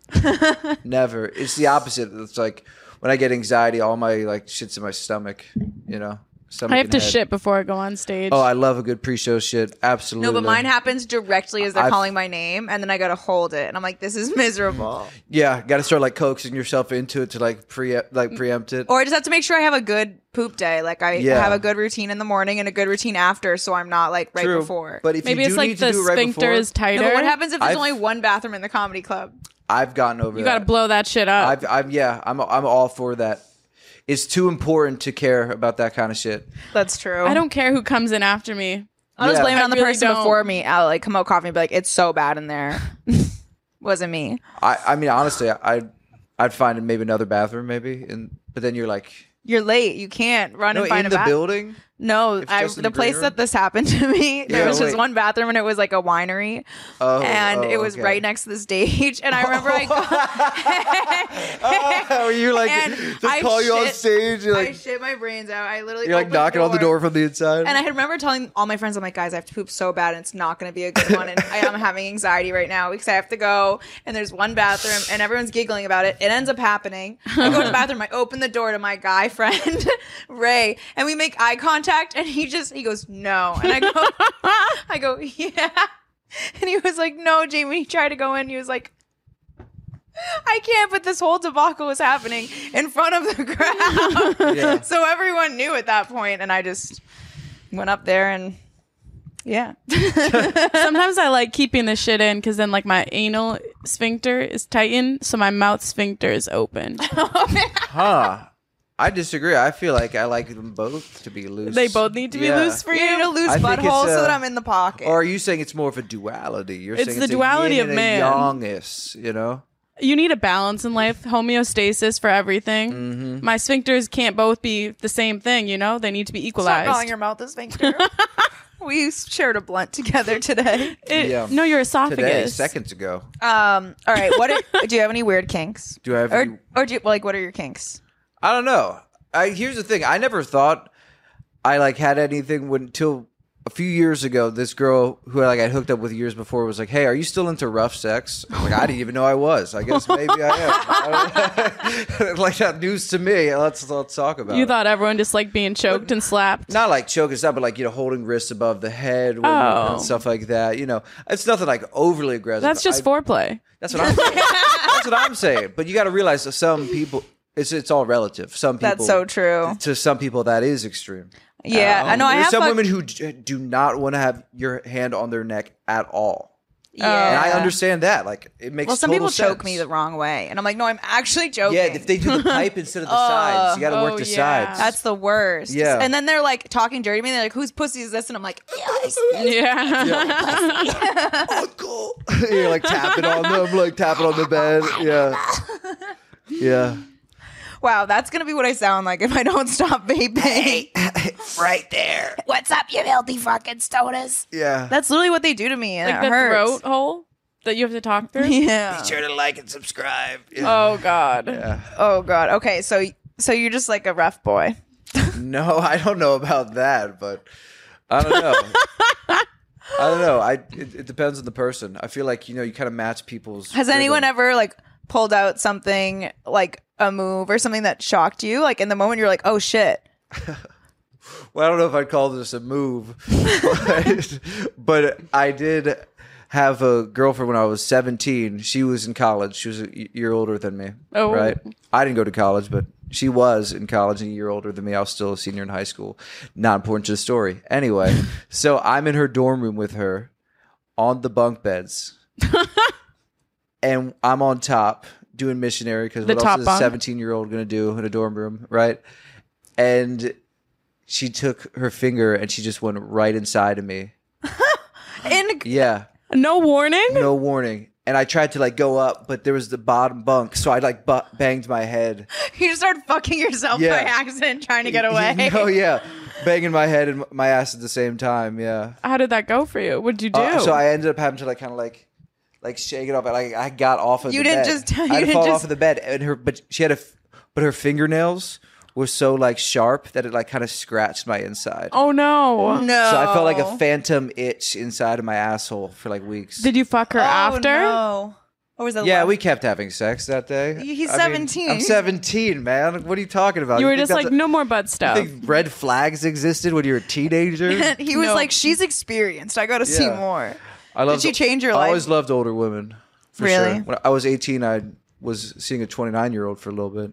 A: never it's the opposite it's like when i get anxiety all my like shit's in my stomach you know stomach
C: I have
A: and
C: to
A: head.
C: shit before I go on stage.
A: oh i love a good pre-show shit absolutely
B: No, but mine happens directly as they're
A: I've-
B: calling my name, and then I gotta hold it, and I'm like, "This is miserable."
A: yeah gotta start like coaxing yourself into it to like pre like preempt it
B: Or I just have to make sure I have a good poop day. Like I
A: Yeah.
B: have a good routine in the morning and a good routine after, so I'm not like right
A: True.
B: before.
A: but if
C: Maybe
A: you do
C: it's
A: need
C: like
A: to
C: the
A: do it right
C: sphincter
A: before,
C: is tighter.
B: No, but what happens if there's
A: I've-
B: only one bathroom in the comedy club?
A: i've gotten over
C: You
A: that
C: got to blow that shit up.
A: I've, I'm yeah, I'm I'm all for that. is too important to care about that kind of shit.
B: That's true.
C: I don't care who comes in after me.
B: I'll just
A: Yeah.
B: blame it
C: I
B: on the
C: really
B: person
C: don't.
B: before me. I'll like come out coughing and be like, it's so bad in there. Wasn't me.
A: I, I mean, honestly, I, I'd find maybe another bathroom, maybe, and but then you're like,
B: You're late. You can't run
A: no,
B: and find
A: in
B: a
A: the
B: bathroom.
A: building.
B: No,
A: If
B: I,
A: just in
B: the
A: the
B: place
A: green room?
B: that this happened to me, there
A: Yeah,
B: was just
A: wait.
B: one bathroom and it was like a winery,
A: Oh,
B: and
A: oh,
B: it was
A: okay.
B: right next to the stage. And I remember I,
A: Oh, you're like,
B: And
A: just
B: I
A: call you on
B: shit-
A: stage. You're
B: I
A: like,
B: shit my brains out. I literally
A: you're like
B: opened the
A: knocking on the door from the inside.
B: And I had remember telling all my friends, I'm like, guys, I have to poop so bad, and it's not going to be a good one. And I am having anxiety right now because I have to go, and there's one bathroom, and everyone's giggling about it. It ends up happening. I go to the bathroom, I open the door to my guy friend, Ray, and we make eye contact, and he just he goes, no, and I go, I go, yeah, and he was like, no, Jamie, he tried to go in, he was like. I can't, but this whole debacle was happening in front of the crowd.
A: Yeah.
B: So everyone knew at that point, and I just went up there and yeah.
C: Sometimes I like keeping the shit in because then like my anal sphincter is tightened, so my mouth sphincter is open.
B: Oh,
A: huh. I disagree. I feel like I like them both to be loose.
C: they both need to be
A: Yeah.
C: loose for
B: You
C: you.
B: need a loose
A: I think it's,
B: butthole so
A: uh,
B: that I'm in the pocket.
A: Or are you saying it's more of a duality? You're
C: It's
A: saying
C: the
A: it's
C: duality
A: a
C: of
A: yin and
C: man.
A: a yangness, you know.
C: You need a balance in life, homeostasis for everything.
A: Mm-hmm.
C: My sphincters can't both be the same thing, you know? They need to be
B: Stop
C: equalized.
B: calling your mouth a sphincter. we shared a blunt together today.
C: It-
A: Yeah.
C: No,
A: Today,
C: your esophagus.
A: seconds ago,
B: Um, all right. What are, do you have any weird kinks?
A: Do I have
B: or,
A: any-
B: or do you, like what are your kinks?
A: I don't know. I here's the thing. I never thought I like had anything when- until a few years ago. This girl who like I hooked up with years before was like, "Hey, are you still into rough sex?" I was like I didn't even know I was. I guess maybe I am. I don't- like that news to me. Let's let's talk about.
C: You
A: it.
C: thought everyone just liked being choked and slapped.
A: not like choking stuff, but like you know, holding wrists above the head when-
C: Oh.
A: and stuff like that. You know, it's nothing like overly aggressive.
C: That's just
A: I-
C: foreplay.
A: That's what I'm saying. that's what I'm saying. But you got to realize that some people, it's it's all relative. Some people,
B: That's so true.
A: To some people, that is extreme.
B: Yeah. I know I
A: Uh, There's
B: have
A: some
B: fucked-
A: women who d- do not want to have your hand on their neck at all,
B: yeah.
A: and I understand that. Like it makes
B: Well, some
A: total
B: people
A: sense.
B: choke me the wrong way, and I'm like, no, I'm actually joking.
A: Yeah, if they do the pipe instead of the sides, you got to
C: oh,
A: work the
C: yeah.
A: sides.
B: That's the worst.
A: Yeah.
B: And then they're like talking dirty to me. They're like, whose pussy is this? And I'm like,
C: Yeah.
A: uncle. You're like tapping on them, like tapping on the bed. Yeah. Yeah.
B: wow, that's going to be what I sound like if I don't stop vaping.
A: right there.
B: What's up, you healthy fucking stoners?
A: Yeah.
B: That's literally what they do to me. And
C: Like
B: it
C: the
B: hurts.
C: throat hole that you have to talk through.
B: Yeah.
A: to like and subscribe.
C: Oh God.
B: Oh, God. Okay. So, so you're just like a rough boy.
A: No, I don't know about that, but I don't know. I don't know. I it, it depends on the person. I feel like you know you kind of match people's.
B: Has anyone ever like pulled out something like a move or something that shocked you? Like in the moment, you're like, oh shit.
A: Well, I don't know if I'd call this a move, but, but I did have a girlfriend when I was 17. She was in college. She was a y- year older than me.
C: Oh.
A: Right? I didn't go to college, but she was in college and a year older than me. I was still a senior in high school. Not important to the story. Anyway, so I'm in her dorm room with her on the bunk beds. and I'm on top doing missionary because
C: The
A: what
C: top
A: else is a
C: bunk.
A: 17 year old going to do in a dorm room, right? And she took her finger and she just went right inside of me.
B: In
A: Yeah,
C: No warning.
A: no warning. And I tried to like go up, but there was the bottom bunk, so I like bu- banged my head.
B: you just started fucking yourself
A: Yeah.
B: by accident trying to get away.
A: Oh yeah, banging my head and my ass at the same time. Yeah.
C: How did that go for you? What'd you do?
A: Uh, so I ended up having to like kind of like like shake it off. I like I got off of
B: You
A: the
B: didn't
A: bed.
B: just tell-
A: I
B: you
A: had to
B: didn't
A: fall
B: just-
A: off of the bed, and her but she had a f- but her fingernails were so like sharp that it like kind of scratched my inside.
C: oh no.
B: no.
A: So I felt like a phantom itch inside of my asshole for like weeks.
C: Did you fuck her after?
B: Oh, No. Or was it
A: yeah,
B: love?
A: we kept having sex that day. mean,
B: He's 17.
A: I'm 17, man. What are you talking about?
C: You were
A: think
C: just
A: that's
C: like,
A: a-
C: no more butt
A: you
C: stuff.
A: think red flags existed when you were a teenager.
B: he was
C: No.
B: like, "She's experienced. I got to see
A: Yeah.
B: more."
A: I loved,
B: she change your
A: I
B: life?
A: always loved older women. For
B: Really?
A: Sure. When I was 18, I was seeing a 29 year old for a little bit.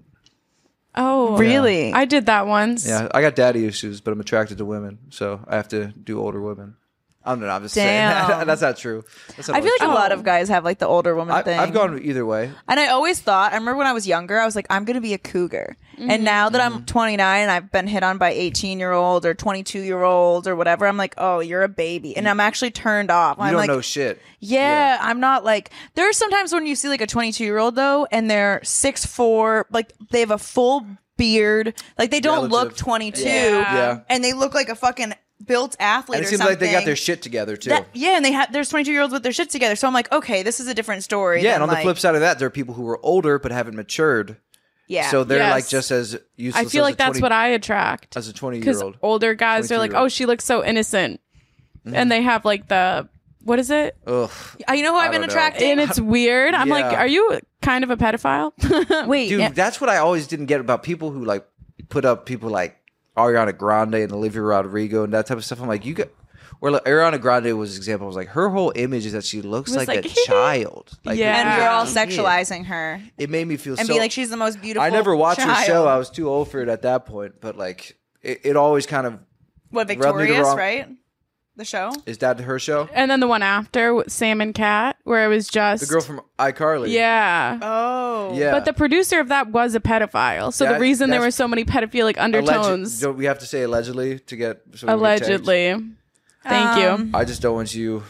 C: Oh,
B: Really?
C: I did that once.
A: Yeah, I got daddy issues, but I'm attracted to women, so I have to do older women. I don't know. I'm just saying
B: Damn.
A: that's not true. That's not
B: I feel
A: always
B: like
A: true.
B: a
C: Oh.
B: lot of guys have like the older woman
A: I,
B: thing.
A: I've gone either way.
B: And I always thought, I remember when I was younger, I was like, I'm going to be a cougar. And now that
A: Mm-hmm.
B: I'm 29 and I've been hit on by 18 year old or 22 year olds or whatever, I'm like, oh, you're a baby. And I'm actually turned off.
A: You
B: I'm
A: don't
B: like,
A: know shit.
B: yeah, I'm not like, there are sometimes when you see like a 22 year old though, and they're six four, like they have a full beard, like they don't look
A: Relative.
B: 22,
C: Yeah.
A: Yeah.
B: and they look like a fucking built athlete
A: And it
B: or
A: seems
B: something.
A: like they got their shit together too.
B: That- yeah, and they have there's 22 year olds with their shit together. So I'm like, okay, this is a different story.
A: yeah,
B: than,
A: and on the
B: like-
A: flip side of that, there are people who are older but haven't matured.
B: yeah.
A: So they're
C: Yes.
A: like just as useless.
C: I feel
A: as
C: like
A: a
C: that's
A: 20
C: what I attract.
A: as a twenty
C: Because
A: year old.
C: older guys, they're like,
A: 22-year-old.
C: oh, she looks so innocent.
A: Mm-hmm.
C: And they have like the, what is it?
A: Ugh.
B: Uh, you know who I've
A: I
B: been
A: don't know.
B: attracting?
C: And it's weird. I'm like,
A: Yeah.
C: are you kind of a pedophile?
B: Wait,
A: Dude,
B: yeah.
A: that's what I always didn't get about people who like put up people like Ariana Grande and Olivia Rodrigo and that type of stuff. I'm like, you got or like Ariana Grande was an example. I was like, her whole image is that she looks like,
C: Was like,
A: a child. Like,
C: Yeah.
B: and you're all
A: Yeah.
B: sexualizing her
A: It made me feel
B: and
A: so
B: be like, she's the most beautiful.
A: I never watched her show.
B: child.
A: I was too old for it at that point, but like it, it always kind of
B: What
A: rubbed me the
B: Victorious,
A: wrong-
B: right? The show.
A: is that her show?
C: and then the one after, with Sam and Cat, where it was just.
A: The girl from iCarly.
C: Yeah.
B: Oh,
A: Yeah.
C: But the producer of that was a pedophile. So the
A: That-
C: reason there were
A: that's-
C: so many pedophilic
A: Alleged-
C: undertones.
A: don't we have to say allegedly to get so we can get tagged?
C: allegedly. Thank you.
B: Um,
A: I just don't want you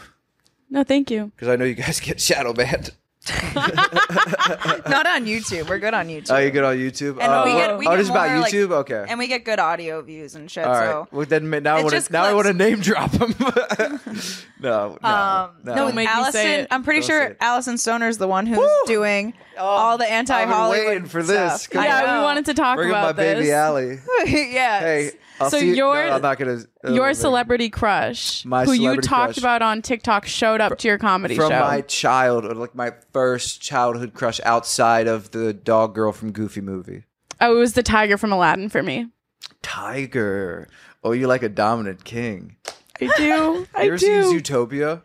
C: No, thank you.
A: because I know you guys get shadow banned.
B: Not on YouTube. We're good on YouTube.
A: Oh, you good on YouTube?
B: And
A: oh,
B: we get- we
A: oh,
B: get
A: this is about
B: more, like-
A: YouTube. okay.
B: and we get good audio views and shit.
A: All right.
B: So.
A: well, then ma- now I
B: It
A: want
B: just
A: to now I
B: clips.
A: want to name drop him. no, no,
B: Um,
A: no.
B: no,
C: Don't make me
B: Allison.
C: say it. Oh,
B: I'm pretty
A: Don't say
B: sure
A: it.
B: Allison Stoner's the one who's
A: Woo!
B: doing all the anti-Hollywood
A: waiting for this.
B: stuff.
A: Come
B: I
A: on.
C: Yeah,
B: know.
C: we wanted to talk
A: bring up
C: about
A: my
C: this.
A: baby Allie.
B: yes.
A: Hey, I'll
C: So
A: see you-
C: your-
A: no, I'm not gonna oh,
C: Your
A: wait.
C: celebrity crush,
A: My
C: who you
A: celebrity
C: talked
A: crush.
C: about on TikTok, showed up to your comedy
A: from
C: show.
A: my childhood, like my first childhood crush outside of the dog girl from Goofy movie.
C: oh, it was the tiger from Aladdin for me.
A: Tiger. Oh, you like a dominant king.
C: I do. I
A: You ever seen
C: do.
A: Zootopia?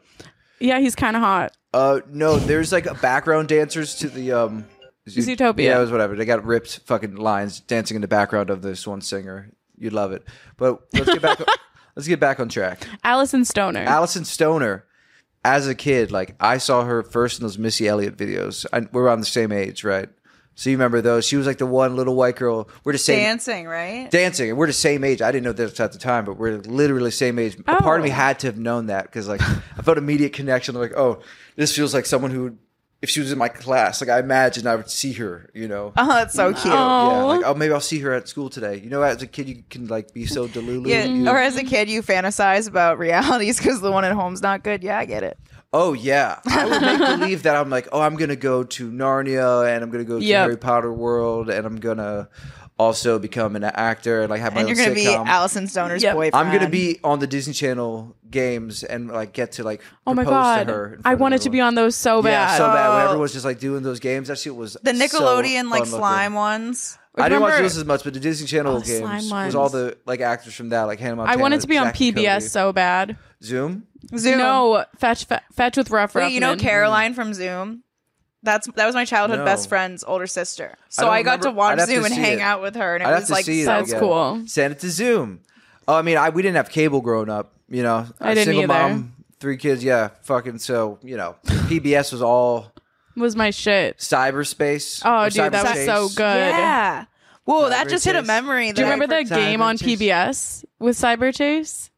C: yeah, he's kind of hot.
A: Uh, no, there's like a background dancers to the um Zoo-
C: Zootopia.
A: Yeah, it was whatever. They got ripped fucking lines dancing in the background of this one singer. You'd love it. But let's get back. let's get back on track.
C: Allison Stoner.
A: Allison Stoner, as a kid, like I saw her first in those Missy Elliott videos. I, we're around the same age, right? So you remember those? She was like the one little white girl. We're the same
B: dancing, right?
A: dancing, and we're the same age. I didn't know this at the time, but we're literally same age. A part of me
C: Oh.
A: had to have known that because like I felt immediate connection. Like, oh, this feels like someone who, if she was in my class, like I imagined I would see her. You know.
B: oh, that's so
A: Mm-hmm.
B: cute.
A: Yeah,
C: oh,
A: like oh, maybe I'll see her at school today. You know, as a kid, you can like be so delulu.
B: Yeah,
C: mm-hmm.
A: You-
B: or as a kid, you fantasize about realities because the one at home's not good. Yeah, I get it.
A: Oh yeah, I would make believe that I'm like, oh, I'm gonna go to Narnia and I'm gonna go to
C: Yep.
A: Harry Potter world and I'm gonna also become an actor and like have my
B: And
A: own
B: you're gonna
A: sitcom.
B: be Allison Stoner's
C: Yep.
B: boyfriend.
A: I'm gonna be on the Disney Channel games and like get to like
C: oh my
A: propose
C: god!
A: to her. in
C: I
A: front of
C: wanted to be
A: everyone.
C: on those so
A: Yeah,
C: bad.
A: so bad when
B: Oh.
A: everyone was just like doing those games. That shit was
B: the
A: so
B: Nickelodeon like
A: fun-looking.
B: slime ones.
A: I didn't watch
C: Remember-
A: those as much, but the Disney Channel
C: Oh, the slime
A: games was
C: ones.
A: all the like actors from that, like Hannah Montana.
C: I wanted to be on
A: Zack and
C: PBS
A: Cody.
C: so bad.
A: Zoom.
B: Zoom.
C: No, fetch, fe- fetch with rough.
B: Wait, you know
C: Ruffman.
B: Caroline from Zoom? That's that was my childhood
A: No.
B: best friend's older sister. So
A: don't
B: I, got
A: remember-
B: to watch
A: I'd have to
B: Zoom and
A: see
B: hang
A: it.
B: out with her, and it
A: I'd have
B: was
A: to
B: like
A: see it
B: so
C: That's
A: again.
C: cool.
A: Send it to Zoom. Oh, I mean, I we didn't have cable growing up. You know,
C: I didn't
A: single
C: either.
A: mom, three kids. Yeah, fucking. So you know, PBS was all
C: Was my shit.
A: cyberspace.
C: Oh,
A: or
C: dude, that was
A: cyberchase.
C: so good.
B: Yeah. Whoa, that
A: Cyber
B: just hit a
A: Chase.
B: memory.
C: Do you
B: that I
C: remember
B: for-
C: that game on
A: Cyber Chase.
C: PBS with Cyber Chase?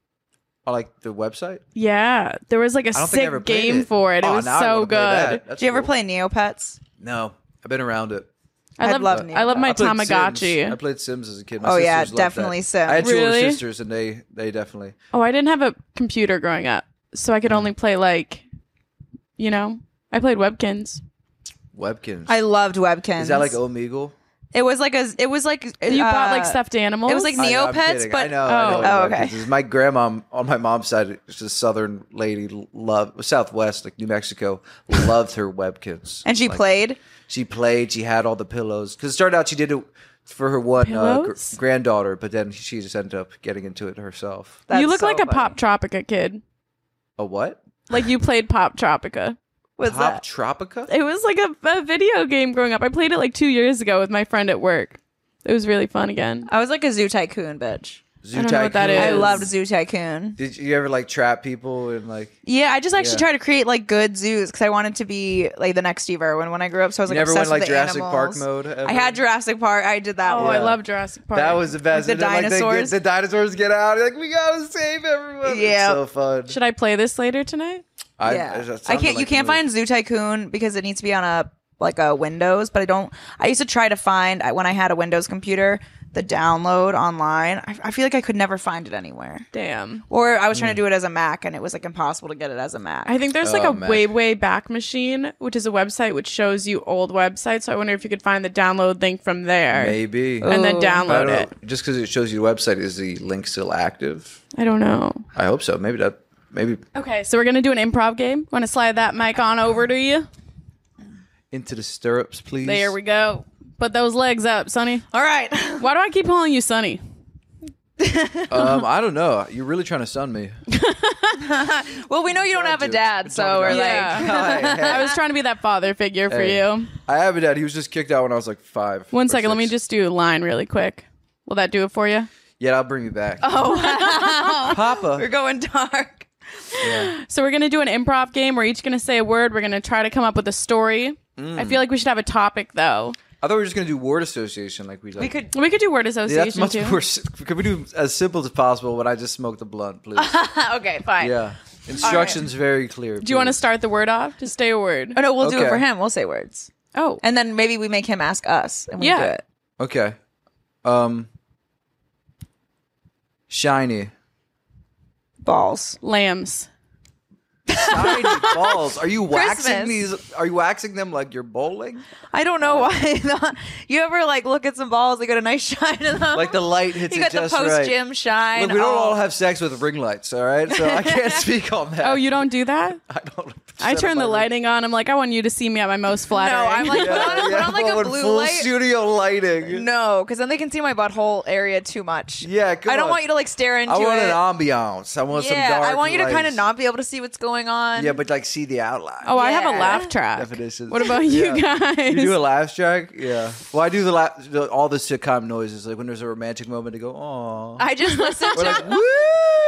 A: Oh, like the website.
C: Yeah, there was like a
A: I don't think I ever
C: sick
A: played
C: game
A: it.
C: for it. It
A: Oh,
C: was
A: now I
C: so
A: wanna play that.
C: good.
A: That's
B: Do you ever
A: cool.
B: play Neopets?
A: No, I've been around it.
C: I
B: I'd
C: love,
B: love
C: I love my
A: I played Sims. I
C: Tamagotchi.
A: played Sims as a kid. My
B: Oh,
A: sisters
B: yeah,
A: loved
B: definitely
A: that.
B: Sims.
A: I had two
C: Really?
A: older sisters, and they they definitely.
C: Oh, I didn't have a computer growing up, so I could only play like, you know, I played Webkins.
A: Webkins.
B: I loved Webkins.
A: Is that like Omegle?
B: it was like a it was like
C: You
B: uh,
C: bought like stuffed animals.
B: it was like
A: I know, I'm
B: Neopets,
A: kidding.
B: but-
A: I know. I know
C: Oh.
A: what
B: Oh,
A: Webkins
B: okay.
A: is. My grandma on my mom's side is a southern lady, love Southwest, like New Mexico, loved her Webkins.
B: and she
A: Like,
B: played.
A: She played. She had all the pillows. Because it started out she did it for her one uh, gr-
C: Pillows?
A: granddaughter, but then she just ended up getting into it herself.
B: That's
C: you look
B: so
C: like a
B: funny.
C: Pop Tropica kid.
A: A what?
C: Like you played Pop Tropica.
B: Was
A: Pop
B: that?
A: Tropica?
C: It was like a, a video game growing up. I played it like two years ago with my friend at work. It was really fun again.
B: I was like a zoo tycoon bitch.
A: Zoo
C: I don't know what that
B: I
A: Tycoon?
C: is.
B: loved Zoo Tycoon.
A: Did you ever like trap people and like?
B: Yeah, I just actually
A: Yeah.
B: tried to create like good zoos because I wanted to be like the next Steve Irwin when I grew up. So I was like
A: Never went,
B: obsessed with
A: like,
B: the
A: Jurassic Park
B: animals.
A: mode ever?
B: I had Jurassic Park. I did that
C: Oh,
B: one.
C: I
A: Yeah.
C: love Jurassic Park.
A: That was the best.
B: the
A: And then, like, they get-
B: dinosaurs.
A: the dinosaurs get out. Like we gotta save everyone.
B: Yeah.
A: it's so fun.
C: Should I play this later tonight?
A: I, it
B: yeah.
A: sounded
B: I can't.
A: like
B: you
A: a
B: can't
A: movie.
B: find Zoo Tycoon because it needs to be on a like a Windows. But I don't. I used to try to find I- when I had a Windows computer the download online. I, I feel like I could never find it anywhere.
C: Damn.
B: Or I was trying
A: Hmm.
B: to do it as a Mac, and it was like impossible to get it as a Mac.
C: I think there's like
A: Oh,
C: a
A: Mac.
C: way way back machine, which is a website which shows you old websites. So I wonder if you could find the download link from there
A: maybe.
C: and then
B: Ooh.
A: I don't
C: download
A: know.
C: it.
A: Just because it shows you the website, is the link still active?
C: I don't know.
A: I hope so. Maybe that. Maybe
C: Okay, so we're gonna do an improv game. Want to slide that mic on over to you?
A: into the stirrups, please.
C: There we go. Put those legs up, Sonny.
B: All right.
C: Why do I keep calling you Sonny?
A: Um, I don't know. You're really trying to stun me.
B: well, we know you don't have a
A: to.
B: dad,
A: We're
B: so
A: talking
B: we're
A: about-
B: like.
C: Yeah. I
A: I
C: was trying to be that father figure for
A: Hey.
C: you.
A: have a dad. He was just kicked out when I was like five.
C: One
A: or
C: second, let me
A: six.
C: just do a line really quick. Will that do it for you?
A: Yeah, I'll bring you back.
B: Oh,
A: Papa.
B: we're going dark.
C: So we're gonna do an improv game. We're each gonna say a word. We're gonna try to come up with a story.
A: Hmm.
C: I feel like we should have a topic though.
A: I thought we were just gonna do word association, like we like.
B: We could.
C: We could do word
A: Yeah,
C: association
A: that's much
C: too.
A: more. s- Could we do as simple as possible? When I just smoked the blunt, please.
B: okay, fine.
A: yeah, instructions very clear.
C: do you want to start the word off? Just say a word.
B: Oh no, we'll do it
A: Okay.
B: for him. Well say words,
C: Oh,
B: and then maybe we make him ask us, and we
C: Yeah.
B: do it.
A: Okay. Um. Shiny.
B: Balls.
C: lambs.
A: Shiny balls. Are you waxing
B: Christmas.
A: these? Are you waxing them like you're bowling?
B: I don't know why. the- you ever like look at some balls? They got a nice shine to them.
A: Like the light hits
B: you
A: it
B: got the
A: just
B: post
A: right.
B: gym shine.
A: Look, we don't
B: Oh.
A: all have sex with ring lights, all right? So I can't speak on that.
C: Oh, you don't do that?
A: I don't.
C: I turn the lighting on. I'm like, I want you to see me at my most
B: No,
C: flattering.
B: I'm like put on, put on like
A: with
B: a blue
A: full
B: light.
A: studio lighting.
B: No, because then they can see my butthole area too much.
A: Yeah, come
B: I don't
A: on.
B: want you to like stare into
A: I want
B: it.
A: an ambiance. I want some
B: yeah,
A: dark.
B: I want you to kind of
A: lights.
B: not be able to see what's going on.
A: Yeah, but like see the outline.
C: oh, I have a
B: Yeah.
C: laugh track.
A: Definitions.
C: What about you
A: Yeah.
C: guys?
A: You do a laugh track, yeah. Well, I do the, la- the all the sitcom noises, like when there's a romantic moment, to go, "Aw."
B: I just listen
A: We're
B: to.
A: like, "Woo!"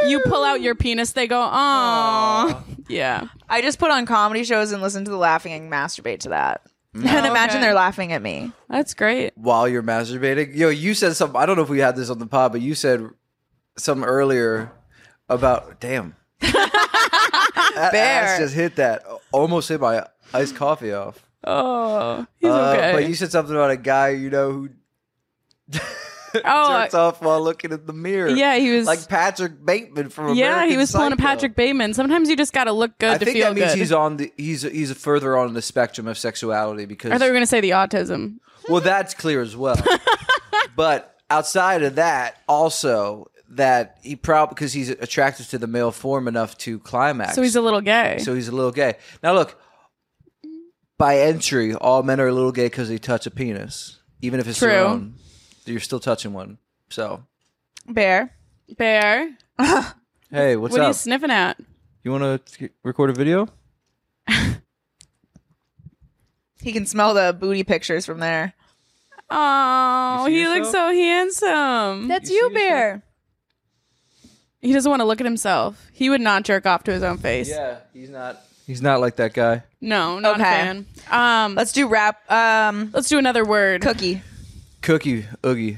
C: You pull out your penis. They go, oh, yeah.
B: I just put on comedy shows and listen to the laughing and masturbate to that.
A: Mm.
B: And imagine
C: Okay.
B: they're laughing at me.
C: That's great.
A: while you're masturbating. Yo, you said something. I don't know if we had this on the pod, but you said something earlier about damn. that
B: Bear.
A: ass just hit that. Almost hit my iced coffee off.
C: Oh, he's
A: Uh,
C: okay.
A: But you said something about a guy you know who
C: oh,
A: jerks off while looking in the mirror.
C: yeah, he was.
A: like Patrick Bateman from
C: yeah, he
A: American
C: was pulling a
A: Psycho.
C: Patrick Bateman. Sometimes you just gotta look good
A: I
C: to
A: think
C: feel
A: that means
C: good.
A: he's on the he's he's further on the spectrum of sexuality because
C: I thought you were gonna say the autism.
A: Well, that's clear as well. but outside of that, also that he probably because he's attracted to the male form enough to climax.
C: So he's a little gay.
A: so he's a little gay. Now look, by entry, all men are a little gay because they touch a penis, even if it's their
C: True.
A: own. You're still touching one. So
B: Bear.
C: Bear,
A: hey, what's
C: what are you
A: up?
C: sniffing at?
A: You, want to record a video?
B: He can smell the booty pictures from there.
C: Oh,
A: You see
C: he looks so handsome.
B: That's
A: You
B: you,
A: see this
B: Bear.
C: he doesn't want to look at himself. He would not jerk off to his own face.
A: Yeah, he's not. He's not like that guy.
C: No, not a
B: Okay.
C: fan. Um, let's,
B: Let's do rap. Um,
C: do another word.
B: cookie.
A: Cookie, oogie,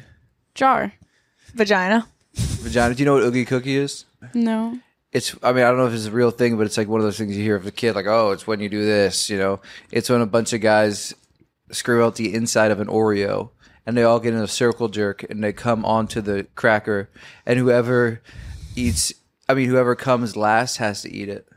C: Jar.
B: Vagina.
A: vagina. Do you know what oogie cookie is?
C: No.
A: it's I mean, I don't know if it's a real thing, but it's like one of those things you hear of a kid, like, oh, it's when you do this, you know. It's when a bunch of guys screw out the inside of an Oreo and they all get in a circle jerk and they come onto the cracker and whoever eats I mean, whoever comes last has to eat it.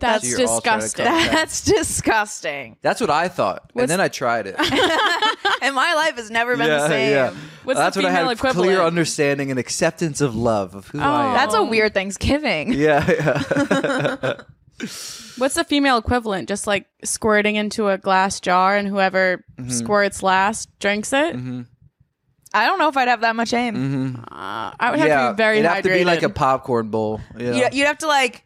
C: That's
A: you're all trying to
C: disgusting.
A: cover-
B: That's disgusting.
A: That's what I thought.
C: What's-
A: and then I tried it.
B: And my life has never been the same.
C: What's
A: That's
C: the
A: what I had
C: female
A: a clear
C: equivalent?
A: understanding and acceptance of love of who I am.
B: That's a
C: Um,
B: weird Thanksgiving.
A: yeah, yeah.
C: What's the female equivalent? Just like squirting into a glass jar and whoever
A: Mm-hmm.
C: squirts last drinks it?
B: I don't know if I'd have that much aim.
A: Mm-hmm.
C: Uh, I would have
A: yeah.
C: to be very
A: It'd
C: hydrated.
A: have to be like a popcorn bowl. Yeah.
B: You'd, you'd have to like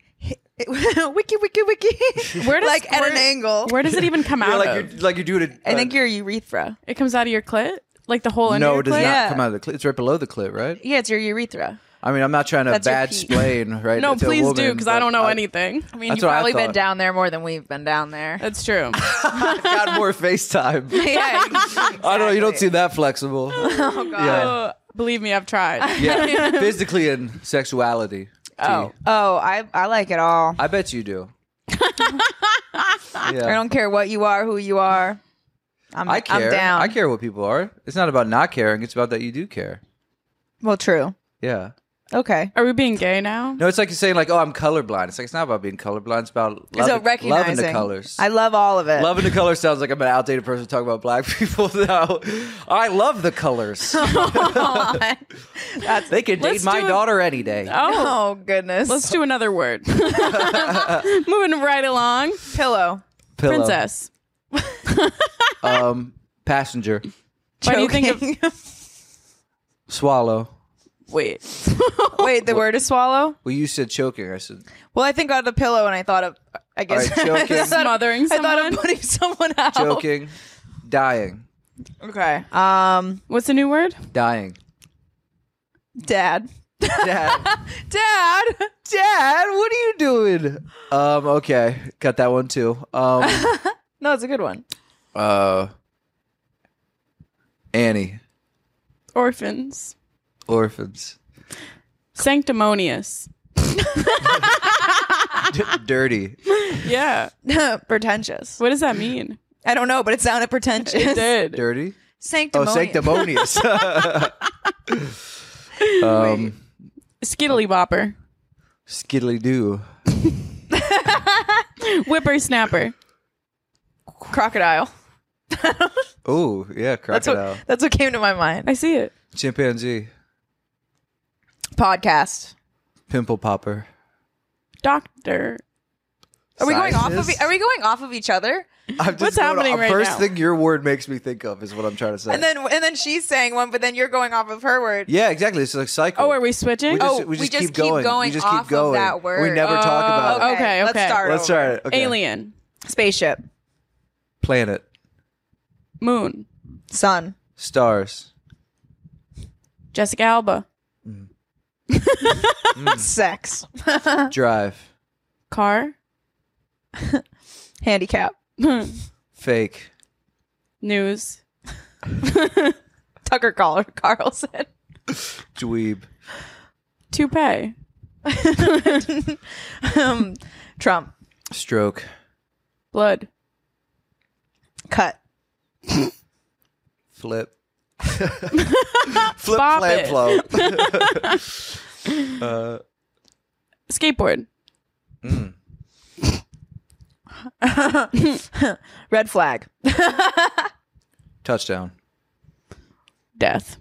B: wiki wiki wiki.
C: Where does
B: like at an
C: squirt-
B: angle?
C: Where does it even come
A: Yeah,
C: out
A: like
C: of?
A: you're like you're doing it.
B: I think your urethra.
C: It comes out of your clit? Like the whole under
A: no,
C: your
A: it does
C: clit?
A: not
B: Yeah.
A: come out of the clit. It's right below the clit, right?
B: Yeah, it's your urethra.
A: I mean, I'm not trying to
B: That's your
A: bad
B: peak.
A: splain, right?
C: No,
A: to a
C: please do
A: woman,
C: because I
A: but
C: don't know anything.
B: I mean,
A: That's
B: you've
A: what I
B: probably been
A: thought.
B: down there more than we've been down there.
C: That's true.
A: I've got more FaceTime.
B: yeah,
A: I don't know. You don't
B: exactly.
A: seem that flexible.
B: Oh god.
C: Uh, believe me, I've tried.
A: Yeah, physically and sexuality.
C: Oh.
A: T.
B: Oh, I I like it all.
A: I bet you do. yeah.
B: I don't care what you are, who you are. I'm,
A: I care.
B: am down.
A: I care what people are. It's not about not caring. It's about that you do care.
B: Well, true.
A: Yeah.
B: Okay.
C: Are we being gay now?
A: No, it's like you're saying like, oh, I'm colorblind. It's like it's not about being colorblind. It's about loving,
B: so recognizing
A: loving the colors.
B: I love all of it.
A: loving the colors sounds like I'm an outdated person talking about black people now. I love the colors. they could date
C: Let's
A: my
C: do a-
A: daughter any day.
C: Oh,
B: oh goodness.
C: let's do another word. Moving right along.
B: pillow.
A: Pillow.
C: Princess.
A: Um, passenger.
C: Why do you think
B: Choking.
C: of-
A: Swallow.
C: Wait.
B: Wait, the word is swallow.
A: Well, you said choking. I said
B: Well, I think on the pillow, and I thought of. I guess
A: All right, choking.
B: I, thought of,
C: Smothering
B: I thought
C: someone.
B: of putting someone out.
A: choking, dying,
B: Okay. Um,
C: What's a new word?
A: dying.
B: dad.
A: Dad, Dad,
B: Dad.
A: what are you doing? Um, okay, got that one too. Um,
B: No, it's a good one.
A: uh, Annie,
C: Orphans.
A: orphans,
C: Sanctimonious.
A: D- dirty,
C: Yeah.
B: pretentious.
C: What does that mean?
B: I don't know, but it sounded
C: It
B: pretentious.
C: did.
A: dirty. Oh,
B: Sanctimonious.
A: sanctimonious. um,
C: Skittily bopper.
A: skiddly doo,
C: Whippersnapper.
B: Crocodile.
A: Oh yeah,
B: That's what.
A: crocodile,
B: That's what came to my mind.
C: I see it.
A: chimpanzee,
B: Podcast.
A: pimple popper.
C: Doctor.
B: Are we going off of? e,
A: Sizes?
B: Are we going off of each other?
A: I'm just
C: What's
A: going
C: happening
A: off-
C: right
A: First
C: now?
A: thing your word makes me think of is what I'm trying to say.
B: And then and then she's saying one, but then you're going off of her word.
A: yeah, exactly. It's like cycle.
C: Oh, are we switching?
A: We just,
B: Oh,
A: we just keep, going. We just
B: off
A: keep
B: of
A: going.
B: that
A: We
B: word.
A: never talk about
C: Oh,
A: it.
C: okay.
B: Let's
C: okay.
B: start.
A: Let's
B: over.
A: start it. Okay.
C: Alien.
B: Spaceship,
A: Planet.
C: Moon.
B: sun,
A: Stars.
C: Jessica Alba.
B: sex,
A: Drive.
C: Car.
B: handicap,
A: Fake.
C: News.
B: Tucker Carl- Carlson,
A: Dweeb.
C: Toupee.
B: um, Trump,
A: Stroke.
C: Blood.
B: cut,
A: Flip. Flip,
C: Bop
A: flam,
C: it.
A: flow.
C: Skateboard.
B: red flag,
A: Touchdown.
C: Death.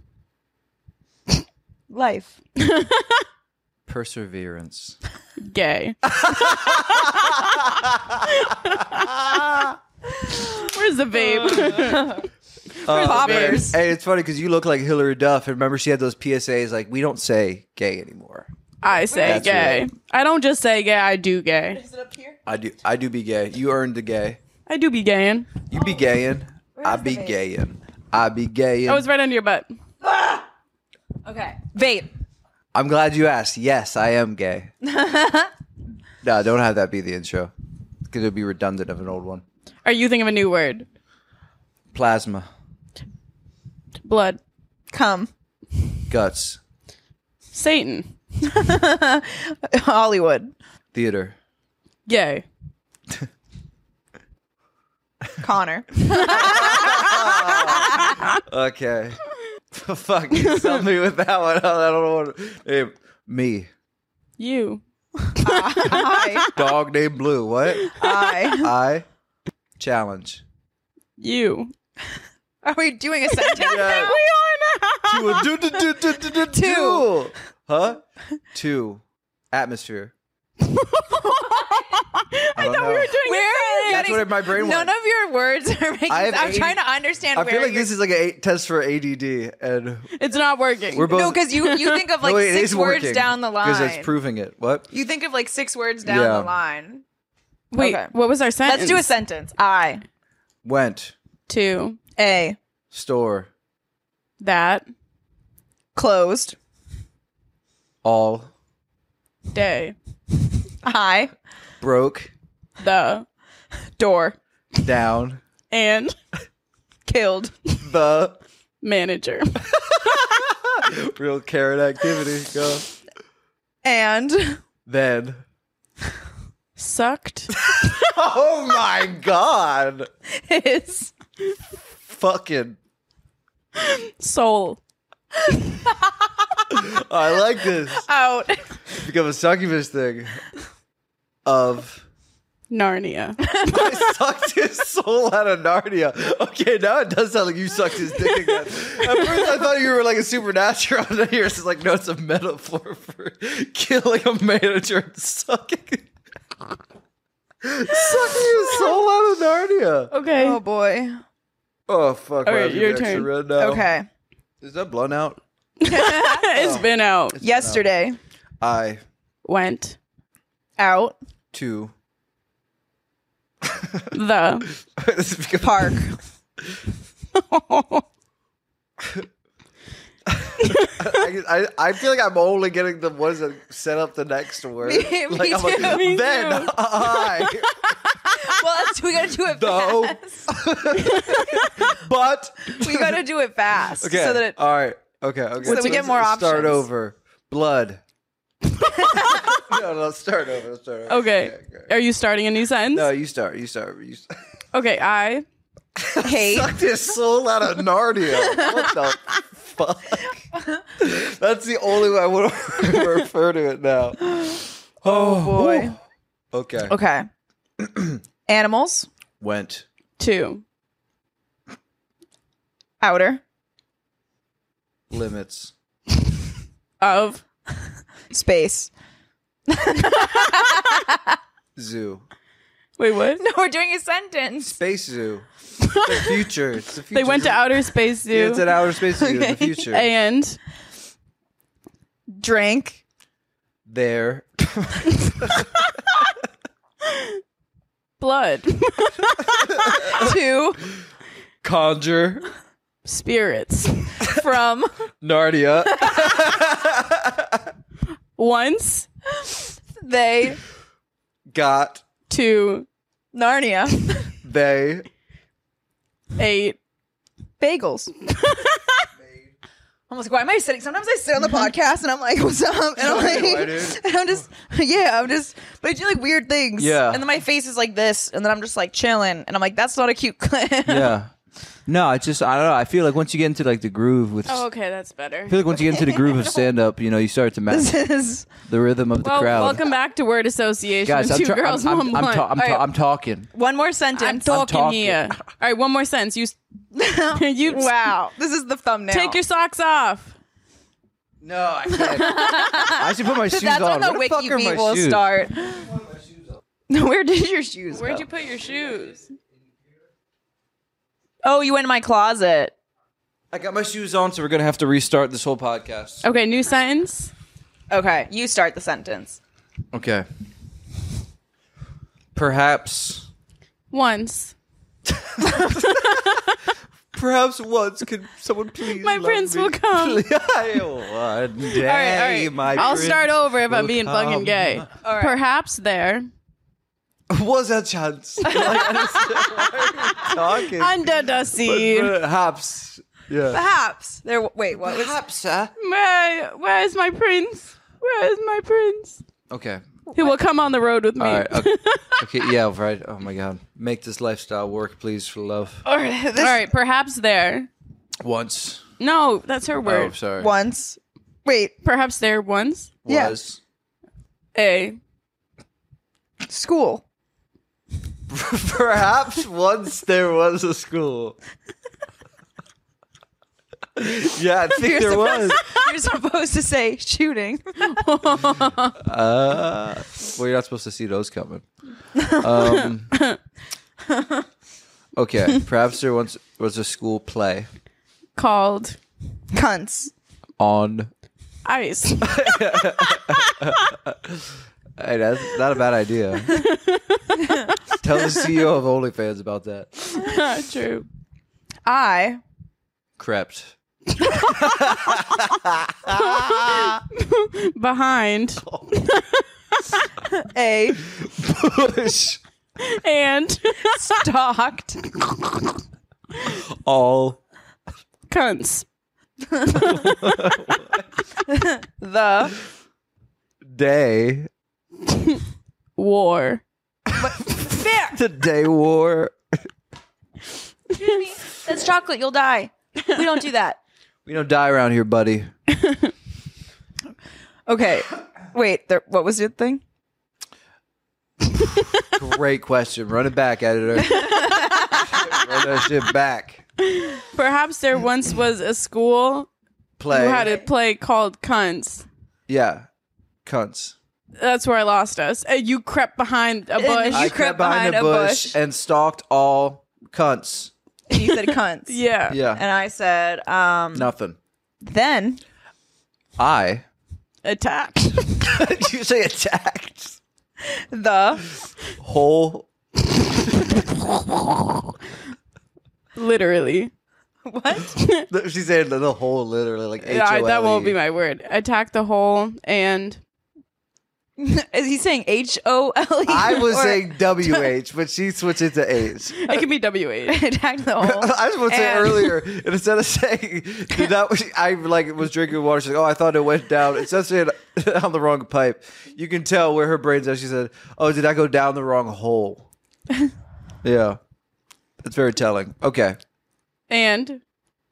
B: life,
A: Perseverance.
C: Gay. Where's the
B: Uh,
C: babe?
B: poppers.
A: Hey, it's funny because you look like Hillary Duff. And remember, she had those PSAs like, we don't say gay anymore.
C: I say
A: That's
C: gay.
A: right.
C: I don't just say gay, I do gay.
B: Is it up here?
A: I do I do be gay. You earned the gay.
C: I do be gayin'.
A: You be gayin'. I
B: is the
A: be
B: vape?
A: gayin'. I be gayin'.
C: I was right under your butt.
B: Okay, vape,
A: I'm glad you asked. Yes, I am gay. no, don't have that be the intro. Because it'd be redundant of an old one.
C: Are you thinking of a new word?
A: Plasma,
C: Blood.
B: come,
A: guts,
C: Satan.
B: Hollywood,
A: theater,
C: Gay.
B: Connor,
A: Okay. Fuck, help me with that one. I don't know what. Hey, me.
C: You.
B: I,
A: Dog named Blue. What? I.
B: I.
A: Challenge.
C: You.
B: Are we doing a sentence?
A: Yeah. Two. do- do- do- do- do- do- do. Huh? Two. Atmosphere. I, don't know.
B: Where are you
A: That's
B: getting?
A: what my brain
B: None
A: went.
B: of your words are making.
A: I have
B: I'm
A: AD
B: trying to understand.
A: I
B: where
A: feel like
B: you're
A: this is like a test for ADD, and
C: It's not working.
A: we're both.
B: No, because you you think of like
A: No, it
B: six
A: is
B: words
A: working,
B: down the line.
A: Because it's proving it. What?
B: you think of like six words down
A: Yeah.
B: the line.
C: Wait,
B: Okay.
C: what was our sentence?
B: Let's do a sentence. I
A: Went.
C: Two.
B: a
A: Store.
C: That.
B: closed
A: all
C: day.
B: Hi.
A: broke
C: The door
A: down
C: and
B: Killed.
A: the
C: manager.
A: real carrot activity. Go.
B: And
A: Then.
C: Sucked
A: Oh my god!
B: his
A: Fucking.
C: soul
A: I like this.
B: out.
A: Become a succubus thing. Of.
C: Narnia.
A: I sucked his soul out of Narnia. Okay, now it does sound like you sucked his dick again. At first, I thought you were like a supernatural. And here it's like, no, it's a metaphor for killing a manager and sucking. sucking his soul out of Narnia.
C: Okay.
B: Oh boy.
A: Oh fuck!
C: All
A: I
C: right,
A: have to be
C: your
A: extra
C: turn.
A: red now.
B: Okay.
A: Is that blown out?
C: it's been out.
B: Yesterday,
A: I
C: Went
B: out
A: too.
C: the
A: This is because-
B: park.
A: I, I, I feel like I'm only getting the ones that set up the next word.
B: Me- me
A: like, I'm like,
B: too.
C: Me
A: then
C: too.
A: I
B: well, that's, we gotta do it
A: though,
B: fast.
A: but
B: We gotta do it fast
A: okay.
B: so that it
A: all right. Okay. Okay.
B: So that we get more
A: let's Start
B: options.
A: over. Blood. no, no. Start over. Let's start over.
C: okay.
A: okay.
C: Are you starting a new sentence?
A: No, you start. You start. You start.
C: Okay, I
B: hate.
A: Sucked his soul out of Narnia. What the fuck? That's the only way I would refer to it now. Oh
B: boy.
A: Okay.
B: Okay. Animals,
A: Went
C: two
B: outer,
A: limits.
C: of
B: space.
A: Zoo.
C: wait what?
B: No, we're doing a sentence.
A: Space zoo. The future. It's the future.
C: They went to outer space zoo
A: It's an outer space zoo. in The future.
C: and
B: Drink,
A: There.
C: blood,
B: two,
A: Conjure.
C: spirits.
B: from,
A: Narnia.
C: Once
B: they,
A: Got.
C: to
B: Narnia,
A: They.
C: eight
B: bagels. I'm like, why am I sitting? Sometimes I sit on the podcast and I'm like, what's up? And I'm
A: Why,
B: like,
A: dude?
B: and I'm just, yeah, I'm just, but I do like weird things.
A: Yeah.
B: And then my face is like this, and then I'm just like chilling, and I'm like, that's not a cute clip.
A: Yeah. No, I just I don't know. I feel like once you get into like the groove with
C: Oh okay, that's better.
A: I feel like once you get into the groove of stand up, you know, you start to
B: This
A: match
B: is
A: the rhythm of the
C: Well,
A: crowd.
C: welcome back to Word Association.
A: Guys, I'm,
C: two
A: try-
C: girls,
A: I'm,
C: one
A: I'm, I'm,
C: blunt.
A: ta- I'm,
C: All
A: ta-
C: right,
A: I'm talking.
B: one more
C: I'm
B: sentence.
C: talking,
A: talking.
C: here. All right, one more sentence. You s- you
B: wow. This is the thumbnail.
C: take your socks off.
A: No, I can't. I should put my shoes
B: That's
A: on.
B: when the
A: Where the
B: wiki
A: fuck are
B: beat
A: my
B: will
A: shoes?
B: start. Where did your shoes
C: Where'd
B: go?
C: you put your shoes?
B: Oh, you went in my closet.
A: I got my shoes on, so we're gonna have to restart this whole podcast.
C: Okay, new sentence.
B: Okay, you start the sentence.
A: Okay. Perhaps,
C: Once
A: perhaps once could someone please?
C: my
A: love
C: prince
A: me?
C: will come.
A: One day,
C: All right, all right.
A: my
C: I'll
A: prince
C: start over if I'm
A: will
C: being fucking
A: come.
C: gay.
B: All right.
C: Perhaps there
A: Was a chance. Like, I don't- why are you talking?
C: under the sea.
A: uh, Perhaps. Yeah.
B: Perhaps there. Wait, what was?
A: Perhaps, sir.
C: Where, where is my prince? Where is my prince?
A: Okay.
C: He will come on the road with me.
A: All right. Okay. okay. Yeah. Right. Oh my God. Make this lifestyle work, please, for love.
B: All right, this
C: All right, perhaps there.
A: Once.
C: No, that's her
A: Oh,
C: word.
A: sorry.
B: once. Wait,
C: Perhaps there once
B: Yeah.
A: Was
C: a
B: school.
A: perhaps once there was a school. yeah, I think there was.
B: You're supposed to say shooting.
A: Uh, well, you're not supposed to see those coming. Um, okay, perhaps there once was a school play
C: called
B: Cunts.
A: on.
C: ice.
A: Hey, that's not a bad idea. Tell the CEO of OnlyFans about that.
C: True.
B: I
A: Crept
C: behind
B: A
A: Push
C: and
B: stalked.
A: all.
C: cunts.
B: The
A: day
C: War.
A: the day war.
B: that's chocolate. You'll die. We don't do that.
A: We don't die around here, buddy.
B: Okay. Wait. There, what was your thing?
A: Great question. Run it back, editor. Run that shit back.
C: Perhaps there once was a school who
A: Play.
C: had a play called Cunts.
A: yeah. Cunts.
C: That's where I lost us. Uh, you crept behind a bush.
B: you-
A: I
B: crept
A: crept behind,
B: behind
A: a
B: a
A: bush,
B: bush.
A: and stalked all cunts.
B: And you said cunts.
C: yeah.
A: Yeah.
B: And I said, um,
A: Nothing.
B: then
A: I.
C: Attacked.
A: you say attacked.
B: the
A: Whole.
C: Literally.
B: what?
A: She said the whole literally like H O L
C: I,
A: E.
C: that won't be my word. Attack the whole and
B: Is he saying H O L E?
A: I was
B: or
A: saying W H, but she switched it to H.
C: it can be WH.
B: attacked the whole.
A: I was about to say
B: And-
A: earlier, instead of saying did that, was- I like was drinking water. She's like, "Oh, I thought it went down." Instead of saying on the wrong pipe, you can tell where her brain's at. She said, "Oh, did I go down the wrong hole?" yeah, it's very telling. Okay,
C: And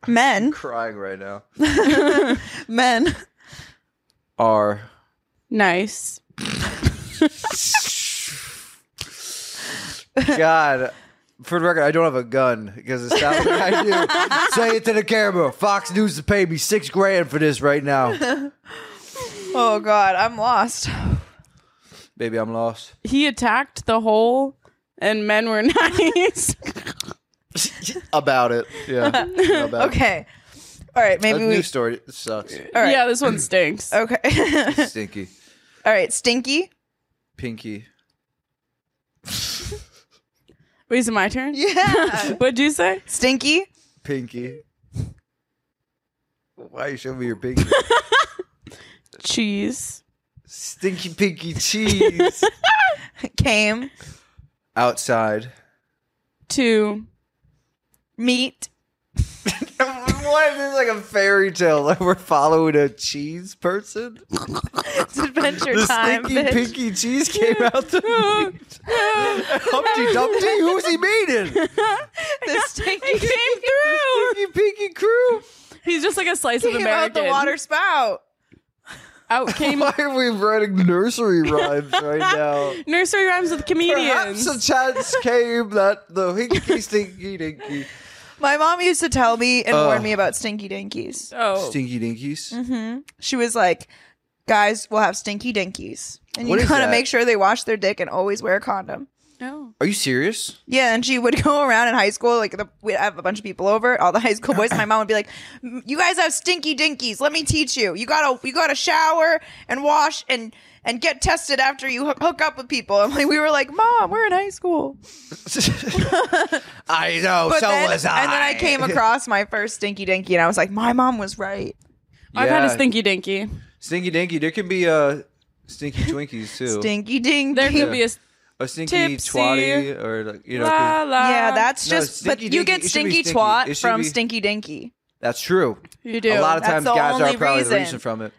B: Men,
A: crying right now.
B: men.
A: Are
C: nice.
A: God. For the record, I don't have a gun because it sounds like I do. Say it to the camera. Fox News to pay me six grand for this right now.
B: Oh God, I'm lost.
A: Baby, I'm lost.
C: He attacked the whole and men were nice.
A: About it. Yeah. About it.
B: Okay. All right.
A: A
B: Maybe
A: new
B: we.
A: story. It sucks.
B: All right.
C: Yeah, this one stinks.
B: Okay.
A: Stinky.
B: All right. Stinky.
A: Pinky.
C: Wait, is it my turn?
B: Yeah.
C: What'd you say?
B: Stinky.
A: Pinky. Why you showing me your pinky?
C: Cheese.
A: Stinky pinky cheese.
B: Came.
A: Outside.
C: Two.
B: Meat.
A: Why is this like a fairy tale? Like we're following a cheese person?
B: It's adventure
A: The
B: time.
A: stinky
B: bitch.
A: pinky cheese came out the meat. Humpty Dumpty, who's he meeting?
B: The stinky.
C: Came through.
A: Stinky pinky crew.
C: He's just like a slice of
B: Came out
C: American.
B: the water spout.
C: Out came
A: Why are we writing nursery rhymes right now?
C: nursery rhymes with comedians.
A: Perhaps a chance came that the hinky stinky dinky.
B: My mom used to tell me and
A: Oh.
B: warn me about stinky dinkies.
C: oh,
A: Stinky dinkies.
B: Mm-hmm. She was like, "Guys will have stinky dinkies, and you
A: What is
B: gotta
A: that?
B: make sure they wash their dick and always wear a condom."
C: oh.
A: Are you serious?
B: Yeah, and she would go around in high school. Like the, we'd have a bunch of people over, all the high school boys. My mom would be like, "M- "You guys have stinky dinkies. Let me teach you. You gotta you gotta shower and wash and and get tested after you hook, hook up with people." And like we were like, "Mom, we're in high school."
A: I know. so
B: then,
A: was I.
B: And then I came across my first stinky dinky, and I was like, "My mom was right."
C: I've had a
A: Yeah.
C: stinky dinky.
A: Stinky dinky. There can be uh, stinky twinkies too.
B: Stinky dinky.
C: There could be a s-
A: a stinky
C: Tipsy.
A: twatty or like you know.
C: la
A: could-
C: la.
B: yeah, that's
A: No,
B: just. but
A: stinky
B: you
A: dinky-
B: get
A: it should be
B: stinky,
A: stinky.
B: twat
A: It should
B: from
A: be-
B: stinky dinky.
A: that's true.
C: you do
A: A lot of
B: That's
A: times,
B: the
A: guys
B: only
A: are probably the
B: reason.
A: reason from it.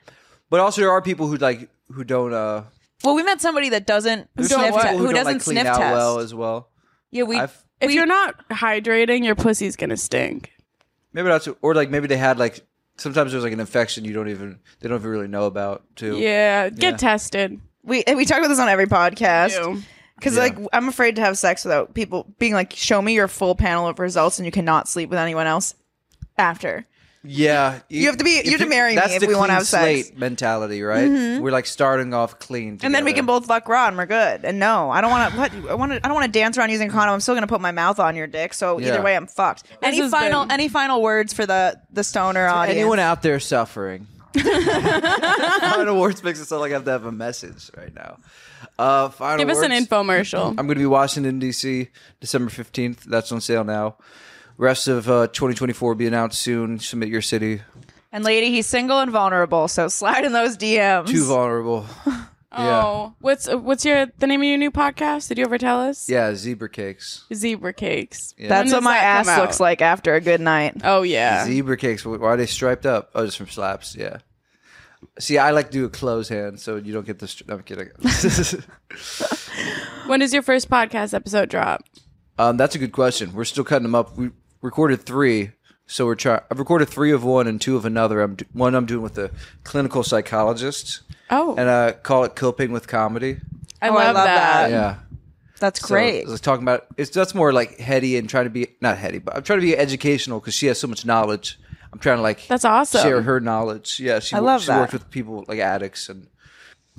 A: But also, there are people who like who don't. uh
B: Well, we met somebody that doesn't
A: There's some
B: sniff
A: people
B: te-
A: who,
B: who,
A: don't
B: doesn't
A: like clean
B: sniff
A: out
B: test.
A: well as well.
B: yeah, we.
A: I've-
C: If you're not hydrating, your pussy's gonna stink.
A: Maybe that's or like maybe they had like sometimes there's like an infection you don't even they don't even really know about too.
C: Yeah, get
A: Yeah.
C: tested.
B: we and we talk about this on every podcast
C: Ew.
B: because
A: Yeah.
B: like I'm afraid to have sex without people being like, show me your full panel of results, and you cannot sleep with anyone else after.
A: Yeah,
B: You have to be-
A: if
B: you have to marry me
A: that's
B: if
A: the
B: we wanna
A: clean
B: have sex. Mm-hmm.
A: Slate mentality, right? We're like starting off clean,
B: And then we
A: together.
B: can both fuck raw and we're good. And no, I don't want to. What I want to. I don't want to dance around using a condom. I'm still gonna put my mouth on your dick. So
A: Yeah.
B: either way, I'm fucked. any
C: has
B: final
C: been-
B: any final words for the the stoner audience?
A: Anyone out there suffering? Final words makes it sound like I have to have a message right now. Uh, final
C: Give us an
A: words.
C: infomercial.
A: I'm going to be Washington D.C. December 15th. That's on sale now. Rest of uh, 2024 will be announced soon. Submit your city.
B: And lady, he's single and vulnerable, so slide in those DMs.
A: Too vulnerable. Yeah.
C: Oh, what's uh, what's your the name of your new podcast? Did you ever tell us?
A: Yeah, zebra cakes.
C: Zebra cakes.
A: Yeah.
B: That's
C: When
B: what
C: does
B: my
C: that
B: ass
C: come out?
B: looks like after a good night.
A: Uh,
C: Oh yeah.
A: Zebra cakes. Why are they striped up? Oh, just from slaps. Yeah. See, I like to do a close hand, so you don't get the. Stri- I'm kidding.
C: when does your first podcast episode drop?
A: um, that's a good question. We're still cutting them up. We recorded three, so we're trying. I've recorded three of one and two of another. I'm do- one I'm doing with a clinical psychologist,
C: Oh,
A: and I call it coping with comedy.
C: I,
B: Oh,
C: love
B: I love
C: that.
B: that.
A: Yeah.
B: That's
A: So,
B: great.
A: I was talking about it's that's more like heady and trying to be not heady, but I'm trying to be educational because she has so much knowledge. I'm trying to like
C: That's awesome.
A: share her knowledge. Yeah, she
B: I
A: wo-
B: love
A: she
B: that.
A: worked with people like addicts and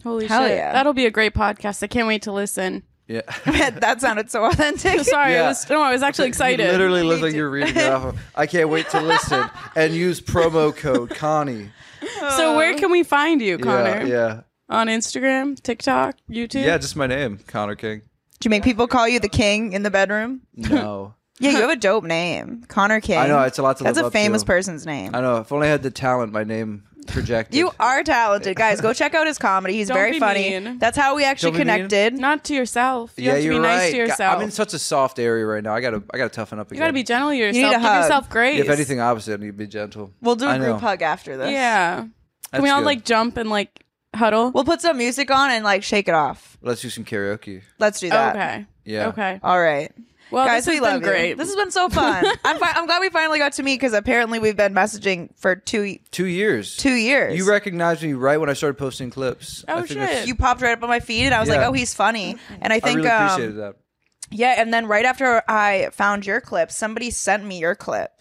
C: Holy
B: Hell
C: shit,
B: yeah.
C: that'll be a great podcast. I can't wait to listen.
A: yeah.
B: that sounded so authentic.
C: Sorry, I
A: Yeah.
C: was, no, I was actually excited.
A: You literally look like you're reading it off. of- I can't wait to listen and use promo code Connie.
C: So where can we find you,
A: Yeah,
C: Connor?
A: yeah,
C: On Instagram, TikTok, YouTube.
A: yeah. Just my name, Connor King.
B: Do you make people call you the king in the bedroom?
A: No,
B: Yeah, you have a dope name, Connor King.
A: I know, it's a lot to
B: That's
A: live
B: a
A: up
B: famous
A: to.
B: person's name.
A: I know. If only I had the talent, my name projected.
B: You are talented, guys. Go check out his comedy. He's
C: Don't
B: very
C: be
B: funny.
C: mean.
B: That's how we actually
A: Don't be mean.
B: connected.
C: Not to yourself. You
A: yeah,
C: have to
A: you're
C: be
A: right.
C: nice to
A: God,
C: yourself.
A: I'm in such a soft area right now. I gotta, I gotta toughen up.
C: you got to be gentle to yourself.
B: need a
C: Give
B: hug.
C: yourself grace.
A: If anything, opposite, you'd be gentle.
B: We'll do
A: I
B: a
A: know.
B: group hug after this.
C: Yeah. Can
A: That's
C: we all
A: good.
C: like jump and like huddle?
B: We'll put some music on and like shake it off.
A: Let's do some karaoke.
B: Let's do that.
C: okay.
A: Yeah.
C: Okay.
B: All right.
C: Well,
B: guys,
C: this
B: we
C: has
B: love
C: been great.
B: you. This has been so fun. I'm, fi- I'm glad we finally got to meet because apparently we've been messaging for two
A: Two years.
B: two years.
A: You recognized me right when I started posting clips.
C: Oh,
A: I think that's-
C: shit.
B: you popped right up on my feed, and I was like,
A: Yeah.
B: "Oh, he's funny." And I
A: I
B: think,
A: really
B: um,
A: appreciated that.
B: yeah. And then right after I found your clip, somebody sent me your clip,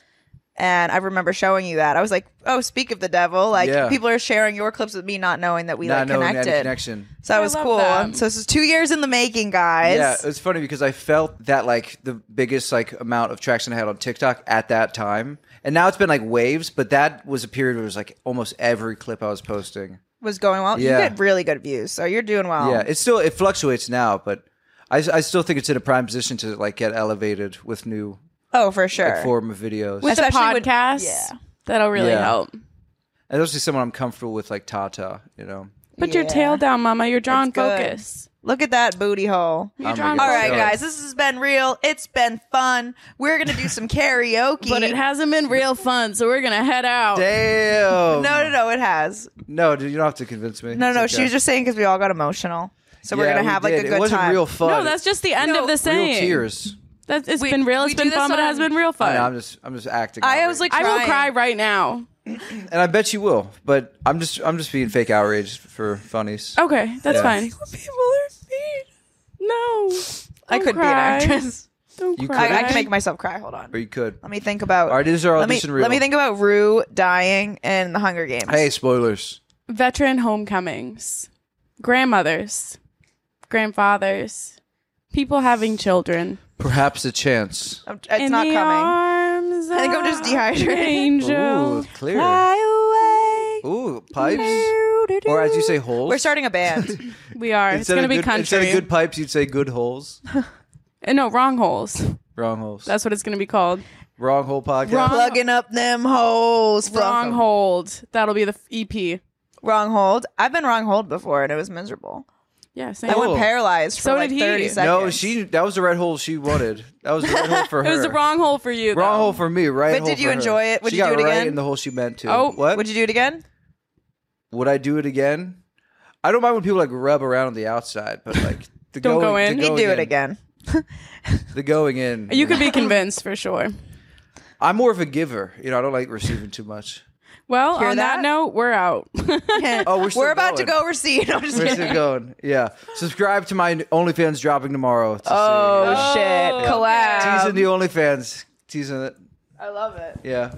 B: and I remember showing you that. I was like, "Oh, speak of the devil!" Like
A: Yeah.
B: people are sharing your clips with me, not knowing that we
A: Not
B: like
A: knowing
B: connected.
A: any connection.
B: So that
C: I
B: was
C: love
B: cool.
C: that.
B: So this is two years in the making, guys.
A: Yeah, uh, it's funny because I felt that like the biggest like amount of traction I had on TikTok at that time, and now it's been like waves. But that was a period where it was like almost every clip I was posting.
B: was going well.
A: Yeah.
B: You get really good views, so you're doing well.
A: Yeah, it's still it fluctuates now, but I, I still think it's in a prime position to like get elevated with new
B: Oh, for sure.
A: like, form of videos.
C: With a
B: Especially when-
C: podcast.
B: Yeah.
C: That'll really
A: Yeah.
C: help.
A: And especially someone I'm comfortable with, like Tata, you know.
C: Put your
B: Yeah.
C: tail down, mama. You're drawing
B: good.
C: focus.
B: Look at that booty hole.
C: You're
A: Oh my
C: drawing
A: God.
B: All
C: focus.
B: right,
A: Yeah.
B: guys, this has been real. It's been fun. We're gonna do some karaoke.
C: But it hasn't been real fun, so we're going to head out.
A: Damn.
B: no, no, no, it has.
A: No, dude, you don't have to convince me.
B: No,
A: It's
B: no,
A: okay.
B: she was just saying because we all got emotional, so we're
A: Yeah,
B: gonna
A: we
B: have like
A: did.
B: a good
A: It wasn't
B: time.
A: real fun.
C: No, that's just the end
B: No,
C: of the saying.
A: real tears.
C: That's, it's
B: We-
C: been real.
B: we
C: It's
B: do
C: been
B: this
C: fun, but it has
B: on-
C: been real
A: I
C: fun.
A: know, I'm just, I'm just acting.
B: I
A: out
B: was
A: right
B: like,
C: I will
B: crying.
C: cry right now.
A: now. and I bet you will, but I'm just, I'm just being fake outraged for
B: Oh.
A: funnies.
C: Okay, that's
A: Yeah.
C: fine. People are mean. No,
B: I
C: Don't
B: could be an
C: cry.
B: actress.
C: Don't
A: You
C: cry.
B: I, I can make myself cry. Hold on.
A: Or you could.
B: Let me think about.
A: All right, these are
B: let me,
A: audition reel.
B: let me think about Rue dying in the Hunger Games.
A: Hey, spoilers.
C: veteran homecomings, grandmothers, grandfathers, people having children.
A: Perhaps a chance.
B: I'm- it's
C: In
B: not
C: the
B: coming.
C: Arms
B: I think I'm just dehydrated.
C: Angel.
A: Ooh, clear.
B: Fly away.
A: Ooh, pipes. Or as you say, holes.
B: We're starting a band.
C: We are. it's
A: Instead
C: gonna
A: of
C: be
A: good- Instead
C: country.
A: of good pipes, you'd say good holes.
C: Uh, no, wrong holes.
A: Wrong holes.
C: That's what it's gonna be called.
A: wrong hole podcast.
C: Wrong-
B: Plugging up them holes. Fuck
C: Wrong
B: 'em.
C: hold. That'll be the f- E EP.
B: Wrong hold. I've been wrong hold before and it was miserable.
C: Yeah, same.
B: I
A: Oh.
B: went paralyzed for
C: So
B: like
C: did he.
B: 30
C: No,
B: seconds.
A: No, she. That was the red hole she wanted. That was the red hole for her.
C: It was the wrong hole for you.
A: Wrong
C: though.
A: hole for me, right?
B: But
A: hole
B: did you
A: for her.
B: enjoy it? Would
A: she
B: you
A: got
B: do it
A: right
B: again?
A: in the hole she meant to.
C: Oh,
A: what?
B: Would you do it again?
A: Would I do it again? I don't mind when people like rub around on the outside, but like the
C: Don't go
A: going,
C: in.
A: the
C: He'd
B: He'd
A: going
B: do it again.
A: The going in.
C: You could be convinced for sure.
A: I'm more of a giver. You know, I don't like receiving too much.
C: Well,
B: Hear
C: on that?
B: that?
C: note, we're out.
A: Oh, we're still
B: We're about to
A: going.
B: go receive. No, I'm just
A: We're
B: kidding.
A: still going. Yeah. Subscribe to my OnlyFans dropping tomorrow. To
B: Oh, shit.
C: Oh,
B: Collab.
A: see. teasing the OnlyFans. Teasing it.
B: I love it.
A: Yeah.